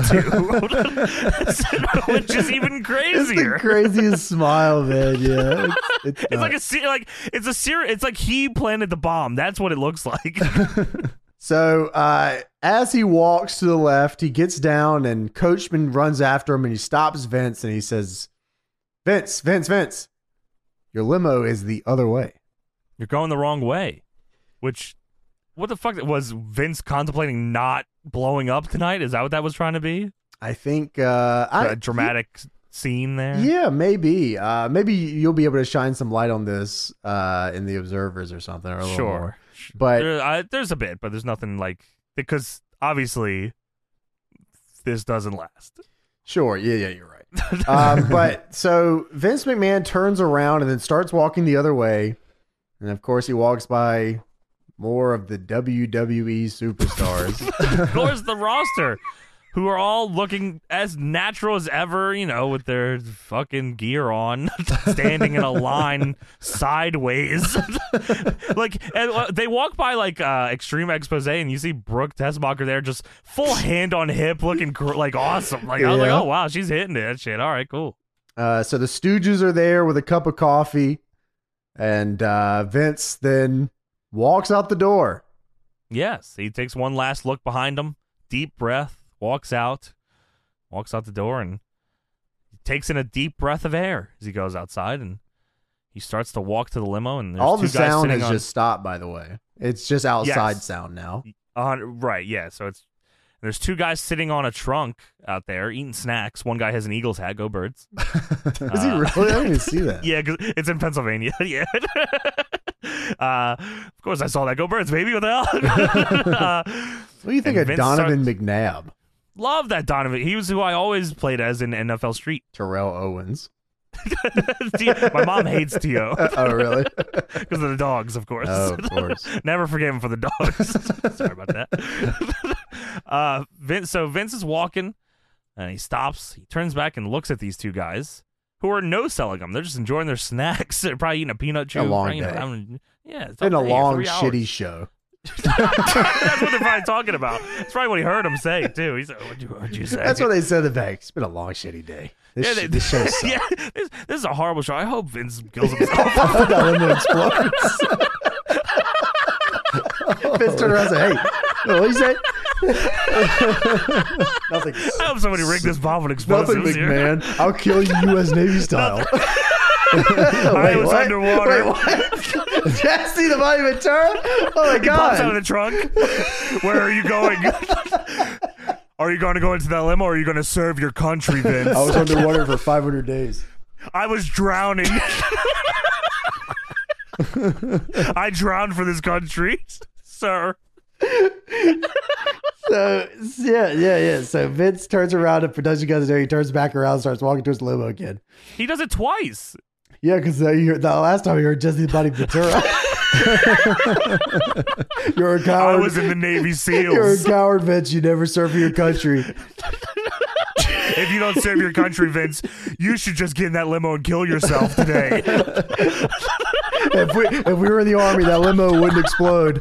B: to, So, which is even
A: It's the
B: crazier.
A: craziest smile, man. Yeah, it's, it's
B: It's
A: nuts.
B: like a se- like it's a ser- it's like he planted the bomb. That's what it looks like.
A: So uh, as he walks to the left, he gets down and Coachman runs after him and he stops Vince and he says, Vince, Vince, Vince, your limo is the other way.
B: you're going the wrong way. Which, what the fuck was Vince contemplating not blowing up tonight? Is that what that was trying to be?
A: I think uh,
B: A
A: I-
B: dramatic s- scene there.
A: Yeah, maybe. Uh, maybe you'll be able to shine some light on this uh, in the observers or something. Or a little
B: sure.
A: more. But
B: There- I- there's a bit, but there's nothing like because obviously this doesn't last.
A: Sure. Yeah, yeah, you're right. um, but so Vince McMahon turns around and then starts walking the other way. And of course, he walks by more of the WWE superstars.
B: of course, the roster. Who are all looking as natural as ever, you know, with their fucking gear on, standing in a line sideways. like, and, uh, they walk by like uh, Extreme Expose, and you see Brooke Tessmacher there, just full hand on hip, looking gr- like awesome. Like, I was like,
A: Yeah.
B: oh wow, she's hitting it. Shit, all right, cool.
A: uh, so the Stooges are there with a cup of coffee. And uh, Vince then walks out the door.
B: Yes, he takes one last look behind him, deep breath, walks out, walks out the door, and takes in a deep breath of air as he goes outside, and he starts to walk to the limo. And there's
A: All
B: two
A: the
B: guys
A: sound
B: sitting
A: has
B: on,
A: just stopped, by the way. It's just outside
B: Yes.
A: sound now.
B: a hundred- right, yeah. So it's there's two guys sitting on a trunk out there eating snacks. One guy has an Eagles hat. Go birds!
A: Is he
B: Uh,
A: really? I didn't even see that.
B: Yeah, 'cause it's in Pennsylvania. yeah. uh, of course, I saw that. Go birds, baby! What the hell? uh,
A: What do you think
B: And
A: of
B: Vince
A: Donovan McNabb?
B: love that Donovan. He was who I always played as in NFL Street.
A: Terrell Owens.
B: T- my mom hates Tio
A: Oh, really?
B: because of the dogs, of course.
A: oh, of course.
B: Never forgive him for the dogs. Sorry about that. uh, Vince. So Vince is walking, and he stops. He turns back and looks at these two guys who are no selling them. They're just enjoying their snacks. They're probably eating a peanut chew.
A: long
B: probably, you know,
A: day.
B: having- yeah, it's
A: It's been a
B: all day,
A: long,
B: three hours.
A: shitty show.
B: That's what they're probably talking about. It's probably what he heard him say too. He's like, "What'd you, what'd you say?"
A: That's what they said in fact. It's been a long, shitty day. This, sh-
B: Yeah, they-
A: this show sucks.
B: yeah, this, this is a horrible show. I hope Vince kills himself.
A: That limo explodes. Vince turned around and said, hey, what do you say? Nothing.
B: I hope somebody rigged this bomb with explosives
A: Nothing,
B: here.
A: McMahon. I'll kill you U.S. Navy style.
B: I
A: Wait,
B: was
A: what?
B: underwater.
A: Wait, what? Jesse the Body Ventura? Oh, my
B: He pops
A: God.
B: out of the trunk. Where are you going? are you going to go into that limo? Or are you going to serve your country, Vince?
A: Oh.
E: I was underwater for 500 days.
B: I was drowning. I drowned for this country, sir.
A: So, yeah, yeah, yeah. So Vince turns around and production goes there. He turns back around and starts walking towards the limo again.
B: He does it twice.
A: Yeah, because uh, you heard- the last time you heard Jesse the Body Ventura. You're a
B: I
A: coward.
B: was in the Navy
A: You're a
B: SEALs.
A: coward, Vince. You never serve for your country.
B: If you don't serve your country, Vince, you should just get in that limo and kill yourself today.
A: If we, if we were in the army, that limo wouldn't explode.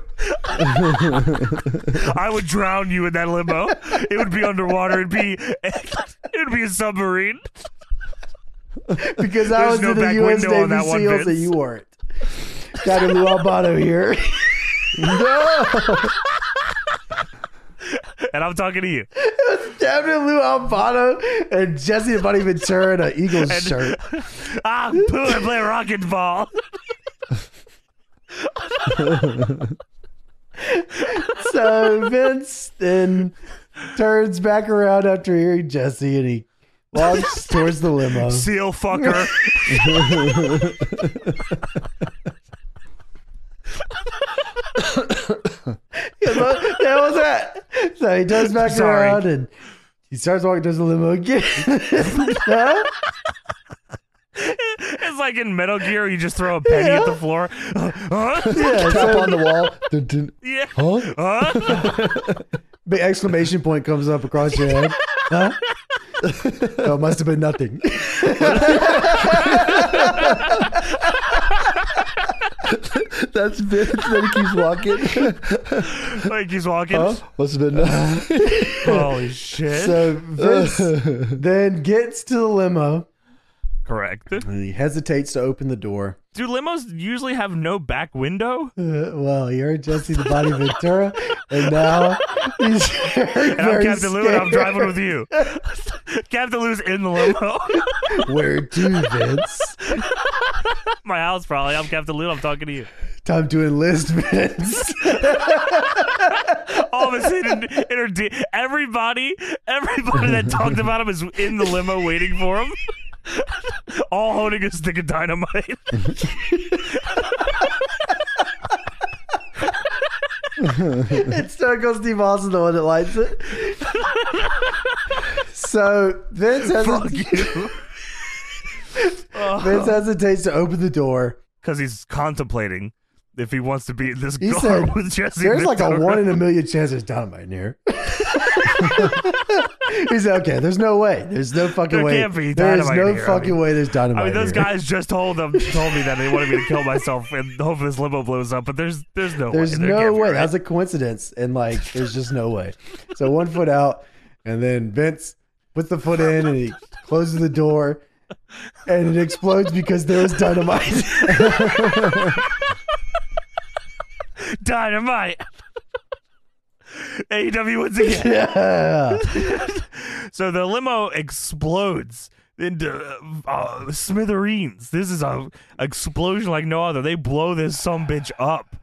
B: I would drown you in that limo. It would be underwater. It'd be it would be a submarine.
A: Because I
B: There's
A: was
B: no
A: in the
B: back
A: U.S.
B: window on
A: Navy
B: that one,
A: SEALs and
B: Vince.
A: you weren't. Dr. Lou Albano here. no!
B: And I'm talking to you.
A: Dr. Lou Albano and Jesse the Body Ventura in an Eagles shirt.
B: Ah, poo, I play rocket ball.
A: So Vince then turns back around after hearing Jesse and he Walks towards the limo.
B: Seal fucker.
A: Yeah, what the hell was that? So he turns back
B: Sorry.
A: around and he starts walking towards the limo again.
B: it's like in Metal Gear, you just throw a penny at the floor. Huh?
A: yeah,
C: Tap
A: so
C: on the wall. Dun, dun.
B: yeah.
C: Huh?
B: Huh?
A: big exclamation point comes up across your head. Huh? oh, it must have been nothing.
C: That's Vince. Then he keeps walking.
B: like he's walking.
C: Must have been.
B: Holy shit.
A: So Vince then gets to the limo
B: Correct.
A: and he hesitates to open the door.
B: Do limos usually have no back window?
A: Uh, well, you're Jesse the Body Ventura, and now he's very,
B: And I'm
A: very
B: Captain Lou and I'm
A: scared.
B: driving with you. Captain Lou's in the limo.
A: Where to, Vince?
B: My house, probably. I'm Captain Lou. I'm talking to you.
A: Time to enlist, Vince.
B: All of a sudden, interde- everybody, everybody that talked about him is in the limo waiting for him. All holding a stick of dynamite.
A: it's Stone Cold Steve Austin, the one that lights it. so Vince,
B: Fuck
A: hesit-
B: you.
A: Vince hesitates to open the door.
B: Because he's contemplating if he wants to be in this
A: He
B: car
A: said,
B: with Jesse.
A: There's like a
B: Ventura.
A: one in a million chance there's dynamite in here. he said, "Okay, there's no way. There's no fucking
B: There
A: way.
B: can't be
A: there's
B: dynamite
A: no
B: in here. I
A: fucking
B: mean-
A: way. There's dynamite.
B: I mean,
A: in
B: those
A: here.
B: guys just told them, told me that they wanted me to kill myself, and hope this limo blows up. But there's, there's no,
A: There's
B: way. There
A: no
B: can't be,
A: way.
B: right?
A: That's a coincidence. And like, there's just no way. So one foot out, and then Vince puts the foot in and he closes the door and it explodes because there was dynamite.
B: dynamite. AEW wins again.
A: yeah.
B: So the limo explodes into uh, uh, smithereens. This is a explosion like no other. They blow this some bitch up.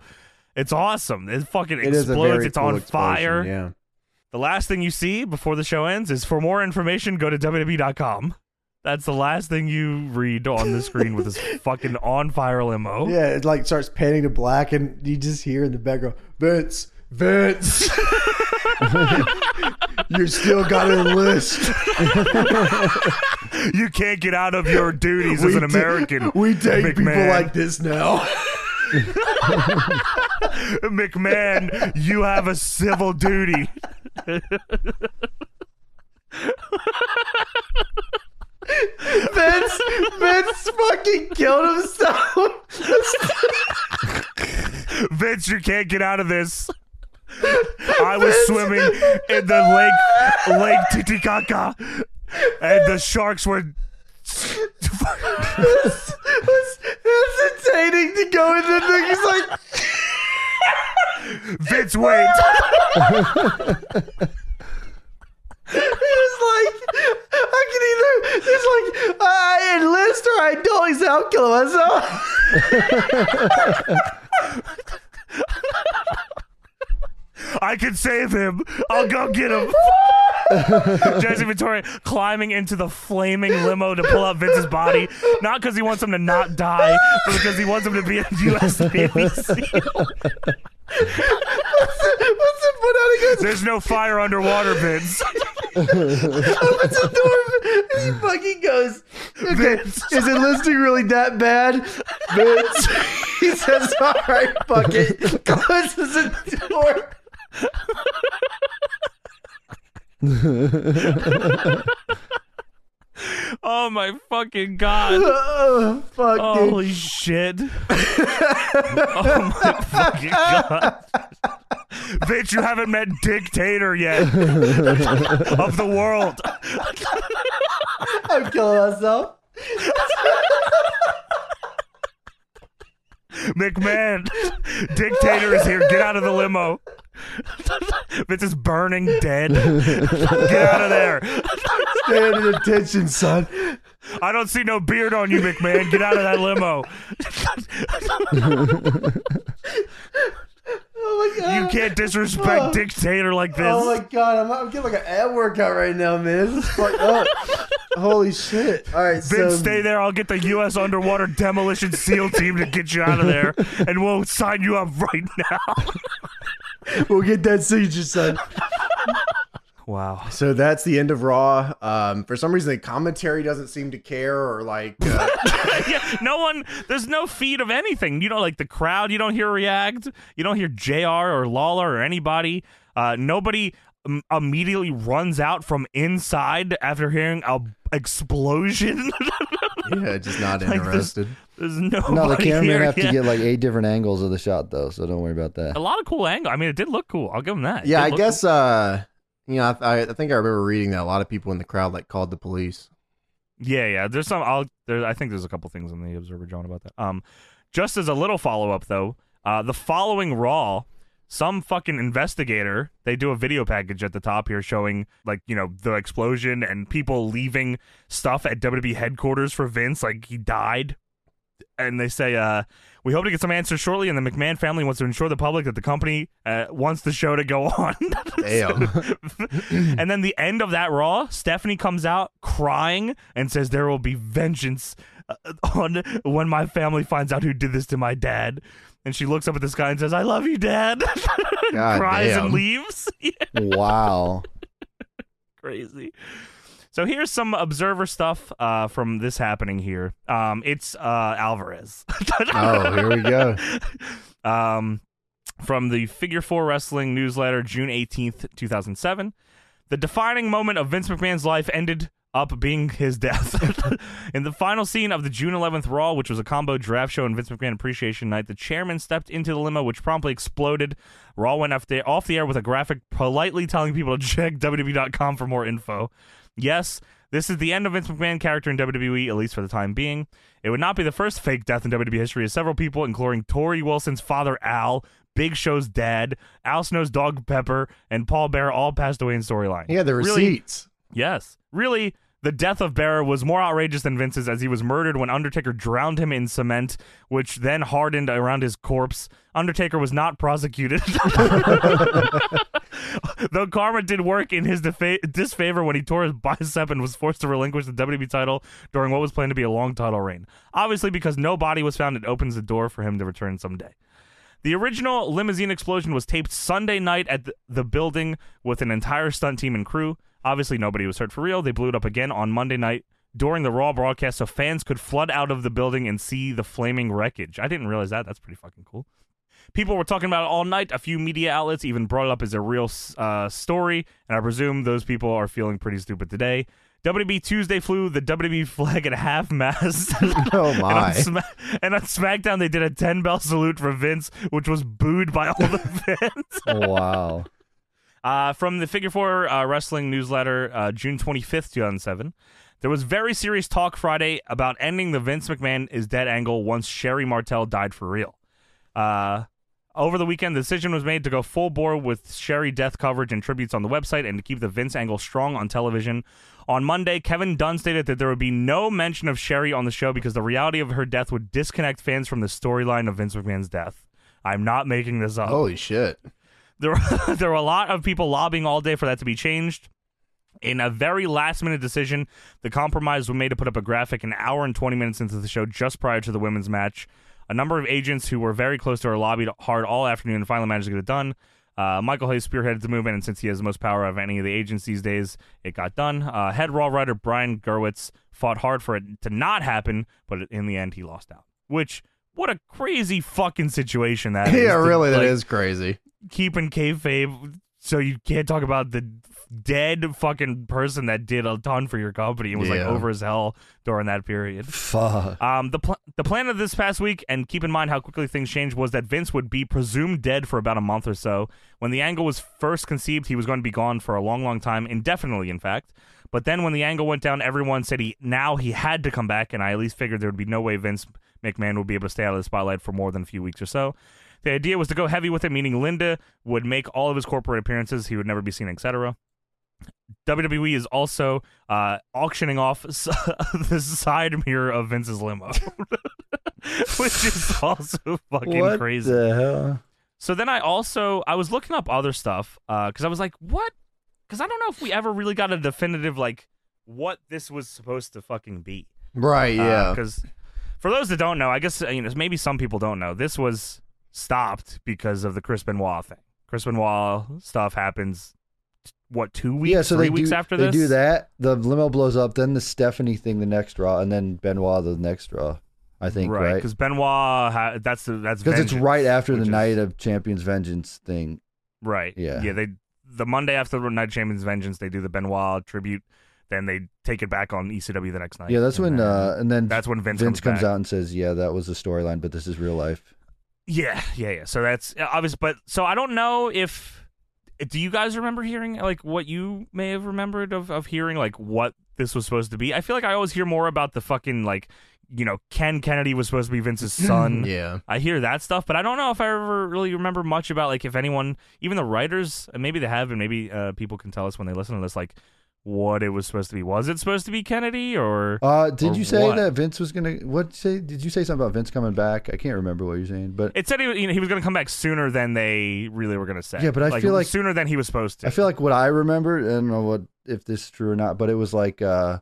B: It's awesome. It fucking
A: It is a
B: explodes.
A: very
B: It's
A: cool
B: on
A: explosion,
B: fire.
A: Yeah.
B: The last thing you see before the show ends is for more information, go to WWE.com. That's the last thing you read on the screen with this fucking on fire limo.
A: Yeah, it like starts panning to black and you just hear in the background, Vince, Vince. you still got a list.
B: You can't get out of your duties as an
A: We ta-
B: American.
A: we take people
B: McMahon.
A: like this now.
B: McMahon, you have a civil duty.
A: Vince, Vince fucking killed himself.
B: Vince, you can't get out of this. I was swimming in the lake, Lake Titicaca, and the sharks were.
A: was, was hesitating to go in the thing. He's like,
B: Vince, wait.
A: he's like, I can either. He's like, I enlist or I don't. He's like, I'll kill myself.
B: I can save him. I'll go get him. Jesse Ventura climbing into the flaming limo to pull up Vince's body, not because he wants him to not die, but because he wants him to be a U.S. Navy SEAL.
A: What's it put out? He goes,
B: There's no fire underwater, Vince.
A: opens the door. And he fucking goes, okay, is enlisting really that bad? Vince. He says, all right, fuck it. Closes the door.
B: Oh my fucking god!
A: Oh, fuck, dude.
B: Holy shit! oh my fucking god! Vince, you haven't met dictator yet of the world.
A: I'm killing myself.
B: McMahon, dictator is here. Get out of the limo. Vince is burning dead. Get out of there.
A: Stand at attention, son.
B: I don't see no beard on you, McMahon. Get out of that limo.
A: Oh my god.
B: You can't disrespect dictator like this.
A: Oh my god, I'm, I'm getting like an ad workout right now, man. This is fucked up. Holy shit! All right,
B: Vince,
A: so
B: stay there. I'll get the U.S. underwater demolition SEAL team to get you out of there, and we'll sign you up right now.
A: we'll get that signature, son.
B: Wow.
A: So that's the end of Raw. Um, for some reason, the commentary doesn't seem to care, or like uh,
B: yeah, no one. There's no feed of anything. You don't like the crowd. You don't hear react. You don't hear Jr. or Lawler or anybody. Uh, nobody um, immediately runs out from inside after hearing a explosion.
A: yeah, just not
B: Like this-
A: interested.
B: there's no.
C: No, the cameraman
B: here.
C: have
B: Yeah.
C: to get like eight different angles of the shot though, so don't worry about
B: a
C: that.
B: lot of cool angle. I mean, it did look cool. I'll give him that. It
A: yeah,
B: did
A: I
B: look
A: guess uh, you know, I, I think I remember reading that a lot of people in the crowd like called the police.
B: Yeah, yeah. There's some. I'll. There, I think there's a couple things in the Observer John about that. Um, just as a little follow up though, uh, the following Raw, some fucking investigator. They do a video package at the top here showing like you know the explosion and people leaving stuff at WWE headquarters for Vince. Like he died. And they say, uh, we hope to get some answers shortly. And the McMahon family wants to ensure the public that the company uh, wants the show to go on.
A: Damn.
B: and then the end of that Raw, Stephanie comes out crying and says, "There will be vengeance uh, on when my family finds out who did this to my dad." And she looks up at the sky and says, "I love you, Dad."
A: God
B: Cries
A: damn.
B: and leaves. Yeah,
C: Wow.
B: crazy. So here's some observer stuff uh, from this happening here. Um, it's uh, Alvarez.
D: Oh, here we go.
B: um, from the Figure Four Wrestling newsletter, June 18th, 2007. The defining moment of Vince McMahon's life ended up being his death. in the final scene of the June 11th Raw, which was a combo draft show and Vince McMahon Appreciation Night, the chairman stepped into the limo, which promptly exploded. Raw went off the, off the air with a graphic politely telling people to check WWE.com for more info. Yes, this is the end of Vince McMahon character in WWE, at least for the time being. It would not be the first fake death in WWE history, as several people, including Tori Wilson's father Al, Big Show's dad, Al Snow's dog Pepper, and Paul Bear, all passed away in storyline.
D: Yeah, the
B: Really?
D: receipts.
B: Yes. Really, the death of Bearer was more outrageous than Vince's as he was murdered when Undertaker drowned him in cement, which then hardened around his corpse. Undertaker was not prosecuted. Though karma did work in his defa- disfavor when he tore his bicep and was forced to relinquish the WWE title during what was planned to be a long title reign. Obviously, because no body was found, it opens the door for him to return someday. The original limousine explosion was taped Sunday night at the, the building with an entire stunt team and crew. Obviously, nobody was hurt for real. They blew it up again on Monday night during the Raw broadcast so fans could flood out of the building and see the flaming wreckage. I didn't realize that. That's pretty fucking cool. People were talking about it all night. A few media outlets even brought it up as a real uh, story, and I presume those people are feeling pretty stupid today. WB Tuesday flew the WB flag at half mast.
A: Oh
B: And
A: my!
B: on, Sma- and on SmackDown, they did a 10 bell salute for Vince, which was booed by all the fans.
C: Wow.
B: Uh, from the Figure Four uh, Wrestling newsletter, uh, June 25th, 2007. There was very serious talk Friday about ending the Vince McMahon is dead angle once Sherry Martel died for real. Uh, over the weekend, the decision was made to go full bore with Sherry death coverage and tributes on the website and to keep the Vince angle strong on television. On Monday, Kevin Dunn stated that there would be no mention of Sherry on the show because the reality of her death would disconnect fans from the storyline of Vince McMahon's death. I'm not making this up
A: Holy shit!
B: there were, there were a lot of people lobbying all day for that to be changed. In a very last minute decision, the compromise was made to put up a graphic an hour and 20 minutes into the show just prior to the women's match. A number of agents who were very close to her lobbied hard all afternoon and finally managed to get it done. Uh, Michael Hayes spearheaded the movement, and since he has the most power of any of the agents these days, it got done. Uh, head Raw writer Brian Gerwitz fought hard for it to not happen, but in the end, he lost out. Which, what a crazy fucking situation that is.
A: Yeah,
B: to,
A: really, that
B: like,
A: is crazy.
B: keeping kayfabe so you can't talk about the dead fucking person that did a ton for your company and was like
A: Yeah.
B: over as hell during that period.
C: Fuck.
B: Um, the pl- the plan of this past week, and keep in mind how quickly things changed, was that Vince would be presumed dead for about a month or so. When the angle was first conceived, he was going to be gone for a long, long time, indefinitely, in fact. But then when the angle went down, everyone said he now he had to come back, and I at least figured there would be no way Vince McMahon would be able to stay out of the spotlight for more than a few weeks or so. The idea was to go heavy with it, meaning Linda would make all of his corporate appearances, he would never be seen, etc. WWE E is also uh, auctioning off s- the side mirror of Vince's limo, which is also fucking
C: what
B: crazy.
C: the hell?
B: So then I also I was uh, looking up other stuff because I was like, what? Because I don't know if we ever really got a definitive like what this was supposed to fucking be.
D: Right,
A: Ah,
D: yeah.
B: Because for those that don't know, I guess uh, you know maybe some people don't know this was stopped because of the Chris Benoit thing. Chris Benoit stuff happens. What two weeks?
C: yeah, so
B: three
C: they
B: weeks
C: do,
B: after
C: they
B: this,
C: do that. The limo blows up, then the Stephanie thing the next Raw, and then Benoit the next Raw. I think
B: right?
C: right
B: Because Benoit, ha- that's the that's
C: because it's
B: vengeance,
C: right after the
B: which is-
C: night of Champions Vengeance thing.
B: Right.
C: Yeah.
B: Yeah. They the Monday after the Night Champions Vengeance, they do the Benoit tribute. Then they take it back on ECW the next night.
C: Yeah, that's
B: And
C: when
B: then-
C: uh, and then
B: that's when Vince,
C: Vince comes
B: back.
C: out and says, "Yeah, that was the storyline, but this is real life."
B: Yeah. Yeah. Yeah. So that's uh, obvious. But so I don't know if do you guys remember hearing like what you may have remembered of of hearing like what this was supposed to be? I feel like I always hear more about the fucking like you know Ken Kennedy was supposed to be Vince's son.
D: yeah.
B: I hear that stuff, but I don't know if I ever really remember much about like if anyone, even the writers, and maybe they have, and maybe uh, people can tell us when they listen to this, like what it was supposed to be. Was it supposed to be Kennedy or?
C: Uh, did
B: Or
C: you say
B: what?
C: that Vince was gonna? What say? Did you say something about Vince coming back? I can't remember what you're saying, but
B: It said he, you know, he was going to come back sooner than they really were going to say.
C: Yeah, but I feel like-
B: sooner than he was supposed to.
C: I feel like what I remember. I don't know what if this is true or not, but it was like uh,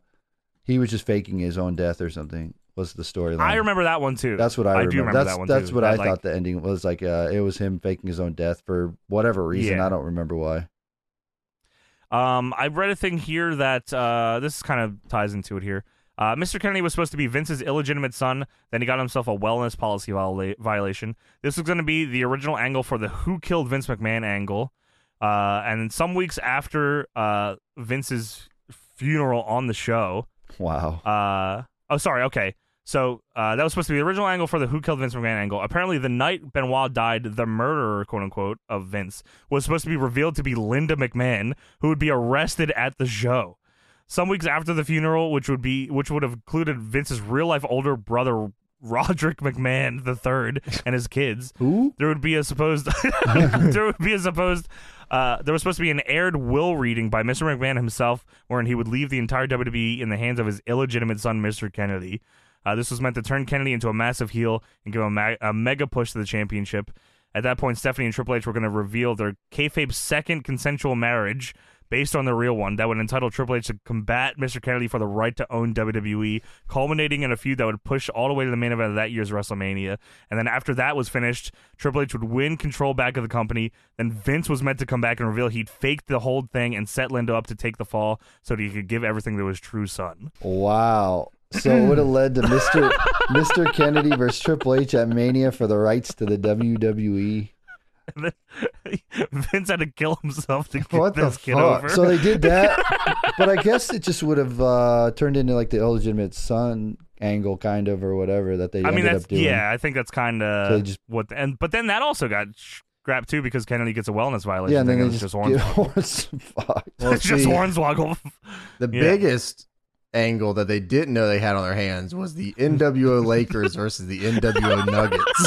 C: he was just faking his own death or something. Was the storyline?
B: I remember that one too.
C: That's what I, remember.
B: do remember
C: That's
B: that one.
C: that's
B: too.
C: what
B: That,
C: I
B: like,
C: thought the ending was like. Uh, it was him faking his own death for whatever reason.
B: Yeah.
C: I don't remember why.
B: Um, I read a thing here that uh, this kind of ties into it here. Uh, Mr. Kennedy was supposed to be Vince's illegitimate son. Then he got himself a wellness policy viola- violation. This was going to be the original angle for the "Who Killed Vince McMahon" angle. Uh, and then some weeks after uh, Vince's funeral on the show,
C: Wow.
B: uh, oh, sorry. Okay. So uh, that was supposed to be the original angle for the Who Killed Vince McMahon angle. Apparently, the night Benoit died, the murderer, quote unquote, of Vince was supposed to be revealed to be Linda McMahon, who would be arrested at the show. Some weeks after the funeral, which would be which would have included Vince's real life older brother Roderick McMahon the third and his kids,
C: Who?
B: there would be a supposed there would be a supposed uh, there was supposed to be an aired will reading by Mr. McMahon himself, wherein he would leave the entire WWE in the hands of his illegitimate son, Mr. Kennedy. Uh, this was meant to turn Kennedy into a massive heel and give him a, ma- a mega push to the championship. At that point, Stephanie and Triple H were going to reveal their kayfabe second consensual marriage based on the real one that would entitle Triple H to combat Mr. Kennedy for the right to own WWE, culminating in a feud that would push all the way to the main event of that year's WrestleMania. And then after that was finished, Triple H would win control back of the company. Then Vince was meant to come back and reveal he'd faked the whole thing and set Linda up to take the fall so that he could give everything to his true son.
C: Wow. So it would have led to Mr. Mr. Kennedy versus Triple H at Mania for the rights to the E WWE.
B: And then Vince had to kill himself to get
D: What the
B: this kid
D: fuck?
B: over.
C: So they did that, but I guess it just would have uh, turned into like the illegitimate son angle, kind of, or whatever that they
B: I
C: ended
B: mean, that's
C: up doing.
B: yeah. I think that's kind
C: So
B: of
C: they just-
B: what. The, and but then that also got scrapped too because Kennedy gets a wellness violation.
C: yeah, and then
B: thing.
C: they
B: it was just
C: just, give
B: orange.
C: horse fuck.
D: Well,
B: it's just
D: see,
B: Hornswoggle.
D: the
B: yeah.
D: biggest angle that they didn't know they had on their hands was the NWO Lakers versus the NWO Nuggets.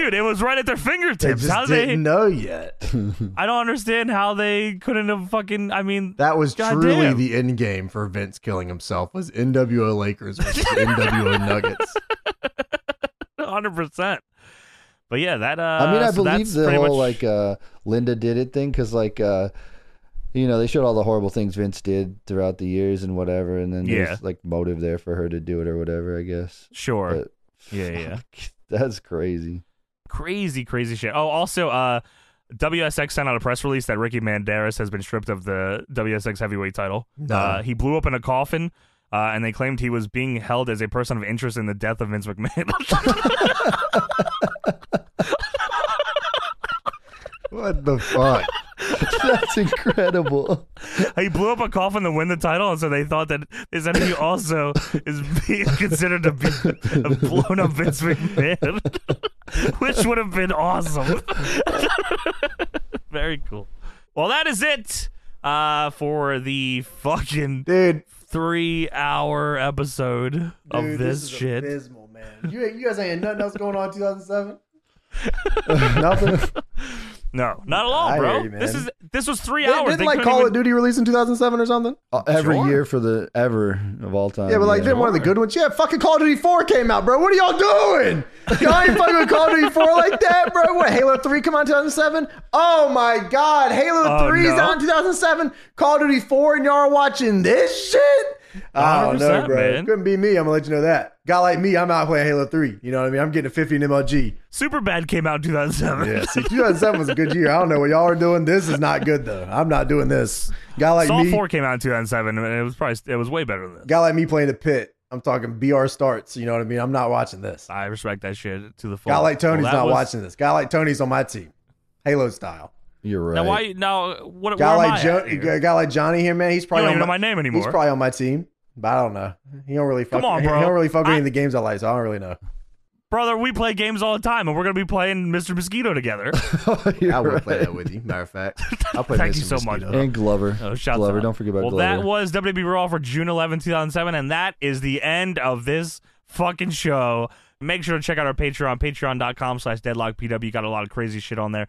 B: Dude, it was right at their
D: they
B: fingertips.
D: just
B: How
D: didn't
B: they?
D: know yet.
B: I don't understand how they couldn't have fucking. I mean,
D: That was
B: God
D: truly
B: damn.
D: the end game for Vince killing himself was NWO Lakers versus NWO Nuggets.
B: hundred percent. But yeah, that. Uh,
C: I mean, I
B: so
C: believe
B: that's
C: the
B: pretty
C: whole
B: much,
C: like uh, Linda did it thing because like uh, you know they showed all the horrible things Vince did throughout the years and whatever, and then
B: Yeah.
C: there's like motive there for her to do it or whatever. I guess.
B: sure.
C: but-
B: yeah, yeah.
C: Fuck, that's crazy.
B: crazy, crazy shit. Oh, also, uh, WSX sent out a press release that Ricky Mandaris has been stripped of the WSX heavyweight title. Uh, he blew up in a coffin, uh, and they claimed he was being held as a person of interest in the death of Vince McMahon.
D: What the fuck?
C: That's incredible.
B: he blew up a coffin to win the title, and so they thought that they said he also is being considered to be a blown up Vince McMahon, which would have been awesome. Very cool. Well, that is it uh, for the fucking
D: Dude,
B: three hour episode of
A: Dude,
B: this,
A: is
B: shit.
A: abysmal, man. You, ain't- you guys ain't had nothing else going on in 2007?
C: Nothing.
B: No, not at all,
A: I
B: bro.
A: hear you, man.
B: this is this was three
A: Didn't,
B: hours.
A: didn't
B: They
A: like
B: couldn't
A: Call
B: even-
A: of Duty release in 2007 or something?
C: Uh, every
B: Sure.
C: year for the ever of all time.
A: Yeah, but like, didn't one of the good ones? Yeah, fucking Call of Duty 4 came out, bro. What are y'all doing? Y'all ain't fucking with Call of Duty 4 like that, bro. What, Halo 3 come out in 2007? Oh my God, Halo
B: Oh,
A: 3 is
B: no.
A: out in 2007. Call of Duty 4 and y'all are watching this shit? I don't know,
B: 100%,
A: bro.
B: man.
A: Couldn't be me. I'm gonna let you know that. Guy like me, I'm out playing Halo 3. You know what I mean? I'm getting a 50 in MLG.
B: Superbad came out in 2007.
A: Yeah, see, 2007 was a good year. I don't know what y'all are doing. This is not good though. I'm not doing this. Guy like
B: Saw
A: me,
B: Four came out in 2007, and it was probably it was way better than this.
A: guy like me playing the pit. I'm talking BR starts. You know what I mean? I'm not watching this.
B: I respect that shit to the full.
A: Guy like Tony's
B: Well, that
A: not
B: was-
A: watching this. Guy like Tony's on my team, Halo style.
C: You're right.
B: Now why? Now what?
A: Guy
B: where am
A: like
B: I
A: Joe,
B: at here?
A: a guy like Johnny here, man. He's
B: You
A: probably on
B: don't even know
A: my,
B: my name anymore.
A: he's probably on my team, but I don't know. He don't really fuck.
B: Come on,
A: he-
B: bro.
A: He don't really fuck with
B: I-
A: any of the games I like, so I don't really know.
B: Brother, we play games all the time, and we're gonna be playing Mr. Mosquito together.
C: You're
D: I will
C: right.
D: play that with you. Matter of fact, I'll play
B: Thank
D: Mr.
B: you so much.
D: Mosquito.
C: And Glover.
B: Oh, shout
C: Glover.
B: out.
C: Don't forget about
B: Well,
C: Glover.
B: that was WWE Raw for June 11, 2007, and that is the end of this fucking show. Make sure to check out our Patreon, patreon.com slash deadlockpw. Got a lot of crazy shit on there.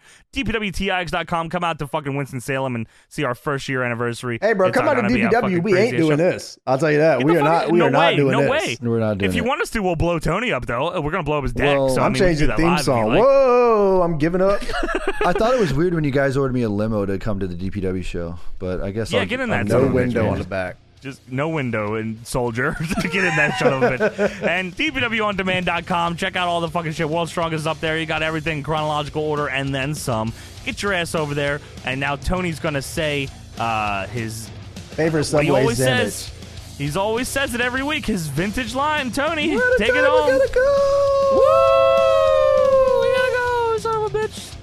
B: DPWTIX.com. Come out to fucking Winston-Salem and see our first year anniversary.
A: Hey, bro,
B: It's
A: come
B: not
A: out to
B: gonna be a
A: DPW.
B: fucking
A: We ain't
B: crazy show.
A: doing this. I'll tell you that.
B: Get
A: We
B: the
A: are
B: fuck
A: not.
B: out-
A: We
B: no
A: are not
B: way,
A: doing
B: no
A: this.
B: way.
C: We're not doing
B: If you
C: it.
B: want us to, we'll blow Tony up, though. We're going to blow up his deck.
C: Well,
B: so, I
A: I'm
B: mean, we can
A: changing
B: do that
A: theme
B: live if you
A: song.
B: like.
A: Whoa, I'm giving up.
C: I thought it was weird when you guys ordered me a limo to come to the DPW show, but I guess
B: Yeah,
C: I'll,
B: get in
C: I'll
B: that
C: do
A: No
C: it next
A: window
C: year.
A: on the back.
B: just no window and soldier to get in that son of a bitch. And dpwondemand.com. Check out all the fucking shit. World's Strongest is up there. You got everything in chronological order and then some. Get your ass over there. And now Tony's gonna say uh, his.
A: Favorite
B: What he
A: Subway
B: always
A: sandwich.
B: says. He's always says it every week. His vintage line, Tony.
A: What a
B: take it
A: time we
B: home.
A: gotta go.
B: Woo! We gotta go, son of a bitch.